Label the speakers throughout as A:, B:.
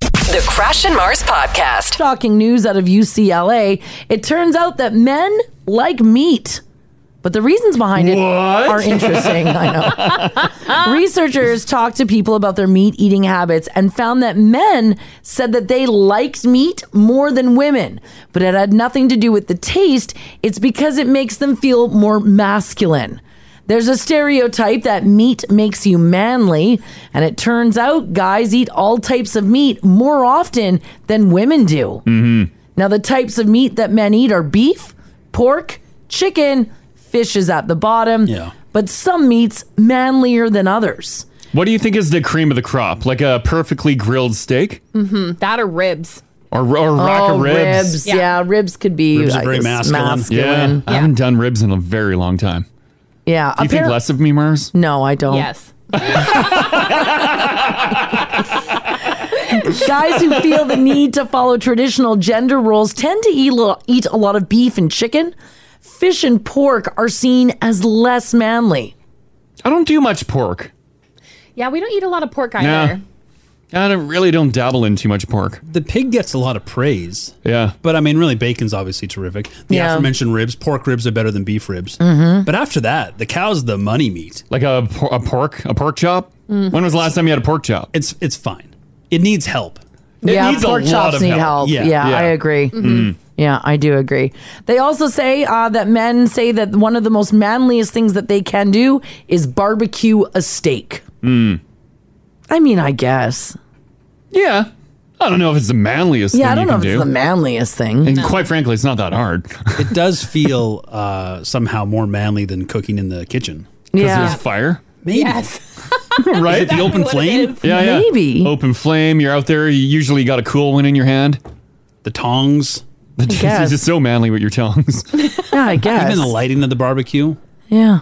A: The Crash and Mars Podcast.
B: Shocking news out of UCLA. It turns out that men like meat, but the reasons behind it are interesting. I know. Researchers talked to people about their meat eating habits and found that men said that they liked meat more than women, but it had nothing to do with the taste. It's because it makes them feel more masculine. There's a stereotype that meat makes you manly, and it turns out guys eat all types of meat more often than women do.
C: Mm-hmm.
B: Now, the types of meat that men eat are beef, pork, chicken, fish is at the bottom.
C: Yeah.
B: But some meats manlier than others.
C: What do you think is the cream of the crop? Like a perfectly grilled steak
D: Mm-hmm. That or ribs.
C: or, or a rack
B: Oh,
C: of ribs?
B: Yeah. ribs could be I guess,
C: Yeah, I haven't done ribs in a very long time.
B: Yeah,
C: Do you think
B: appar-
C: less of me, Mars?
B: No, I don't. Yes. Guys who feel the need to follow traditional gender roles tend to eat, lo- eat a lot of beef and chicken. Fish and pork are seen as less manly.
C: I don't do much pork.
D: Yeah, we don't eat a lot of pork either.
C: Nah. I don't, really don't dabble in too much pork.
E: The pig gets a lot of praise.
C: Yeah.
E: But I mean, really, bacon's obviously terrific. The
C: Yeah.
E: aforementioned ribs, pork ribs are better than beef ribs.
B: Mm-hmm.
C: Mhm.
E: But after that, the cow's the money meat.
C: Like a, por- a pork, a pork chop.
B: Mm.
E: Mhm.
C: When was the last time you had a pork chop?
E: It's it's fine. It needs help.
B: yeah, pork chops need help. Yeah, Mm-hmm. I agree.
E: Mhm.
C: Mm-hmm.
B: Yeah, I do agree. They also say uh, that men say that one of the most manliest things that they can do is barbecue a steak.
C: Mm.
B: I mean, I guess.
C: Yeah. I don't know if it's the manliest
B: Yeah,
C: thing
B: I don't
C: you
B: know
C: can
B: if it's
C: do.
B: the manliest thing.
C: And quite frankly, it's not that hard.
E: it does feel uh, somehow more manly than cooking in the kitchen.
C: 'Cause Yeah. there's fire?
E: Maybe.
C: right?
E: Is it the open flame?
C: Yeah, yeah. Maybe. Open flame. You're out there. You usually got a cool one in your hand.
E: The tongs.
C: The
E: guess.
C: tongs. It's so manly with your tongs.
B: Yeah, I
E: Even the lighting of the barbecue.
B: Yeah.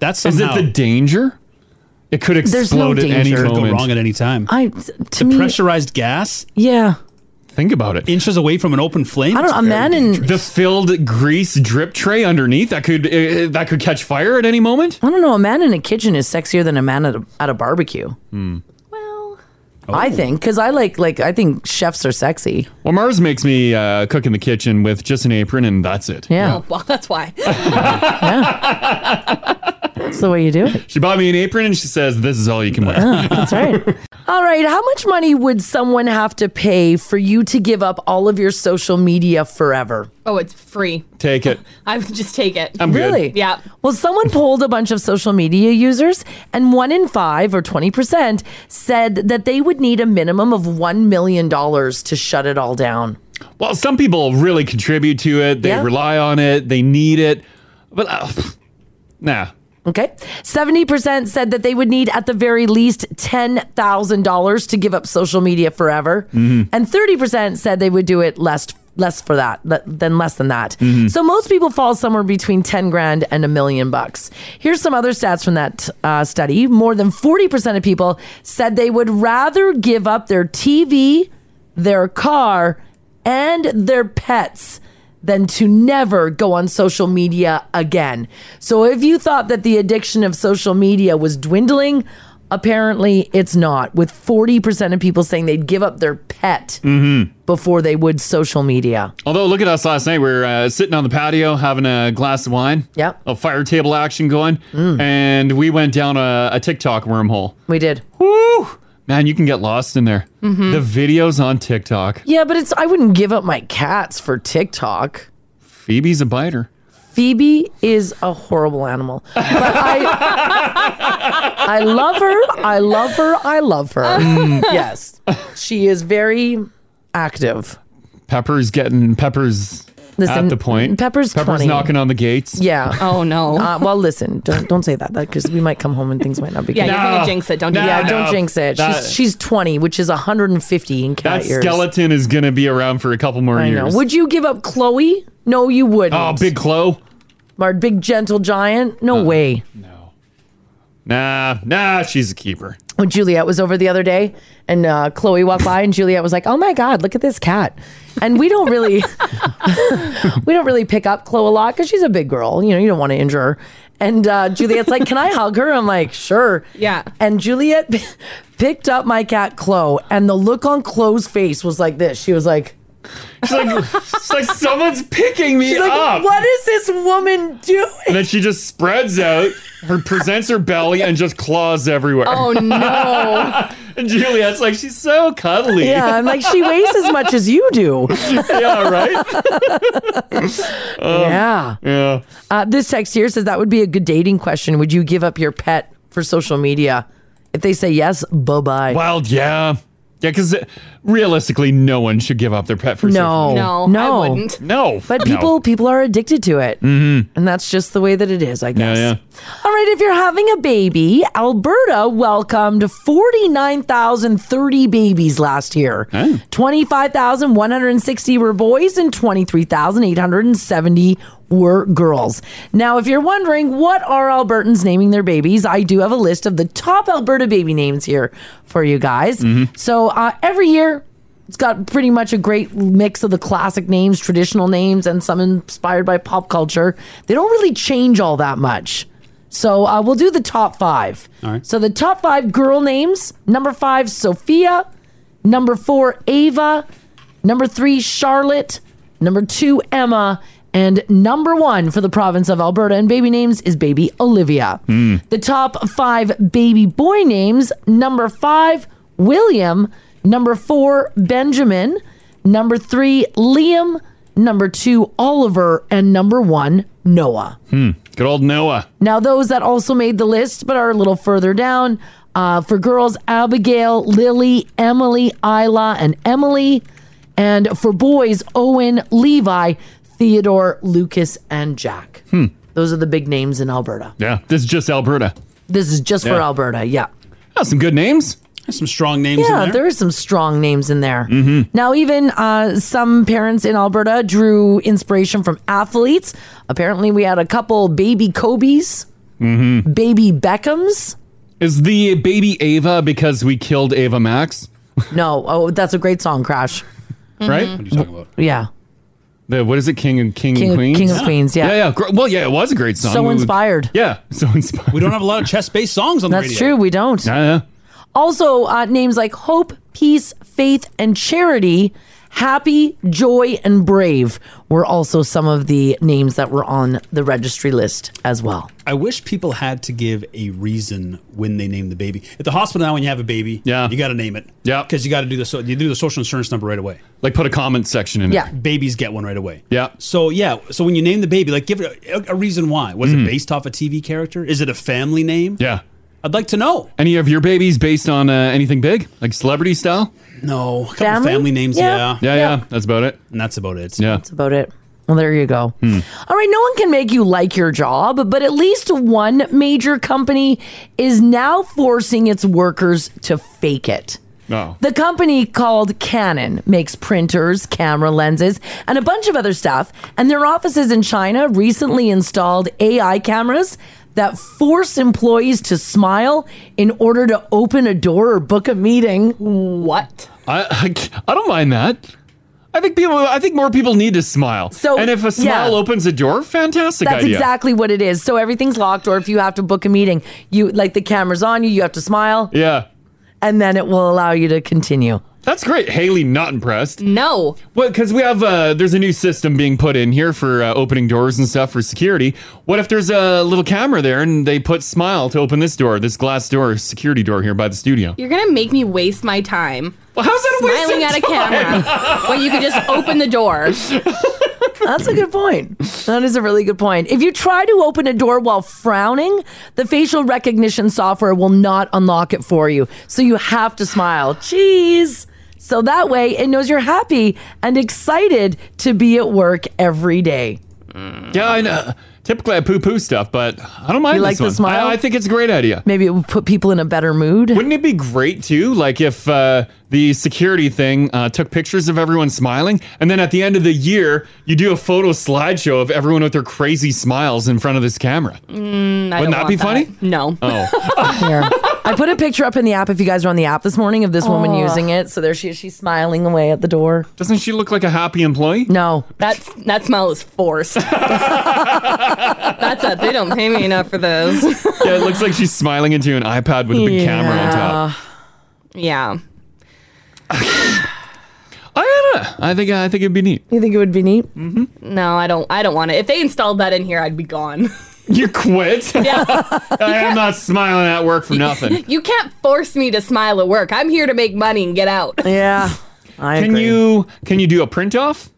E: That's
C: Is it
E: somehow-
C: the danger? It could
E: There's no
C: explode at any
E: danger. Could go
C: moment.
E: wrong at any time.
B: I
E: the
B: to me,
E: pressurized gas.
B: Yeah.
C: Think about it.
E: Inches away from an open flame.
B: I don't. I'm man in.
C: The filled grease drip tray underneath that could uh, that could catch fire at any moment.
B: I don't know. A man in a kitchen is sexier than a man at a, at a barbecue.
C: Oh.
B: I think because I like like I think chefs are sexy.
C: Well, Mars makes me uh, cook in the kitchen with just an apron, and that's it.
B: Yeah.
D: Well, that's why.
B: That's the way you do it. Ah,
C: She bought me an apron, and she says, "This is all you can wear."
B: that's right. All right. How much money would someone have to pay for you to give up all of your social media forever?
D: Oh, it's free.
C: Take it.
D: I would just take it.
B: I'm good. Really?
D: Yeah.
B: Well, someone polled a bunch of social media users, and one in five, or 20%, said that they would need a minimum of $1 million to shut it all down.
C: Well, some people really contribute to it. They
B: Yeah.
C: rely on it. They need it. But uh, pff, nah.
B: Okay. 70% said that they would need at the very least $10,000 to give up social media forever.
C: Mhm.
B: And 30% said they would do it less less for that le- than less than that.
C: Mhm.
B: So most people fall somewhere between 10 grand and a million bucks. Here's some other stats from that uh, study. More than 40% of people said they would rather give up their TV, their car, and their pets than to never go on social media again. So if you thought that the addiction of social media was dwindling, apparently it's not, with 40% of people saying they'd give up their pet
C: Mm-hmm.
B: before they would social media.
C: Although, look at us last night. We were uh, sitting on the patio having a glass of wine.
B: Yep. Mm.
C: A fire table action going. And we went down a, a TikTok wormhole.
B: We did.
C: Woo! Man, you can get lost in there.
B: Mhm.
C: The videos on TikTok.
B: Yeah, but it's I wouldn't give up my cats for TikTok.
C: Phoebe's a biter.
B: Phoebe is a horrible animal. But I I love her. I love her. I love her.
C: Mm.
B: yes. She is very active.
C: Pepper's getting, Pepper's
B: Listen,
C: at the point.
B: Pepper's
C: Pepper's
B: 20.
C: knocking on the gates.
B: Yeah. Oh no. Uh, well, listen, don't don't say that because we might come home and things might not be.
C: Yeah,
B: good.
C: you're gonna No. jinx it, don't do No,
B: yeah,
C: that.
B: don't
C: no.
B: jinx it.
C: That-
B: she's she's 20, which is 150 in cat
C: That
B: years.
C: skeleton is going to be around for a couple more
B: I know.
C: years.
B: Would you give up Chloe? No, you wouldn't.
C: Oh, Big Chloe?
B: Our big gentle giant? No way.
C: Nah, nah, she's a keeper.
B: when Juliet was over the other day and uh, Chloe walked by and Juliet was like, "Oh my god, look at this cat." And we don't really we don't really pick up Chloe a lot cuz she's a big girl, you know, you don't want to injure her. And uh, Juliet's like, "Can I hug her?" I'm like, "Sure."
D: Yeah.
B: And Juliet picked up my cat Chloe, and the look on Chloe's face was like this. She was like,
C: She's like, she's like someone's picking me
B: She's like,
C: up.
B: "What is this woman doing?"
C: And then she just spreads out, her presents her belly, and just claws everywhere.
D: Oh no!
C: and Juliet's like, she's so cuddly.
B: Yeah, I'm like, she weighs as much as you do.
C: yeah, right. Um,
B: yeah.
C: Yeah.
B: Uh, this text here says that would be a good dating question. Would you give up your pet for social media? If they say yes, bye bye.
C: Well, yeah, yeah. Because realistically, no one should give up their pet for
B: No,
C: social media.
D: No, I
B: no,
D: wouldn't.
C: no. Mm.
B: But
C: no.
B: people people are addicted to it, mm-hmm. and that's just the way that it is, I
C: Yeah,
B: guess.
C: yeah.
B: All right, if you're having a baby, Alberta welcomed forty nine thousand thirty babies last year. Twenty five thousand one hundred sixty were boys, and twenty three thousand eight hundred and seventy were girls. Now, if you're wondering what are Albertans naming their babies, I do have a list of the top Alberta baby names here for you guys. So uh, every year. It's got pretty much a great mix of the classic names, traditional names, and some inspired by pop culture. They don't really change all that much. So uh, we'll do the top five. All right. So the top five girl names number five, Sophia. Number four, Ava. Number three, Charlotte. Number two, Emma. And number one for the province of Alberta in baby names is baby Olivia. The top five baby boy names number five, William. Number four, Benjamin. Number three, Liam. Number two, Oliver. And number one, Noah.
C: Hmm. Good old Noah.
B: Now, those that also made the list but are a little further down uh, for girls, Abigail, Lily, Emily, Isla, and Emily. And for boys, Owen, Levi, Theodore, Lucas, and Jack.
C: Hmm.
B: Those are the big names in Alberta.
C: Yeah. This is just Alberta.
B: This is just for
C: Yeah.
B: Alberta, yeah.
C: Oh, some good names.
E: There's some strong names
B: Yeah,
E: in
B: there
E: there.
B: is some strong names in there.
C: Mm-hmm.
B: Now, even uh, some parents in Alberta drew inspiration from athletes. Apparently, we had a couple baby Kobe's,
E: Mm-hmm.
B: baby Beckham's.
C: Is the baby Ava because we killed Ava Max?
B: No, oh, that's a great song, Crash.
C: Right?
E: What are you talking about?
B: Yeah,
C: The, what is it? King and King,
B: King
C: and
B: of-
C: Queens.
B: King of Queens, yeah.
C: Yeah, yeah. Gr- Well, yeah, it was a great song.
B: So
C: We-
B: inspired.
C: Yeah. So inspired.
E: We don't have a lot of chess based songs on
B: that's
E: the
B: true.
E: radio.
B: We don't.
C: Yeah, yeah.
B: Also, uh, names like hope, peace, faith, and charity, happy, joy, and brave were also some of the names that were on the registry list as well.
E: I wish people had to give a reason when they name the baby. At the hospital now, when you have a baby,
C: Yeah.
E: you got to name it.
C: Yeah.
E: Because you got to do the so you do the social insurance number right away.
C: Like put a comment section in
B: Yeah.
C: it.
E: Babies get one right away.
C: Yeah.
E: So yeah, so when you name the baby, like give it a, a reason why. Was
C: Mm.
E: it based off a TV character? Is it a family name?
C: Yeah.
E: I'd like to know.
C: Any of your babies based on uh, anything big, like celebrity style?
E: No, a couple
B: Family?
E: family, names.
B: Yeah.
E: Yeah.
C: Yeah, yeah. That's about it. Hmm.
E: And that's about it.
C: Yeah.
B: That's about it. Well, there you go. All right, no one can make you like your job, but at least one major company is now forcing its workers to fake it.
C: No.
B: The company called Canon makes printers, camera lenses, and a bunch of other stuff. And their offices in China recently installed AI cameras that force employees to smile in order to open a door or book a meeting.
D: what?
C: I, I I don't mind that. I think people. I think more people need to smile.
B: So,
C: and if a smile
B: yeah.
C: opens a door, fantastic
B: That's
C: idea.
B: exactly what it is. So everything's locked, or if you have to book a meeting, you like the camera's on you, you have to smile,
C: yeah,
B: and then it will allow you to continue.
C: that's great. Haley not impressed.
D: No.
C: Well, because we have uh, there's a new system being put in here for uh, opening doors and stuff for security. What if there's a little camera there and they put smile to open this door, this glass door, security door here by the studio?
D: You're gonna make me waste my time
C: Well, how's that a waste
D: smiling
C: of
D: at a
C: time?
D: camera when you could just open the door.
B: That's a good point. That is a really good point. If you try to open a door while frowning, the facial recognition software will not unlock it for you. So you have to smile. Jeez. So that way it knows you're happy and excited to be at work every day.
C: Yeah, I know. Typically, I poo poo stuff, but I don't mind.
B: You like
C: this
B: the
C: one.
B: smile?
C: I, I think it's a great idea.
B: Maybe it would put people in a better mood.
C: Wouldn't it be great too? Like if uh, the security thing uh, took pictures of everyone smiling, and then at the end of the year, you do a photo slideshow of everyone with their crazy smiles in front of this camera.
D: Mm, I
C: Wouldn't
D: don't
C: that be
D: want
C: funny?
D: No.
C: Oh,
B: Here. I put a picture up in the app if you guys are on the app this morning of this woman
D: Oh.
B: using it. So there she is. She's smiling away at the door.
C: Doesn't she look like a happy employee?
B: No.
D: That's that smell is forced. That's it. They don't pay me enough for those.
C: yeah, it looks like she's smiling into an iPad with a big camera on top.
D: Yeah.
C: I don't know. I think I think it'd be neat. Mm-hmm.
B: You think it would be neat?
D: No, I don't. I don't want it. If they installed that in here, I'd be gone.
C: You quit?
D: Yeah.
C: I am not smiling at work for nothing.
D: You can't force me to smile at work. I'm here to make money and get out.
B: Yeah. I
C: Can
B: agree.
C: you can you do a print off?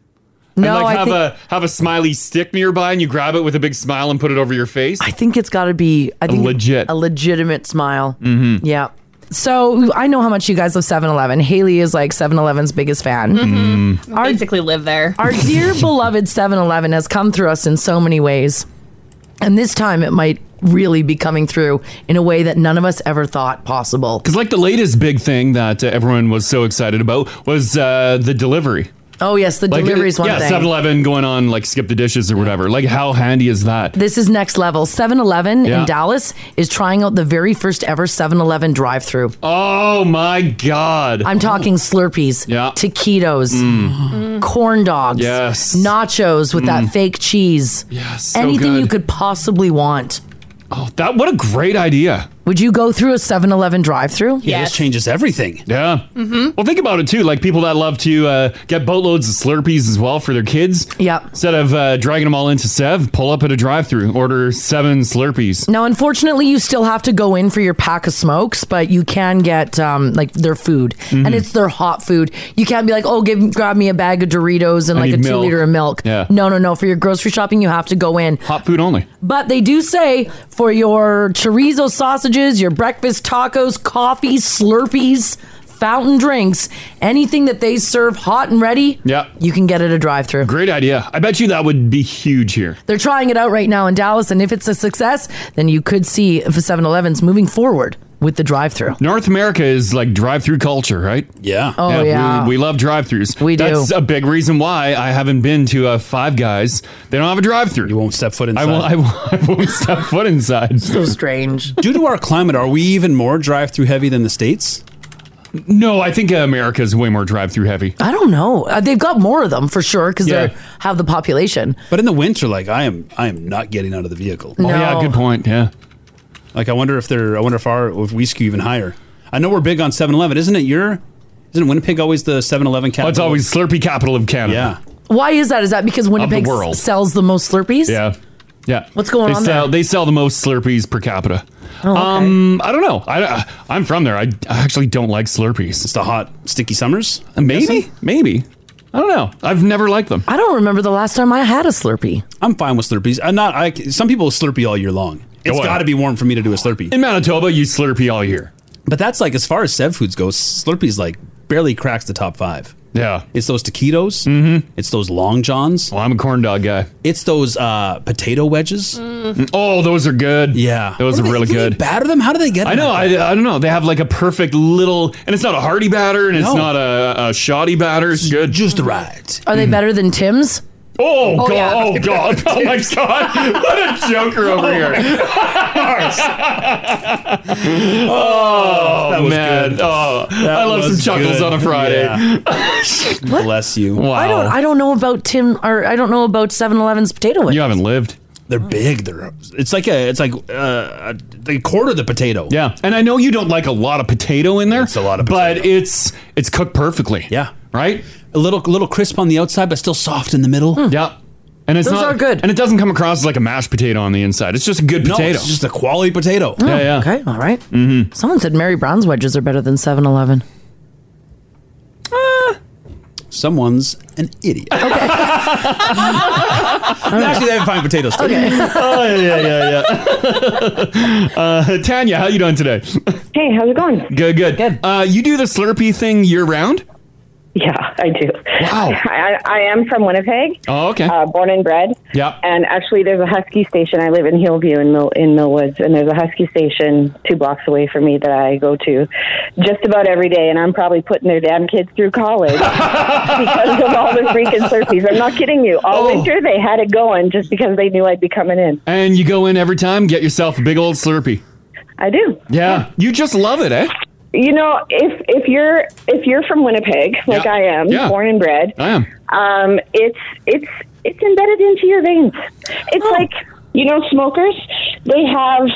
B: No,
C: and like
B: I
C: have
B: think-
C: a have a smiley stick nearby and you grab it with a big smile and put it over your face.
B: I think it's got to be I think
C: legit.
B: a legitimate smile. Mm-hmm. Yeah. So I know how much you guys love 7-Eleven. Haley is like 7-Eleven's biggest fan.
C: Mm-hmm.
D: I Mm-hmm. basically live there.
B: Our dear beloved 7-Eleven has come through us in so many ways. And this time it might really be coming through in a way that none of us ever thought possible.
C: Because like the latest big thing that uh, everyone was so excited about was uh, the delivery.
B: Oh yes, the
C: Like,
B: delivery's one
C: yeah,
B: thing.
C: 7-Eleven going on like skip the dishes or whatever. Like how handy is that?
B: This is next level. 7-Eleven
C: Yeah.
B: in Dallas is trying out the very first ever 7-Eleven drive-through.
C: Oh my god.
B: I'm talking Slurpees,
C: Yeah. Mm.
B: taquitos, corn dogs,
C: Yes. Mm.
B: nachos with that fake cheese.
C: Yes, so
B: anything you
C: good.
B: could possibly want.
C: oh, that what a great idea.
B: Would you go through a 7-Eleven drive-through?
E: Yeah, this changes everything.
C: Yeah. Mm-hmm. Well, think about it too. Like people that love to uh, get boatloads of Slurpees as well for their kids.
B: Yep.
C: Instead of uh, dragging them all into Sev, pull up at a drive-through, order seven Slurpees.
B: Now, unfortunately, you still have to go in for your pack of smokes, but you can get um, like their food,
C: Mm-hmm.
B: and it's their hot food. You can't be like, oh, give grab me a bag of Doritos and
C: I
B: like a
C: need
B: two
C: milk."
B: liter of milk.
C: Yeah.
B: No, no, no. For your grocery shopping, you have to go in.
C: Hot food only.
B: But they do say for your chorizo sausages, your breakfast tacos, coffee, Slurpees, fountain drinks, anything that they serve hot and ready,
C: Yeah.
B: you can get at a drive-through.
C: Great idea. I bet you that would be huge here.
B: They're trying it out right now in Dallas, and if it's a success, then you could see if 7-Elevens moving forward with the drive-through.
C: North America is like drive-through culture, right?
E: Yeah.
B: Oh yeah,
C: We, we love drive-throughs.
B: We do.
C: That's a big reason why I haven't been to uh, Five Guys. They don't have a drive-through.
E: You won't step foot
C: I
E: inside.
C: won't, I, won't, I won't step foot inside.
B: so strange.
E: Due to our climate, are we even more drive-through heavy than the states?
C: No, I think uh, America is way more drive-through heavy.
B: I don't know. Uh, they've got more of them for sure because
C: Yeah.
B: they have the population.
E: But in the winter, like I am, I am not getting out of the vehicle.
C: Oh yeah,
B: No.
C: good point. Yeah.
E: Like I wonder if they're, I wonder if our, if we skew even higher. I know we're big on 7-Eleven, isn't it? Your, isn't Winnipeg always the 7-Eleven capital?
C: Well, it's always Slurpee capital of Canada.
E: yeah.
B: Why is that? Is that because Winnipeg s-
C: world.
B: sells the most Slurpees?
C: Yeah. Yeah.
B: What's going
C: they
B: on
C: Sell,
B: there? Oh,
C: They sell the most Slurpees per capita. Um, I don't know. I, I'm from there. I, I actually don't like Slurpees.
E: It's the hot, sticky summers. I'm
C: Maybe.
E: guessing.
C: Maybe. I don't know. I've never liked them.
B: I don't remember the last time I had a Slurpee.
E: I'm fine with Slurpees. I'm not. I, some people Slurpee all year long. It's
C: Oh, yeah.
E: got to be warm for me to do a Slurpee.
C: In Manitoba, you Slurpee all year.
E: But that's like as far as Sev foods goes, Slurpees like barely cracks the top five.
C: Yeah.
E: It's those taquitos. Mm-hmm. It's those long johns.
C: Well, I'm a corn dog guy.
E: It's those uh, potato wedges.
C: Oh, those are good.
E: Yeah, What
C: Those
E: do
C: are
E: they-
C: really
E: do they
C: good.
E: batter them? How do they get?
C: I
E: them
C: know.
E: like
C: I,
E: that?
C: I don't know. They have like a perfect little, and it's not a hearty batter, and it's
E: No.
C: not a, a shoddy batter. It's good.
E: Just right.
B: Are they better than Tim's?
C: Mm. Oh, god!
D: yeah.
C: Oh god! Oh my god! What a joker over here! oh
E: That was
C: man!
E: good.
C: Oh, I love some
E: was
C: chuckles
E: good.
C: on a Friday.
E: Yeah. Bless you.
C: Wow!
B: I don't. I don't know about Tim or I don't know about 7-Eleven's potato wedge.
C: you haven't lived.
E: They're big. They're. It's like a. It's like uh, a quarter of the potato.
C: Yeah, and I know you don't like a lot of potato in there.
E: It's a lot of
C: but
E: potato.
C: it's it's cooked perfectly.
E: Yeah.
C: Right.
E: A little little crisp on the outside, but still soft in the middle.
B: Hmm.
C: Yeah. And it's
B: Those
C: not
B: are good.
C: And it doesn't come across as like a mashed potato on the inside. It's just a good
E: No,
C: potato.
E: it's just a quality potato.
C: yeah, yeah.
B: Oh,
C: Mm-hmm.
B: Okay, all right. Someone said Mary Brown's wedges are better than 7-Eleven.
E: Someone's an idiot. Okay. Actually, they have fine potatoes too.
C: Oh, yeah, yeah, yeah. uh, Tanya, how you doing today?
F: Hey, how's it going?
C: Good, good.
B: Good.
C: Uh, you do the Slurpee thing year round?
F: Yeah, I do.
C: Wow.
F: I, I am from Winnipeg,
C: Oh, okay.
F: uh, born and bred.
C: Yeah.
F: And actually, there's a Husky station. I live in Hillview in Mill in Millwoods, and there's a Husky station two blocks away from me that I go to just about every day. And I'm probably putting their damn kids through college because of all the freaking surfies. I'm not kidding you. All
C: Oh.
F: winter they had it going just because they knew I'd be coming in.
C: and you go in every time, get yourself a big old Slurpee.
G: I do.
C: Yeah. You just love it, eh?
G: You know, if if you're if you're from Winnipeg, like
C: Yeah.
G: I am,
C: Yeah.
G: born and bred,
C: I am.
G: um, it's it's it's embedded into your veins. It's
B: Oh.
G: like you know, smokers they have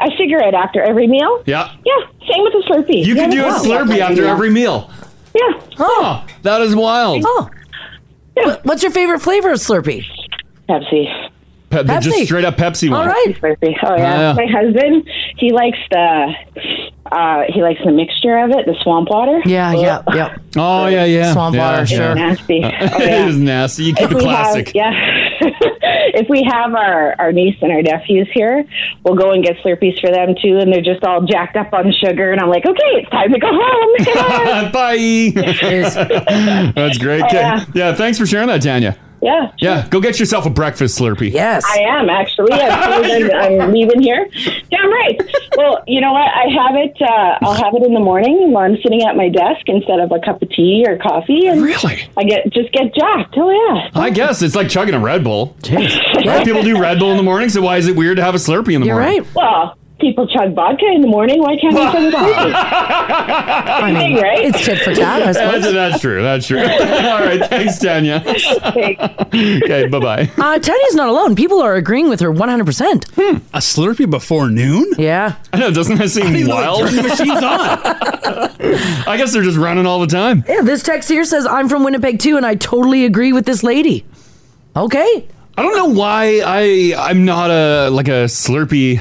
G: a cigarette after every meal.
C: Yeah.
G: Yeah, same with a Slurpee.
C: You
G: Yeah,
C: can do a
G: wow.
C: Slurpee after every meal.
G: Yeah,
C: Huh. That is wild.
B: Oh. What- What's your favorite flavor of Slurpee?
G: Pepsi.
C: Pe- Uh, the-
B: Pepsi.
C: Just straight up Pepsi one.
B: All right.
G: Slurpee. Oh yeah.
C: Yeah.
G: my husband he likes the uh, he likes the mixture of it, the swamp water.
B: Yeah,
G: Ugh,
B: yeah, yeah.
C: Oh, yeah, yeah.
B: Swamp
C: yeah,
B: water, sure.
G: Nasty. Oh, yeah.
C: it is nasty. You keep it
G: we have-
C: classic.
G: yeah. if we have our, our niece and our nephews here, we'll go and get Slurpees for them too, and they're just all jacked up on sugar. And I'm like, okay, it's time to go home.
C: Bye. That's great. Okay.
G: Oh, yeah.
C: Yeah. thanks for sharing that, Tanya.
G: yeah,
C: Yeah, go get yourself a breakfast Slurpee.
B: Yes.
G: I am actually. I'm, leaving- I'm leaving here. Damn right. Well, you know what? I have it. Uh, I'll have it in the morning while I'm sitting at my desk instead of a cup of tea or coffee, and
C: Really?
G: I get just get jacked. Oh yeah.
C: I guess it's like chugging a Red Bull.
B: Jeez.
C: Right? People do Red Bull in the morning, so why is it weird to have a Slurpee in the
B: You're
C: morning?
B: right.
G: Well, people chug vodka in the morning. Why can't we chug coffee? Same thing, right?
B: It's tit for tat, I suppose.
C: That's, that's true. That's true. All right. Thanks, Tanya. Okay. Bye bye.
B: Uh, Tanya's not alone. People are agreeing with her 100%.
C: Hmm.
E: A Slurpee before noon?
B: Yeah.
C: I know. Doesn't that seem wild?
E: Turn the machine's on.
C: I guess they're just running all the time.
B: Yeah, this text here says, I'm from Winnipeg too, and I totally agree with this lady. Okay.
C: I don't know why I I'm not a like a Slurpee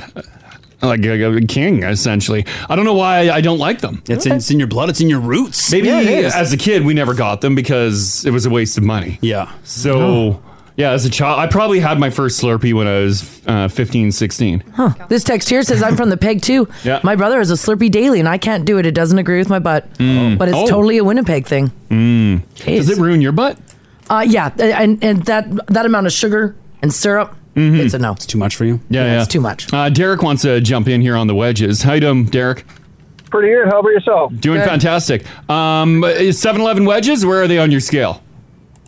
C: like a, a king essentially. I don't know why I don't like them.
E: It's in, it's in your blood. It's in your roots.
C: Maybe
B: Yeah, it is.
C: as a kid we never got them because it was a waste of money.
E: Yeah.
C: So yeah, as a child I probably had my first Slurpee when I was uh, 15, 16.
B: This text here says, I'm from the Peg too.
C: Yeah.
B: My brother is a Slurpee daily, and I can't do it. It doesn't agree with my butt. But it's
C: Oh. Mm.
B: totally a Winnipeg thing. Jeez.
C: Does it ruin your butt?
B: uh, yeah. And, and that, that amount of sugar and syrup, it's a no.
E: Mm-hmm. It's too much for you.
C: Yeah, yeah.
B: it's too much.
C: Uh, Derek wants to jump in here on the wedges. How you doing, Derek?
H: Pretty good. How about yourself?
C: Doing fantastic. Um, 7-Eleven wedges, where are they on your scale?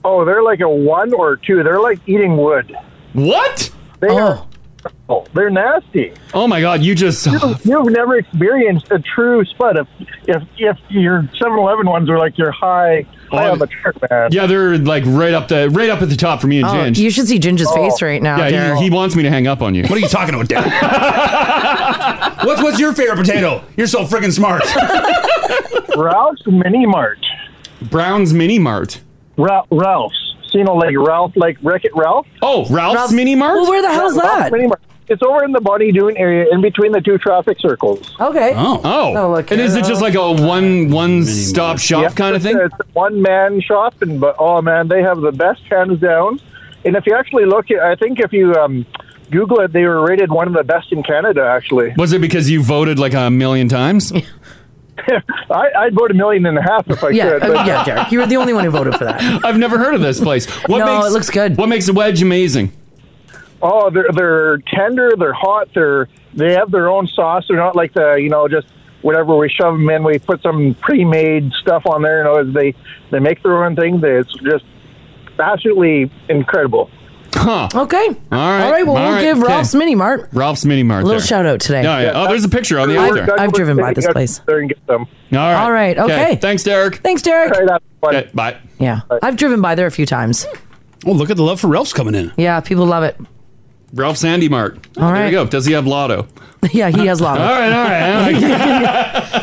H: Oh, they're like a one or two. They're like eating wood.
C: What?
H: They
B: Oh,
H: are. They're nasty.
C: Oh my god, you just
H: You've never experienced a true spud. If if, if your 7-Eleven ones are like your high high
C: Oh,
H: on the chart, man.
C: Yeah, they're like right up the right up at the top for me and
B: oh
C: Ginge.
B: you should see Ginger's face
H: Oh.
B: right now,
C: yeah,
B: Derek.
C: he, he wants me to hang up on you.
E: What are you talking about, Dad? what's, what's your favorite potato? You're so freaking smart.
H: Ralph's Mini Mart.
C: Brown's Mini Mart.
H: Ra- Ralph's. So, you know, like Ralph, like Wreck It Ralph.
C: Oh, Ralph's,
B: Ralph's-
C: Mini Mart.
B: well, where the hell's
H: Ralph's
B: that?
H: Mini Mart. It's over in the Bonnie-Doon area, in between the two traffic circles.
B: Okay.
E: Oh.
C: oh,
B: Oh, look
C: and is it
B: at
C: just like a one one stop shop
H: Yeah,
C: kind of
H: it's
C: thing?
H: a- It's one man shop, and but oh man, they have the best hands down. And if you actually look, at, I think if you um, Google it, they were rated one of the best in Canada. Actually,
C: Was it because you voted like a million times?
H: I, I'd vote a million and a half if I
B: Yeah,
H: could. But
B: uh, yeah, Derek. You were the only one who voted for that.
C: I've never heard of this place. What
B: No,
C: makes
B: it looks good.
C: What makes a wedge amazing?
H: oh, they're they're tender, they're hot, they're they have their own sauce. They're not like the you know just whatever we shove them in. We put some pre-made stuff on there. You know, as they they make their own thing. They, it's just absolutely incredible.
C: Huh?
B: Okay. All
C: right.
B: All right. Well,
C: All
B: we'll
C: right,
B: give
C: okay.
B: Ralph's Mini Mart
C: Ralph's Mini Mart.
B: a little
C: there.
B: shout out today.
C: Yeah, yeah. Oh, there's a picture on the
H: I've,
C: out there.
B: I've driven by this place.
H: There and get them.
C: All right.
B: All right, okay.
C: Thanks, Derek.
B: Thanks, Derek.
H: Try that one.
C: Okay, bye.
B: Yeah. I've driven by there a few times.
E: Oh, look at the love for Ralph's coming in.
B: Yeah, people love it.
C: Ralph's Sandy Mart. All
B: right.
C: There you go. Does he have lotto?
B: Yeah, he has lava.
C: All right. All right. All right.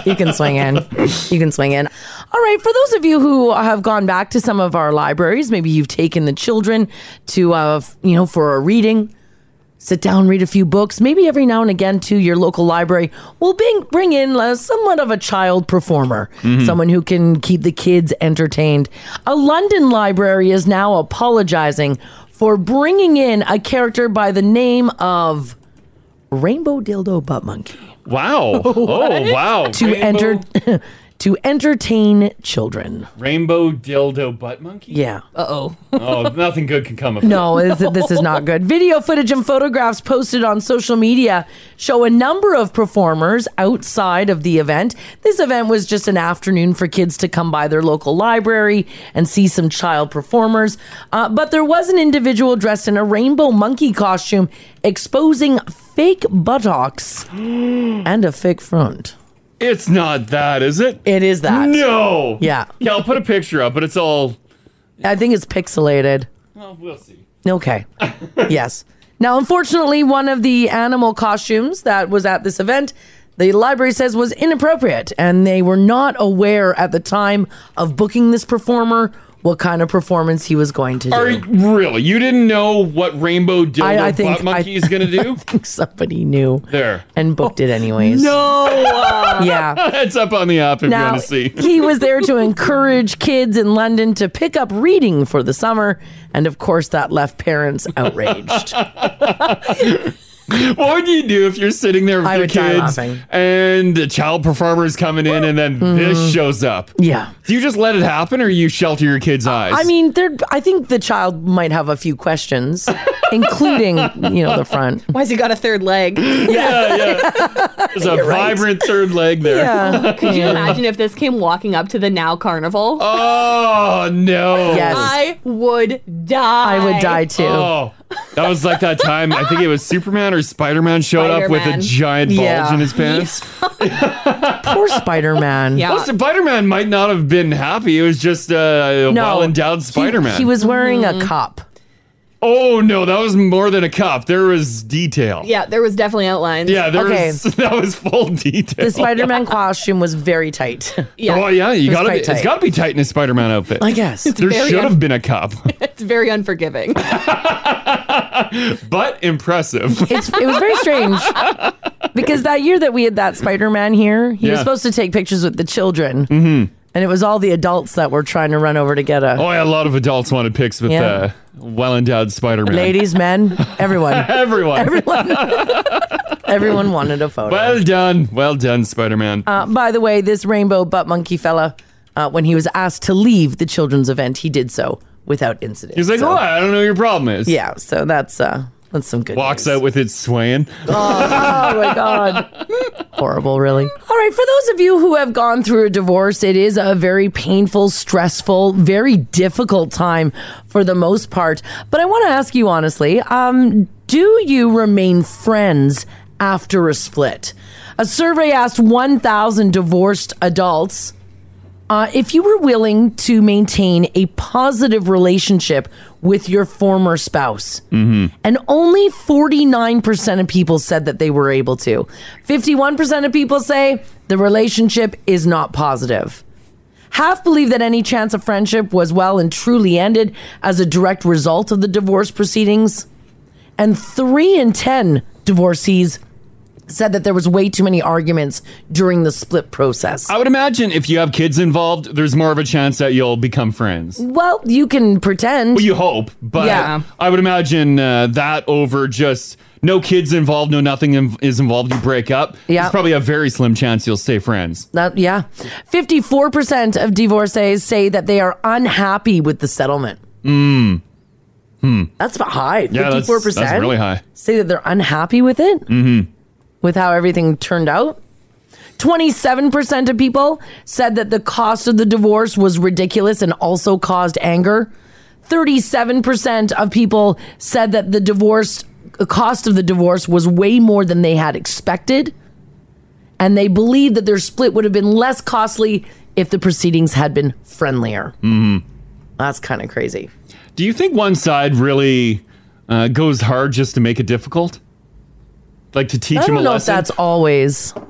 B: You can swing in. You can swing in. All right. For those of you who have gone back to some of our libraries, maybe you've taken the children to, uh, f- you know, for a reading. Sit down, read a few books. Maybe every now and again to your local library, we'll bring, bring in uh, somewhat of a child performer, someone who can keep the kids entertained. A London library is now apologizing for bringing in a character by the name of Rainbow Dildo Butt Monkey.
C: Wow. Oh, wow.
B: to enter to entertain children.
C: Rainbow dildo butt monkey?
B: Yeah.
D: Uh oh.
C: oh, nothing good can come of
B: No,
C: it.
B: this, this is not good. Video footage and photographs posted on social media show a number of performers outside of the event. This event was just an afternoon for kids to come by their local library and see some child performers. Uh, but there was an individual dressed in a rainbow monkey costume exposing fake buttocks and a fake front.
C: It's not that, is it?
B: It is that.
C: No.
B: Yeah.
C: Yeah, I'll put a picture up, but it's all.
B: I think it's pixelated.
C: Well, we'll see.
B: Okay. yes. Now, unfortunately, one of the animal costumes that was at this event, the library says was inappropriate, and they were not aware at the time of booking this performer what kind of performance he was going to do.
C: Are you- really? You didn't know what Rainbow Dildo
B: I- I think-
C: Butt Monkey is going to do? I
B: think somebody knew.
C: There.
B: And booked it anyways.
C: No.
B: Yeah.
C: it's up on the app if you
B: now,
C: want to see.
B: he was there to encourage kids in London to pick up reading for the summer, and of course, that left parents outraged.
C: what would you do if you're sitting there with
B: I
C: your
B: would die
C: kids
B: laughing.
C: and the child performer's coming in and then this
B: Mhm.
C: shows up?
B: Yeah.
C: Do you just let it happen or you shelter your kids' eyes?
B: I mean, there. I think the child might have a few questions, including you know the front.
D: Why's he got a third leg?
C: yeah, There's a
D: You're right.
C: vibrant third leg there.
D: Could you imagine if this came walking up to the now carnival?
C: Oh no! Yes.
D: I would die.
B: I would die too.
C: Oh, that was like that time. I think it was Superman or Spider Man showed up with a
D: Spider-Man.
C: giant bulge
D: Yeah.
C: in his pants.
B: Poor Spider Man.
C: Well, Spider Man might not have been happy. It was just uh,
B: No,
C: a well endowed Spider Man.
B: He was wearing
D: Mm-hmm.
B: a cup.
C: Oh no, that was more than a cup. There was detail.
D: Yeah, there was definitely outlines.
C: Yeah, there
B: Okay.
C: was that was full detail.
B: The Spider Man costume was very tight.
C: Oh yeah,
B: It
C: you
B: was
C: gotta. Be,
B: quite
C: it's
B: tight.
C: gotta be tight in a Spider Man outfit.
B: I guess. It's
C: there
D: very
C: should
D: un-
C: have been a cup,
D: It's very unforgiving.
C: but impressive.
B: It's, it was very strange because that year that we had that Spider Man here, he was
C: Yeah.
B: supposed to take pictures with the children,
C: Mm-hmm.
B: and it was all the adults that were trying to run over to get a
C: Oh yeah, a lot of adults wanted pics with
B: Yeah.
C: uh, well endowed Spider Man.
B: ladies, men, everyone,
C: everyone,
B: everyone, everyone wanted a photo.
C: Well done, well done, Spider Man.
B: Uh, by the way, this rainbow butt monkey fella, uh, when he was asked to leave the children's event, he did so without incident.
C: He's like,
B: so,
C: oh, I don't know what your problem is.
B: Yeah, so that's uh, that's some good.
C: Walks out with it swaying.
B: oh my god, horrible, really. All right, for those of you who have gone through a divorce, it is a very painful, stressful, very difficult time for the most part. But I want to ask you honestly um, do you remain friends after a split? A survey asked 1,000 divorced adults uh, if you were willing to maintain a positive relationship with your former spouse.
I: Mm-hmm.
B: And only 49% of people said that they were able to. 51% of people say the relationship is not positive. Half believe that any chance of friendship was well and truly ended as a direct result of the divorce proceedings. And 3 in 10 divorcees said that there was way too many arguments during the split process.
C: I would imagine if you have kids involved, there's more of a chance that you'll become friends.
B: Well, you can pretend.
C: Well, you hope, but
B: Yeah.
C: I would imagine uh, that over just no kids involved, no nothing in- is involved. You break up.
B: Yeah.
C: it's probably a very slim chance you'll stay friends.
B: That, yeah. 54% of divorcees say that they are unhappy with the settlement.
C: Mm. Hmm.
B: That's about high.
C: Yeah, that's-
B: 54%.
C: that's really high.
B: Say that they're unhappy with it,
C: Mm-hmm.
B: with how everything turned out. 27% of people said that the cost of the divorce was ridiculous and also caused anger. 37% of people said that the divorce the cost of the divorce was way more than they had expected. And they believed that their split would have been less costly if the proceedings had been friendlier.
C: Mm-hmm.
B: That's kind of crazy.
C: Do you think one side really uh, goes hard just to make it difficult? Like to teach
B: I
C: him a
B: don't know if
C: lesson?
B: that's always.
C: well,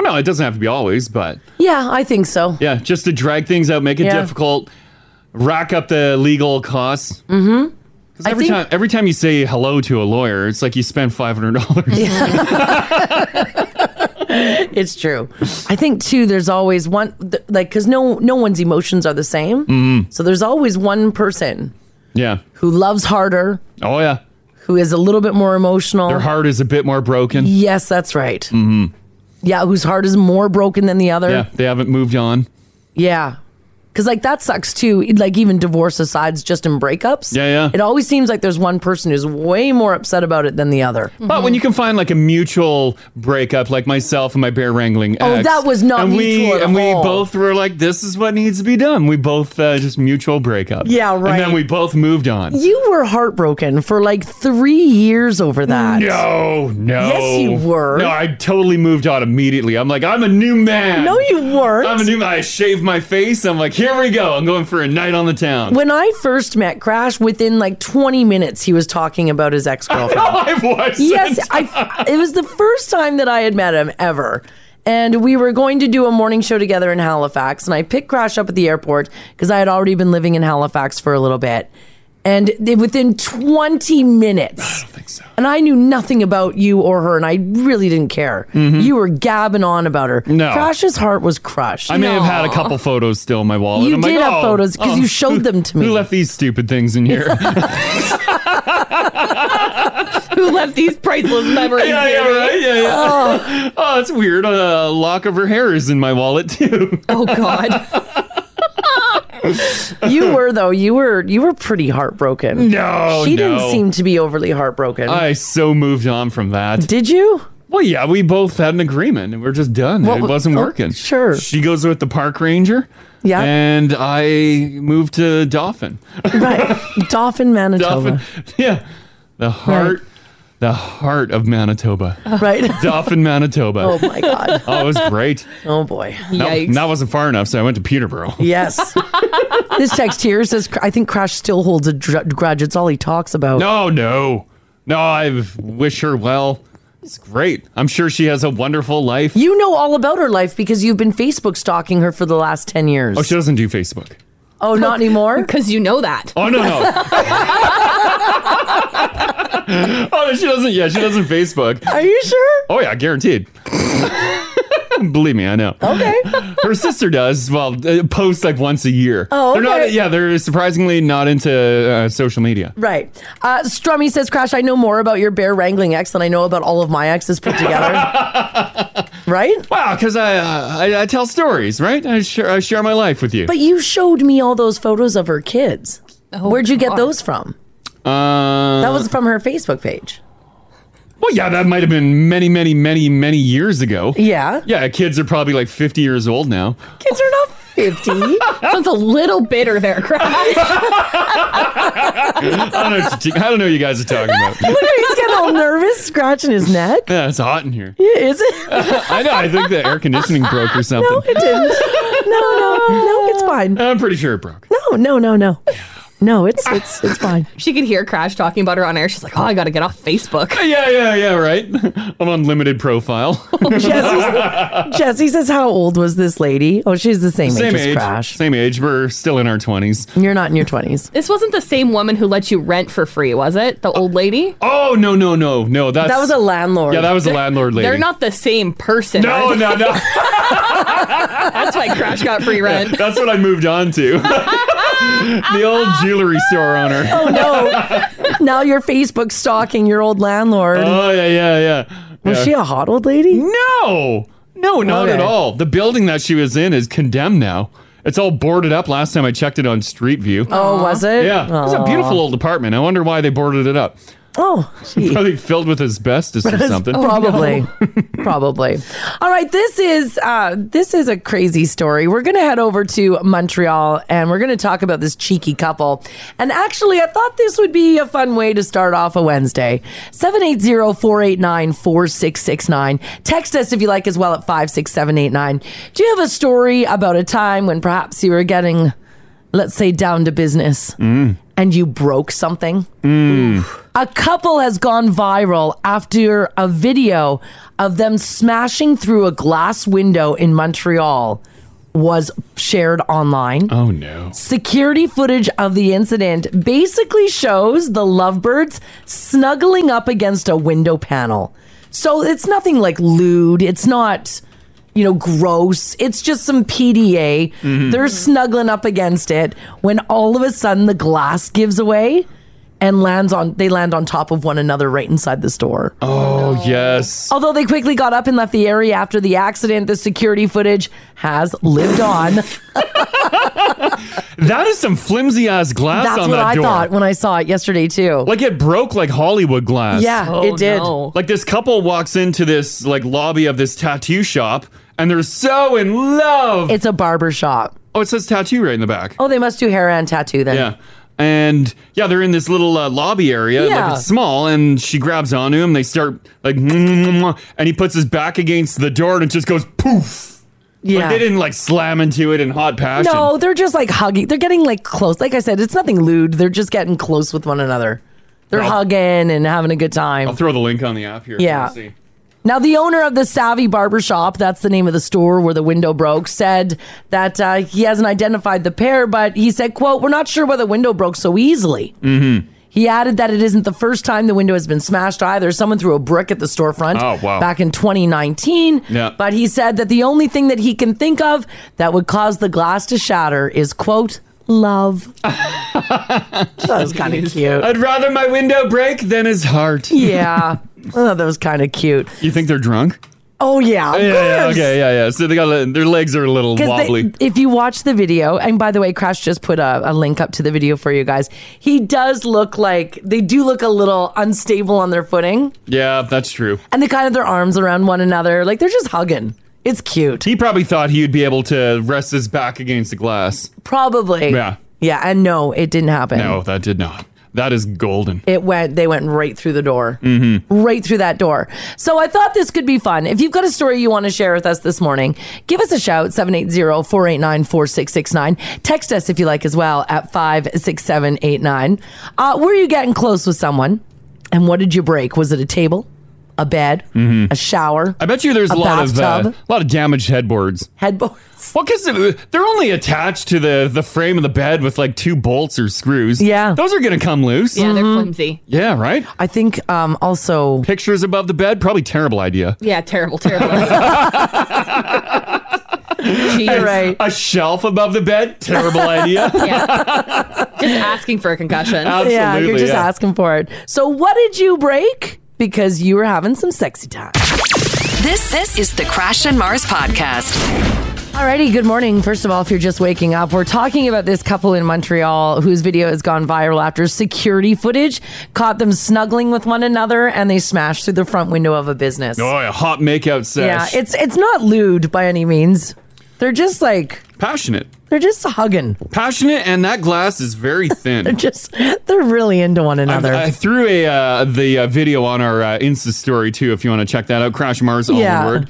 C: no, it doesn't have to be always, but
B: Yeah, I think so.
C: yeah, just to drag things out, make it
B: Yeah.
C: difficult, rack up the legal costs.
B: Mm hmm.
C: Because every time, every time you say hello to a lawyer, it's like you spend five hundred dollars.
B: it's true. I think too. There's always one th- like because no no one's emotions are the same.
C: Mhm.
B: So there's always one person
C: Yeah.
B: who loves harder,
C: Oh yeah.
B: who is a little bit more emotional.
C: Their heart is a bit more broken.
B: Yes, that's right.
C: Mm-hmm.
B: yeah, whose heart is more broken than the other.
C: Yeah, they haven't moved on.
B: Yeah. Cause like that sucks too. Like even divorce asides, just in breakups.
C: Yeah, yeah.
B: It always seems like there's one person who's way more upset about it than the other.
C: But when you can find like a mutual breakup, like myself and my bear wrangling,
B: Oh,
C: ex,
B: that was not
C: and
B: mutual
C: We
B: at
C: and we
B: all.
C: both were like, this is what needs to be done. We both uh, just mutual breakup.
B: Yeah, right.
C: And then we both moved on.
B: You were heartbroken for like three years over that.
C: No, no.
B: Yes, you were.
C: No, I totally moved on immediately. I'm like, I'm a new man.
B: No, you weren't.
C: I'm a new man. I shaved my face. I'm like, here we go. I'm going for a night on the town.
B: When I first met Crash, within like 20 minutes, he was talking about his ex girlfriend.
C: I wasn't.
B: Yes, I, it was the first time that I had met him ever. And we were going to do a morning show together in Halifax. And I picked Crash up at the airport because I had already been living in Halifax for a little bit. And they- within 20 minutes. I don't think so. And I knew nothing about you or her. And I really didn't care. You were gabbing on about her.
C: Mm-hmm. No.
B: Crash's heart was crushed.
C: I may have had a couple photos still in my wallet.
B: You
C: I'm
B: did
C: like,
B: have
C: oh,
B: photos 'cause
C: oh,
B: you showed
C: who-
B: them to me.
C: Who left these stupid things in here?
D: Who left these priceless memories?
C: yeah, yeah,
D: baby?
C: right. Yeah, yeah. Oh, it's weird. A lock of her hair is in my wallet too.
D: Oh God.
B: You were though. You were you were pretty heartbroken.
C: No,
B: she
C: no.
B: didn't seem to be overly heartbroken.
C: I so moved on from that.
B: Did you?
C: Well, yeah, we both had an agreement, and we're just done.
B: What
C: it
B: w-
C: wasn't
B: oh,
C: working.
B: sure.
C: She goes with the park ranger.
B: Yeah.
C: And I moved to Dolphin.
B: Right, Dauphin, Manitoba.
C: Dolphin. Yeah. The heart. The heart of Manitoba.
B: Right.
C: Dolphin, Manitoba.
B: Oh my god.
C: Oh, it was great.
B: Oh boy.
C: No,
D: Yikes.
C: that wasn't far enough, so I went to Peterborough.
B: Yes. this text here says I think Crash still holds a dr- grudge. It's all he talks about.
C: No, no. No, I wish her well. It's great. I'm sure she has a wonderful life.
B: You know all about her life because you've been Facebook stalking her for the last ten years.
C: Oh, she doesn't do Facebook.
B: Oh, not anymore.
D: Because you know that.
C: Oh, no, no. oh, no, she doesn't. Yeah, she doesn't Facebook.
B: Are you sure?
C: Oh, yeah, guaranteed. Believe me, I know.
B: Okay.
C: Her sister does. Well, uh, posts like once a year.
B: Oh,
C: They're not,
B: okay.
C: yeah, they're surprisingly not into uh, social media.
B: Right. Uh, Strummy says, Crash, I know more about your bear wrangling ex than I know about all of my exes put together. right?
C: Wow, because I, uh, I I tell stories, right? I share I share my life with you.
B: But you showed me all those photos of her kids. Where'd you get
D: God.
B: those from?
C: Uh,
B: That was from her Facebook page.
C: Well, yeah, that might have been many, many, many, many years ago.
B: Yeah.
C: Yeah, kids are probably like 50 years old now.
B: Kids are not 50.
D: Sounds a little bitter there, Crash.
C: I don't know. What you, I don't know what you guys are talking about.
B: He's getting all nervous, scratching his neck.
C: Yeah, it's hot in here.
B: Is it?
C: I know. I think the air conditioning broke or
B: No,
C: something.
B: it didn't. No, no, no, it's fine.
C: I'm pretty sure it broke.
B: No, no, no, no. No, it's it's it's fine.
D: she could hear Crash talking about her on air. She's like, "Oh, I gotta get off Facebook."
C: Uh, Yeah, yeah, yeah. Right. I'm on limited profile.
B: Jesse, Jesse says, How old was this lady? Oh, she's the same,
C: Same
B: age as
C: age.
B: Crash.
C: Same age. We're still in our 20s.
B: You're not in your 20s.
D: This wasn't the same woman who let you rent for free, was it? The old lady.
C: Oh no, no, no, no. That's
B: That was a landlord.
C: Yeah, that was a landlord lady.
D: They're not the same person.
C: No,
D: are they?
C: no, no.
D: That's why Crash got free rent.
C: That's what I moved on to. the old jewelry store owner.
B: Oh no! now you're Facebook stalking your old landlord.
C: Oh yeah, yeah, yeah.
B: was
C: Yeah.
B: she a hot old lady?
C: No, no, not
B: Okay.
C: at all. The building that she was in is condemned now. It's all boarded up. Last time I checked it on Street View.
B: Oh, was it?
C: Yeah, it was a beautiful old apartment. I wonder why they boarded it up.
B: Oh, gee.
C: Probably filled with asbestos or something.
B: Probably, probably. All right, this is uh, this is a crazy story. We're going to head over to Montreal and we're going to talk about this cheeky couple. And actually, I thought this would be a fun way to start off a Wednesday. 780-489-4669. Text us if you like as well at 56789. Do you have a story about a time when perhaps you were getting let's say down to business
C: Mm-hmm.
B: and you broke something?
C: Mm.
B: A couple has gone viral after a video of them smashing through a glass window in Montreal was shared online.
C: Oh no.
B: Security footage of the incident basically shows the lovebirds snuggling up against a window panel. So it's nothing like lewd. It's not, you know, gross. It's just some PDA.
C: Mm-hmm.
B: They're snuggling up against it when all of a sudden the glass gives away and lands on they land on top of one another right inside the store.
C: Oh, yes.
B: Although they quickly got up and left the area after the accident, the security footage has lived on.
C: That is some flimsy ass glass
B: That's
C: on
B: what
C: that
B: I
C: door.
B: thought when I saw it yesterday too.
C: Like it broke like Hollywood glass.
B: Yeah, Oh, it did. no.
C: Like this couple walks into this like lobby of this tattoo shop and they're so in love.
B: It's a barber shop.
C: Oh, it says tattoo right in the back.
B: Oh, they must do hair and tattoo then.
C: Yeah. And yeah, they're in this little uh, lobby area.
B: Yeah.
C: Like it's small and she grabs onto him. They start like and he puts his back against the door and it just goes poof.
B: Yeah.
C: Like they didn't like slam into it in hot passion.
B: No, they're just like hugging. They're getting like close. Like I said, it's nothing lewd. They're just getting close with one another. They're
C: Well-
B: hugging and having a good time.
C: I'll throw the link on the app here.
B: Yeah.
C: Let's see.
B: Now, the owner of the Savvy Barber Shop, that's the name of the store where the window broke, said that uh, he hasn't identified the pair, but he said, quote, we're not sure why the window broke so easily.
I: Mm-hmm.
B: He added that it isn't the first time the window has been smashed either. Someone threw a brick at the storefront
I: Oh, wow.
B: back in 2019.
I: Yeah.
B: But he said that the only thing that he can think of that would cause the glass to shatter is, quote, love. that was kind of cute.
C: I'd rather my window break than his heart.
B: Yeah. oh, that was kind of cute.
C: You think they're drunk?
B: Oh, yeah. of
C: yeah, yeah,
B: course.
C: okay, yeah, yeah. So they got a- their legs are a little
B: Because
C: wobbly.
B: if you watch the video, and by the way, Crash just put a, a link up to the video for you guys. He does look like they do look a little unstable on their footing,
C: yeah, that's true.
B: and they kind of their arms around one another, like they're just hugging. It's cute.
C: He probably thought he'd be able to rest his back against the glass.
B: Probably.
C: Yeah.
B: Yeah, and no, it didn't happen.
C: No, that did not. That is golden.
B: It went. They went right through the door.
C: Mm-hmm.
B: right through that door. So I thought this could be fun. If you've got a story you want to share with us this morning, give us a shout 780-489-4669. Text us if you like as well at 56789. Uh were you getting close with someone and what did you break? Was it a table? A bed?
C: Mhm.
B: A shower?
C: I bet you there's a, lot of
B: bathtub?
C: uh, a lot of damaged headboards.
B: Headboards.
C: Well, because they're only attached to the the frame of the bed with like two bolts or screws. Yeah, those are gonna come loose.
D: Yeah, they're flimsy.
C: Yeah, right.
B: Mm-hmm. I think um also
C: pictures above the bed. Probably terrible idea.
D: Yeah, terrible, terrible.
C: All right. A shelf above the bed. Terrible idea.
D: just asking for a concussion.
B: yeah, you're just asking for it. So what did you break? Because you were having some sexy time.
A: This this is the Crash and Mars podcast.
B: Alrighty, good morning. First of all, if you're just waking up, we're talking about this couple in Montreal whose video has gone viral after security footage caught them snuggling with one another and they smashed through the front window of a business.
C: Oh, a hot makeout
B: yeah,
C: sesh.
B: it's it's not lewd by any means. They're just like
C: passionate.
B: they're just hugging.
C: Passionate, and that glass is very thin.
B: They're just they're really into one another.
C: Mm. I threw a uh, the uh, video on our uh, Insta story too. If you want to check that out, Crash Mars all
B: Yeah.
C: one word.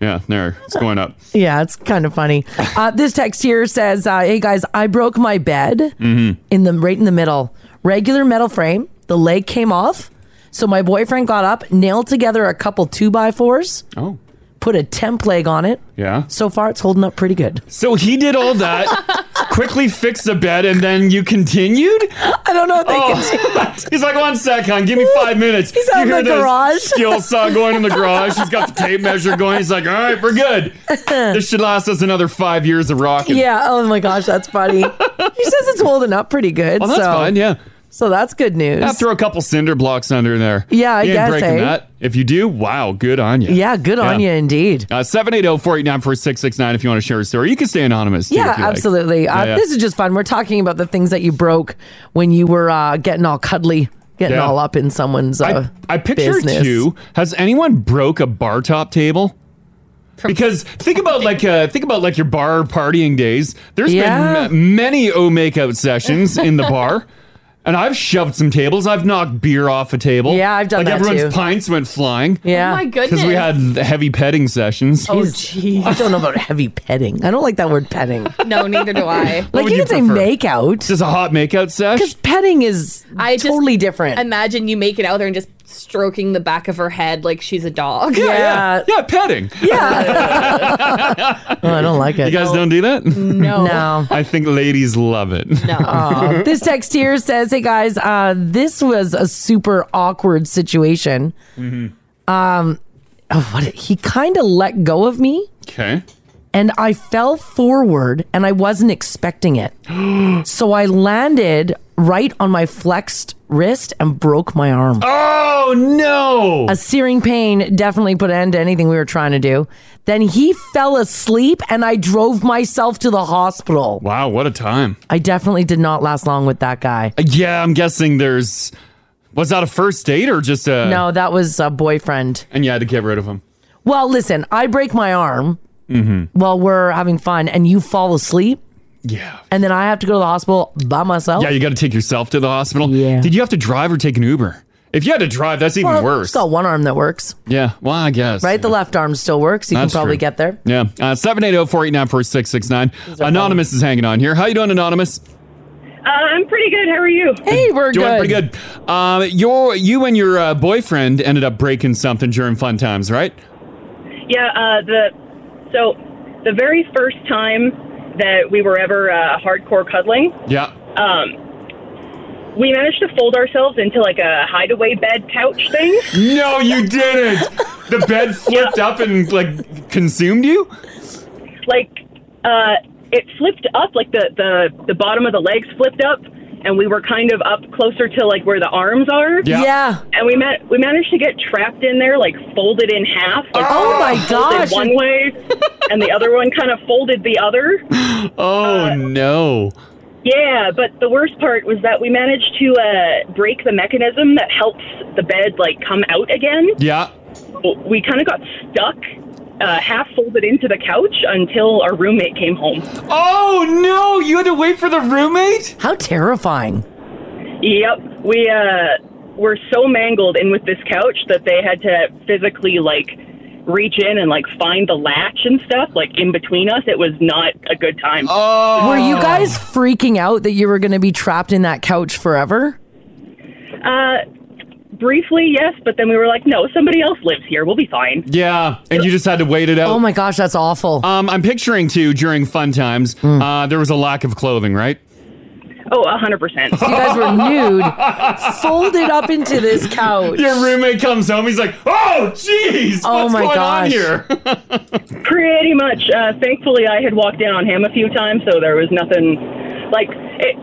C: Yeah, there it's going up.
B: yeah, it's kind of funny. Uh, this text here says, uh, "Hey guys, I broke my bed."
C: Mm-hmm.
B: in the right in the middle. Regular metal frame. The leg came off. So my boyfriend got up, nailed together a couple two by fours.
C: Oh.
B: Put a temp leg on it.
C: Yeah.
B: So far it's holding up pretty good.
C: So he did all that, quickly fixed the bed, and then you continued. I
B: don't know. If
C: they continued. He's like, one sec, hon. Give me five minutes.
I: He's out
C: You
I: in
C: hear
I: the
C: this
I: garage.
C: Skill saw going in the garage. He's got the tape measure going. He's like, all right, we're good. This should last us another five years of rocking.
B: Yeah. Oh my gosh, that's funny. he says it's holding up pretty good.
C: Well, that's
B: so,
C: fine. Yeah.
B: So that's good news.
C: Yeah, throw a couple cinder blocks under there.
B: Yeah, I
C: you ain't
B: guess,
C: breaking
B: eh?
C: that. If you do, wow, good on you.
B: Yeah, good on you indeed.
C: Uh, 780-489-4669 if you want to share a story. You can stay anonymous. Too,
B: yeah,
C: if you like.
B: absolutely.
C: Yeah,
B: uh,
C: yeah.
B: This is just fun. We're talking about the things that you broke when you were uh, getting all cuddly, getting
C: Yeah.
B: all up in someone's. Uh,
C: I picture
B: business.
C: too. Has anyone broke a bar top table? because think about like uh, think about like your bar partying days. There's
B: Yeah.
C: been m- many o makeout sessions in the bar, and I've shoved some tables. I've knocked beer off a table. Yeah, I've
B: done
C: like
B: that
C: everyone's
B: too.
C: pints went flying.
B: Yeah. Oh my
C: because we
B: goodness.
C: had heavy petting sessions.
B: jeez. I don't know about heavy petting. I don't like that word petting.
D: No, neither do I.
B: Like you, can say makeout.
C: Just a hot makeout sesh.
B: Because petting is
D: I just
B: totally different.
D: Imagine you make it out there and just stroking the back of her head like she's a dog.
C: Yeah, yeah, yeah, petting.
B: Oh, I don't like it.
C: You guys don't do that?
D: No.
B: No.
C: I think ladies love it.
B: Aw. this text here says, "Hey guys, uh, this was a super awkward situation.
C: Mm-hmm.
B: Um, oh, what he kind of let go of me,
C: Okay.
B: and I fell forward and I wasn't expecting it. so I landed right on my flexed wrist and um, broke my arm.
C: Oh no!
B: A searing pain definitely put an end to anything we were trying to do. Then he fell asleep and I drove myself to the hospital.
C: Wow, what a time. Uh,
B: I definitely did not last long with that guy.
C: Yeah, I'm guessing there's. Was that a first date or just a.
B: no, that was a boyfriend.
C: And you had to get rid of him.
B: Well, listen, I break my arm
C: Mm
B: while we're having fun and you fall asleep.
C: Yeah.
B: And then I have to go to the hospital by myself.
C: Yeah, you got to take yourself to the hospital. Yeah. Did you have to drive or take an Uber? If you had to drive, that's even
B: Well,
C: worse.
B: It's got one arm that works,
C: Yeah, well, I guess.
B: right? The left arm still works. You
C: That's
B: can probably
C: true.
B: get there.
C: Yeah. Uh, 780-489-4669. Anonymous is hanging on here. How you doing, Anonymous?
I: Uh, I'm pretty good. How are you?
B: Hey, we're
C: doing pretty good. Um, your, you and your uh, boyfriend ended up breaking something during fun times, right?
I: Yeah. Uh, the so the very first time that we were ever uh, hardcore cuddling,
C: Yeah.
I: um, we managed to fold ourselves into like a hideaway bed couch thing.
C: No, you didn't. The bed flipped up and like consumed you.
I: Like uh, it flipped up, like the the the bottom of the legs flipped up. And we were kind of up closer to like where the arms are.
B: Yeah. Yeah.
I: And we met. We managed to get trapped in there, like folded in half. Like,
B: Oh, my
I: folded
B: gosh.
I: One way, and the other one kind of folded the other.
C: Oh
B: Uh.
C: no.
I: Yeah, but the worst part was that we managed to uh, break the mechanism that helps the bed like come out again.
C: Yeah.
I: We kind of got stuck, uh, half folded into the couch until our roommate came home.
C: Oh no! You had to wait for the roommate.
B: How terrifying!
I: Yep, we uh, were so mangled in with this couch that they had to physically like reach in and like find the latch and stuff like in between us. It was not a good time.
C: Oh,
B: Were you guys freaking out that you were going to be trapped in that couch forever?
I: Uh, briefly, yes, but then we were like, no, somebody else lives here. We'll be fine.
C: Yeah, and you just had to wait it out. Oh
B: my gosh, that's awful. Hmm.
C: Um, I'm picturing too during fun times. Uh, there was a lack of clothing, right?
I: Oh, a 100%.
B: You guys were nude, folded up into this couch.
C: Your roommate comes home. He's like, "Oh, jeez,
B: Oh
C: what's
B: my
C: going on
B: gosh.
C: here?"
I: Pretty much. Uh, thankfully, I had walked in on him a few times, so there was nothing like it.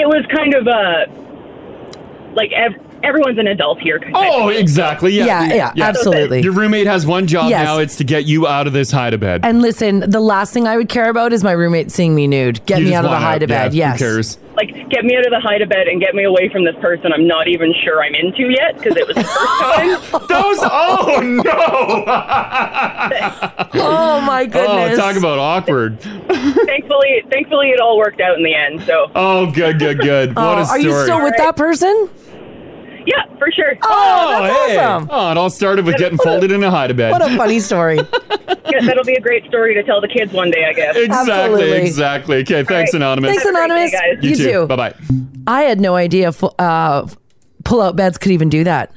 I: It was kind of uh, like ev- everyone's an adult here.
C: Oh, exactly. Yeah,
B: Yeah, yeah, absolutely.
C: Your roommate has one job
B: Yes.
C: now. It's to get you out of this hide a bed.
B: And listen, the last thing I would care about is my roommate seeing me nude. Get
C: You
B: me
C: just
B: out of the
C: want
B: hide of bed.
C: Yeah,
B: yes.
C: Who cares?
I: Like, get me out of the hide of bed and get me away from this person I'm not even sure I'm into yet because it was the first time.
C: Those, oh no!
B: Oh my
C: Oh,
B: goodness.
C: talk about awkward.
I: thankfully, thankfully, it all worked out in the end. So,
C: Oh, good, good, good.
B: Oh,
C: what a
B: are
C: story.
B: you still with that person?
I: yeah, for sure.
B: Oh, that's
C: hey.
B: awesome.
C: Oh, it all started with getting folded in a hide bed.
B: What a funny story.
I: Yeah, that'll be a great story to tell the kids one day, I guess.
C: exactly,
B: Absolutely.
C: exactly. Okay, thanks, Anonymous.
B: Thanks,
I: Have a great
B: Anonymous.
I: day, guys.
B: You, too.
C: Bye bye.
B: I had no idea fu- uh, pull out beds could even do that.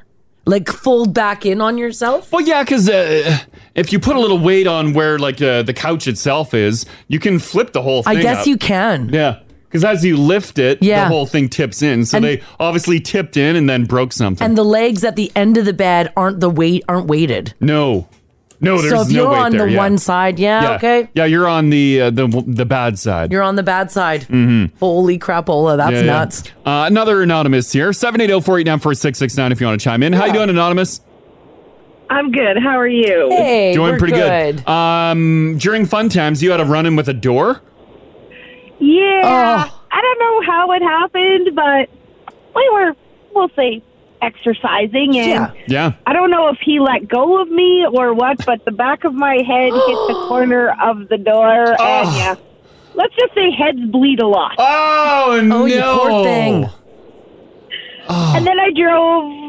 B: Like fold back in on yourself.
C: Well, yeah, because uh, if you put a little weight on where like uh, the couch itself is, you can flip the whole thing.
B: I guess
C: up.
B: you can.
C: Yeah. Because as you lift it,
B: Yeah.
C: the whole thing tips in. So
B: And-
C: they obviously tipped in and then broke something.
B: And the legs at the end of the bed aren't the weight aren't weighted.
C: no, no, there's
B: so if
C: no
B: you're
C: weight
B: on
C: there,
B: the
C: yeah.
B: one side, yeah,
C: yeah.
B: okay,
C: Yeah, you're on the uh, the the bad side.
B: you're on the bad side. Mm-hmm. Holy crapola, that's
C: Yeah, yeah.
B: nuts.
C: Uh, another anonymous here. 780-489-4669 if you want to chime in. How you doing, anonymous?
G: I'm good. How are you?
B: Hey,
C: doing
B: we're
C: pretty good. Um, during fun times, you had a run-in with a door?
G: Yeah.
B: Oh.
G: I don't know how it happened, but we were, we'll say, exercising. And
B: Yeah.
C: Yeah.
G: I don't know if he let go of me or what, but the back of my head hit
C: Oh.
G: the corner of the door. And yeah. Let's just say heads bleed a lot.
C: Oh, no. Oh.
B: you poor thing.
G: And then I drove.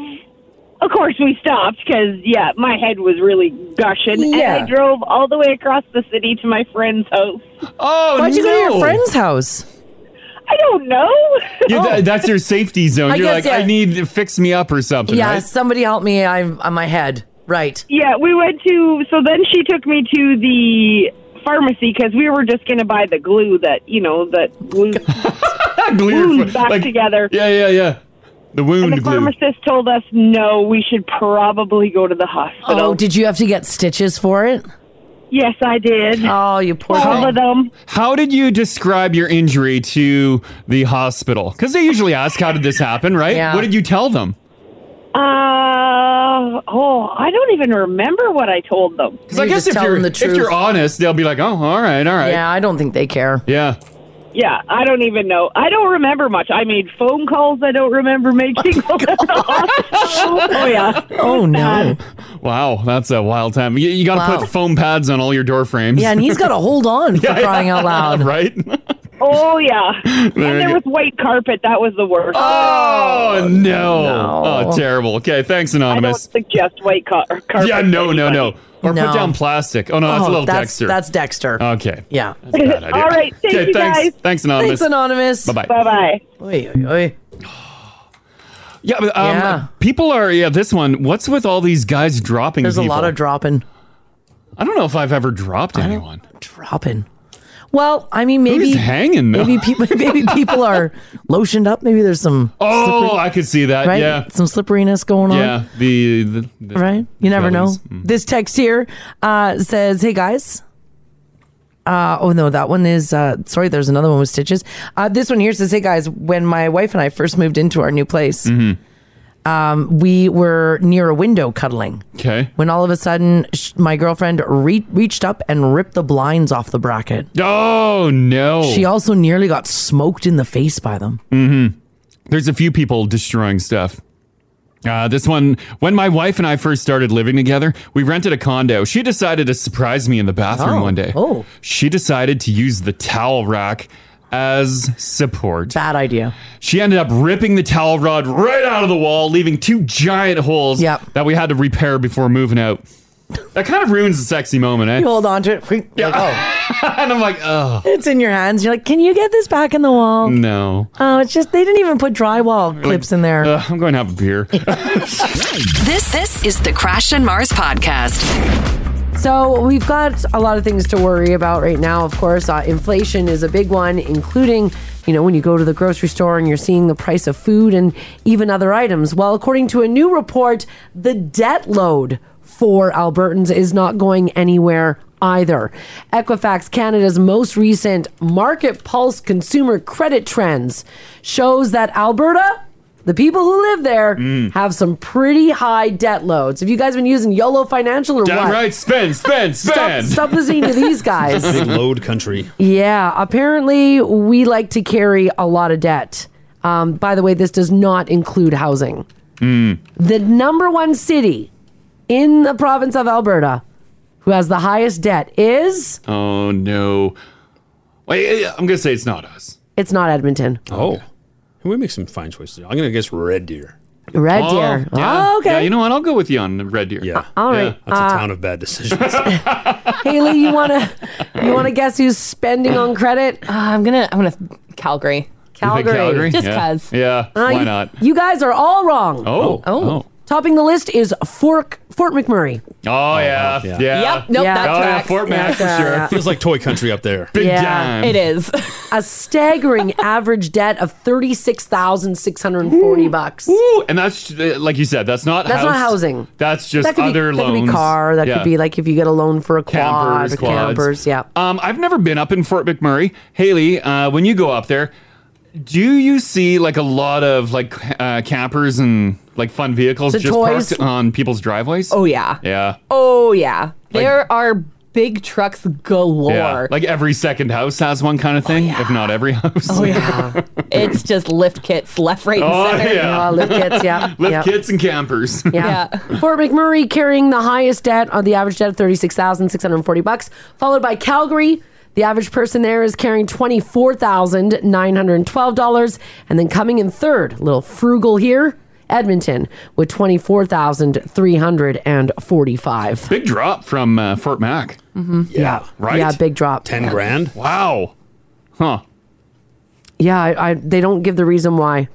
G: Of course, we stopped because, yeah, my head was really gushing.
B: Yeah.
G: And I drove all the way across the city to my friend's house.
C: Oh,
B: Why'd you
C: no.
B: go to your friend's house?
G: I don't know.
C: Yeah, tha- that's your safety zone.
B: Oh. I
C: You're
B: guess,
C: like,
B: yeah.
C: I need to fix me up or something,
B: Yeah,
C: right?
B: somebody help me. I'm on my head. Right.
G: Yeah, we went to. So then she took me to the pharmacy because we were just going to buy the glue that you know that glue
C: Glue your
G: wounds
C: foot-
G: back
C: like-
G: together.
C: Yeah, yeah, yeah. The wound
G: And the
C: glue.
G: pharmacist told us no, we should probably go to the hospital.
B: Oh, did you have to get stitches for it?
G: Yes, I did.
B: Oh, you poor
G: All of them.
C: How did you describe your injury to the hospital? Because they usually ask, how did this happen, right?
G: Yeah.
C: What did you tell them?
G: Uh, oh, I don't even remember what I told them.
C: Because I guess if you're, if you're honest, they'll be like, oh, all right, all right.
G: Yeah,
B: I don't think they care.
C: Yeah.
G: Yeah, I don't even know. I don't remember much. I made phone calls I don't remember making. oh, yeah.
B: Oh, no.
C: Wow, that's a wild time. You, you got to
B: Wow.
C: put foam pads on all your door frames.
B: Yeah, and he's got to hold on for
C: Yeah, yeah.
B: crying out loud.
C: right?
G: Oh, yeah. and
C: There
G: there
C: you-
G: was white carpet. That was the worst.
C: Oh, no. Oh, terrible. Okay, thanks, Anonymous.
G: Suggest white car- carpet.
C: Yeah, no, no, no. Or
B: No.
C: put down plastic. Oh, no, that's a
B: Oh,
C: little
B: that's-
C: Dexter.
B: that's Dexter.
C: Okay.
B: Yeah.
C: That's a bad idea.
B: All right, thank
C: okay,
B: you,
C: thanks.
B: guys.
C: Thanks, Anonymous.
B: Thanks, Anonymous.
C: Bye-bye.
G: Bye-bye.
B: Oi, oi, oi.
C: Yeah, but um,
B: Yeah.
C: people are, yeah, this one. What's with all these guys dropping
B: There's a lot of dropping.
C: I don't know if I've ever dropped anyone.
B: Dropping. Well, I mean, maybe
C: Who's hanging, though?
B: Maybe people, maybe people are lotioned up. Maybe there's some
C: Oh,
B: slippery-
C: I could see that.
B: right?
C: Yeah.
B: some slipperiness going on.
C: Yeah. The, the, the
B: right? You never
C: jellies. Mm.
B: know. This text here uh, says, "Hey guys." Uh, oh no, that one is uh, sorry. There's another one with stitches. Uh, this one here says, "Hey guys, when my wife and I first moved into our new place, um, we were near a window cuddling.
C: Mm-hmm. Okay.
B: When all of a sudden, sh- my girlfriend re- reached up and ripped the blinds off the bracket.
C: Oh no.
B: She also nearly got smoked in the face by them.
C: Mm-hmm. There's a few people destroying stuff. Uh, this one, when my wife and I first started living together, we rented a condo. She decided to surprise me in the bathroom
B: Oh.
C: one day.
B: Oh.
C: She decided to use the towel rack as support.
B: Bad idea.
C: She ended up ripping the towel rod right out of the wall, leaving two giant holes that we had to repair before moving out. That kind of ruins the sexy moment, eh?
B: You hold on to it. Like, oh,
C: and I'm like, oh,
B: it's in your hands. You're like, can you get this back in the wall?
C: Mm. no.
B: Oh, it's just they didn't even put drywall clips in there.
C: Uh, I'm going to have a beer.
A: This this is the Crash and Mars podcast.
B: So we've got a lot of things to worry about right now. Of course, uh, inflation is a big one, including you know when you go to the grocery store and you're seeing the price of food and even other items. Well, according to a new report, the debt load for Albertans is not going anywhere either. Equifax Canada's most recent Market Pulse Consumer Credit Trends shows that Alberta the people who live there have some pretty high debt loads. Have you guys been using YOLO Financial or what?
E: Downright
C: spin, spin,
B: spin. stop listening to these guys.
E: Big load country.
B: Yeah, apparently we like to carry a lot of debt. Um, by the way, this does not include housing.
H: Mm.
B: The number one city in the province of Alberta who has the highest debt is
C: Oh no. Wait, I'm gonna say it's not us.
B: it's not Edmonton.
E: Oh, Can we make some fine choices. I'm gonna guess Red Deer.
B: Red
C: Oh,
B: Deer.
C: yeah.
B: Oh, okay.
C: Yeah, you know what? I'll go with you on Red Deer. Yeah.
B: all right.
E: that's
B: Uh,
E: a town of bad decisions.
B: Haley, you wanna you wanna guess who's spending on credit? Uh, I'm gonna I'm gonna Calgary. Calgary.
D: Just
C: yeah.
D: 'cause.
C: Yeah.
B: Uh,
C: Why
B: you-
C: not?
B: You guys are all wrong.
C: Oh. Oh. Oh.
B: Topping the list is Fort Fort McMurray.
C: Oh, yeah. yeah.
B: Yep, nope, Yeah. that
C: oh, yeah.
B: tracks.
C: Fort Mac
B: Yeah,
C: for sure.
B: yeah.
E: Feels like toy country up there.
B: is. a staggering average debt of thirty six thousand six hundred and forty bucks.
C: Ooh, and that's uh, like you said. That's not.
B: That's
C: house.
B: not housing.
C: That's just
B: that could
C: other
B: be,
C: loans.
B: That could be car. That
C: Yeah.
B: could be like if you get a loan for a quad,
C: campers,
B: or
C: quads.
B: campers. Yeah.
C: Um, I've never been up in Fort McMurray. Haley, uh, when you go up there, do you see like a lot of like uh, campers and like fun vehicles
D: The
C: just
D: toys.
C: parked on people's driveways?
D: Oh, yeah.
C: Yeah.
D: Oh yeah, there are big trucks galore.
C: Yeah, like every second house has one kind of thing, if not every house. Oh
B: Oh, yeah,
D: It's just lift kits left, right, and
C: oh
D: center.
C: yeah, lift
B: yeah.
C: kits and campers.
B: Yeah. Fort McMurray carrying the highest debt on the average debt of 36,640 bucks, followed by Calgary. The average person there is carrying $24,912 and then coming in third, a little frugal here, Edmonton with 24,345.
C: Big drop from uh, Fort Mac.
B: Mm-hmm.
C: Yeah. Right?
B: Yeah, big drop.
C: Ten grand. Wow. Huh.
B: Yeah, I, I, they don't give the reason why.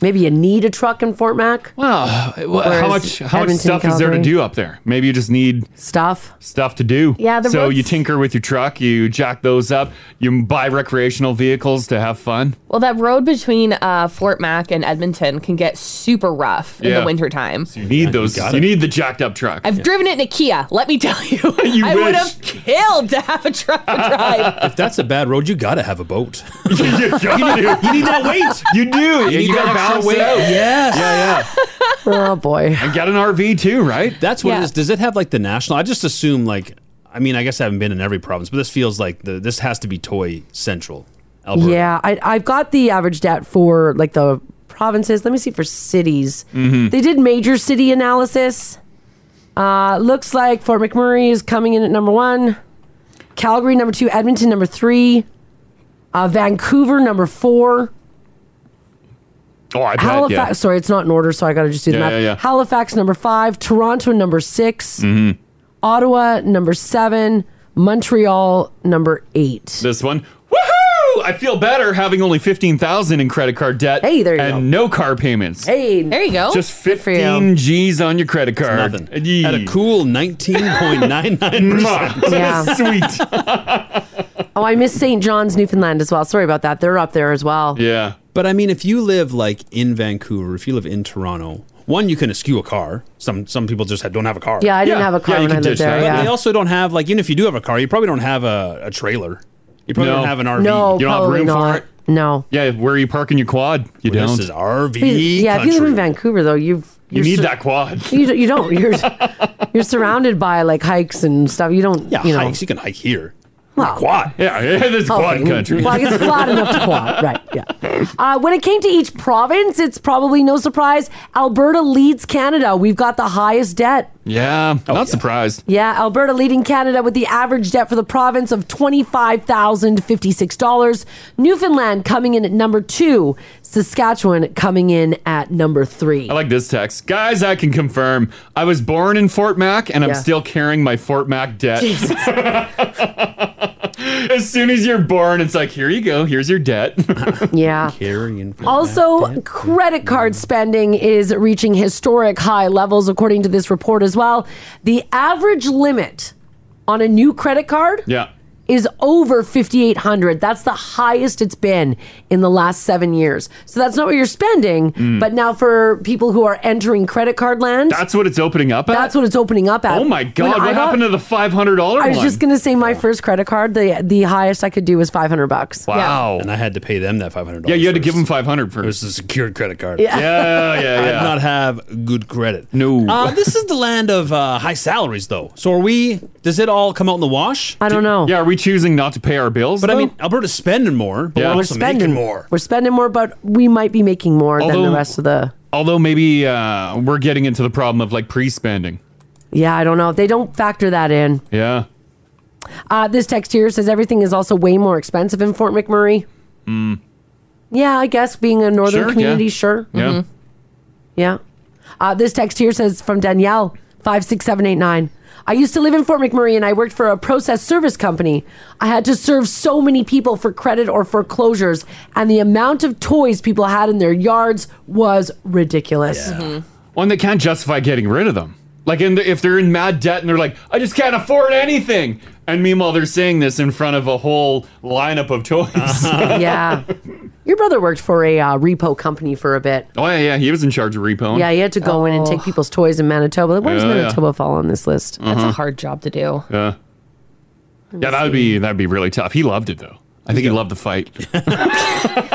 B: Maybe you need a truck in Fort Mac.
C: Wow. Well, how much how much stuff is there to do up there? Maybe you just need
B: stuff
C: stuff to do.
B: Yeah, the
C: so
B: roads-
C: you tinker with your truck, you jack those up, you buy recreational vehicles to have fun.
D: Well, that road between uh, Fort Mac and Edmonton can get super rough in
C: Yeah.
D: the wintertime.
C: You need those. You, need the jacked up truck.
D: I've driven it in a Kia. Let me tell you, I would have killed to have a truck to drive.
E: if that's a bad road, you gotta have a boat.
C: you,
E: need, you need that weight.
C: You do. You,
E: need
C: you
E: that extra
C: gotta balance
E: weight.
C: it out.
E: Yes.
J: yeah.
C: Yeah,
J: oh boy.
C: And got an RV too, right?
E: That's what
C: Yeah.
E: it is. Does it have like the national? I just assume like. I mean, I guess I haven't been in every province, but this feels like the this has to be toy central. Alberta.
B: Yeah, I, I've got the average stat for like the provinces. Let me see for cities.
C: Mm-hmm. Hmm.
E: Mhm.
B: They did major city analysis. Uh, looks like Fort McMurray is coming in at number one, Calgary number two, Edmonton number three, uh, Vancouver number four.
C: Oh, I bet.
B: Halifax.
C: yeah.
B: Sorry, it's not in order, so I got to just do the
C: Yeah,
B: math.
C: yeah, yeah.
B: Halifax number five, Toronto number 6
C: Mhm.
B: Ottawa number seven, Montreal number eight.
C: This one. Woohoo! I feel better having only 15,000 in credit card debt. Hey, there you and no car payments.
B: Hey,
D: there you
H: Oh,
D: go.
C: Just
D: Good for you.
C: 15 G's on your credit card.
E: nothing. At a cool 19.99%.
B: Yeah.
C: Sweet.
B: Oh, I miss St. John's, Newfoundland as well. Sorry about that. They're up there as well.
C: Yeah.
E: But I mean, if you live like in Vancouver, if you live in Toronto, one, you can eschew a car. Some some people just don't have a car.
B: Yeah, I didn't Yeah. have a car
E: you
B: when
E: can
B: I lived
E: ditch
B: there,
E: But
B: yeah.
E: They also don't have like even if you do have a car, you probably don't have a, a trailer. You probably
C: No.
E: don't have an RV.
B: No, probably not. No.
C: Yeah, where are you parking your quad? You
E: Well,
C: don't.
E: this is RV
B: yeah, if you live in Vancouver though, you've
C: You
B: you're
C: need
B: sur-
C: that quad.
B: You, d- you don't. You're you're surrounded by like hikes and stuff. You don't.
E: Yeah,
B: you know.
E: hikes. You can hike here.
B: Well,
E: quad.
C: Yeah, yeah this is
B: Oh,
C: quad country.
B: well, it's flat enough to quad, right? Yeah. Uh, when it came to each province, it's probably no surprise. Alberta leads Canada. We've got the highest debt.
C: Yeah,
E: Oh,
C: not surprised.
B: Yeah, Alberta leading Canada with the average debt for the province of $25,056. Newfoundland coming in at number two, Saskatchewan coming in at number three.
C: I like this text. Guys, I can confirm. I was born in Fort Mac and I'm
B: Yeah.
C: still carrying my Fort Mac debt.
B: Jesus.
C: as soon as you're born, it's like, here you go. Here's your debt.
B: yeah.
E: Carrying.
B: Also, credit card spending is reaching historic high levels, according to this report as well. The average limit on a new credit card
C: Yeah.
B: is over 5800 that's the highest it's been in the last seven years so that's not what you're spending
C: Mm.
B: but now for people who are entering credit card land
C: That's what it's opening up at?
B: that's what it's opening up at
C: Oh my
B: When
C: God.
B: I
C: What
B: got-
C: happened to the $500
B: i was
C: one?
B: just gonna say my first credit card the the highest i could do was 500 bucks
C: Wow.
E: And I had to pay them that five hundred dollars.
C: Yeah, you had to give them 500 first. It
E: was a secured credit card.
B: Yeah.
C: Yeah, yeah, yeah.
E: I did not have good credit.
B: Mm.
C: No.
E: Uh, this is the land of uh, high salaries, though. So are we? Does it all come out in the wash?
B: I don't know.
C: Yeah, are we choosing not to pay our bills?
E: But I
B: though?
E: mean, Alberta's spending more, but
C: Yeah.
E: we're
C: We're
E: also
B: spending
E: making more.
B: we're spending more but we might be making more than
C: Although-
B: the rest of the
C: Although maybe uh, we're getting into the problem of like pre spending.
B: yeah i don't know they don't factor that in
C: Yeah.
B: uh, this text here says everything is also way more expensive in fort mcmurray
C: Mm.
B: yeah i guess being a northern
C: Sure, yeah.
B: community sure
C: Yeah.
B: Mhm. Yeah. Uh, this text here says from Danielle, 56789. I used to live in Fort McMurray and I worked for a process service company. I had to serve so many people for credit or foreclosures, and the amount of toys people had in their yards was ridiculous.
C: One, they can't justify getting rid of them. Like, in the, if they're in mad debt and they're like, I just can't afford anything. And meanwhile, they're saying this in front of a whole lineup of toys.
B: Uh-huh. yeah. Your brother worked for a uh, repo company for a bit.
C: Oh, yeah, yeah. He was in charge of repo.
B: Yeah, he had to go in and take people's toys in Manitoba. Where does
C: Oh. Yeah, yeah.
B: Manitoba fall on this list?
C: That's a Uh-huh. hard
B: job to do.
C: Yeah. Yeah, that would be that'd be really tough. He loved it though. I think he loved the fight.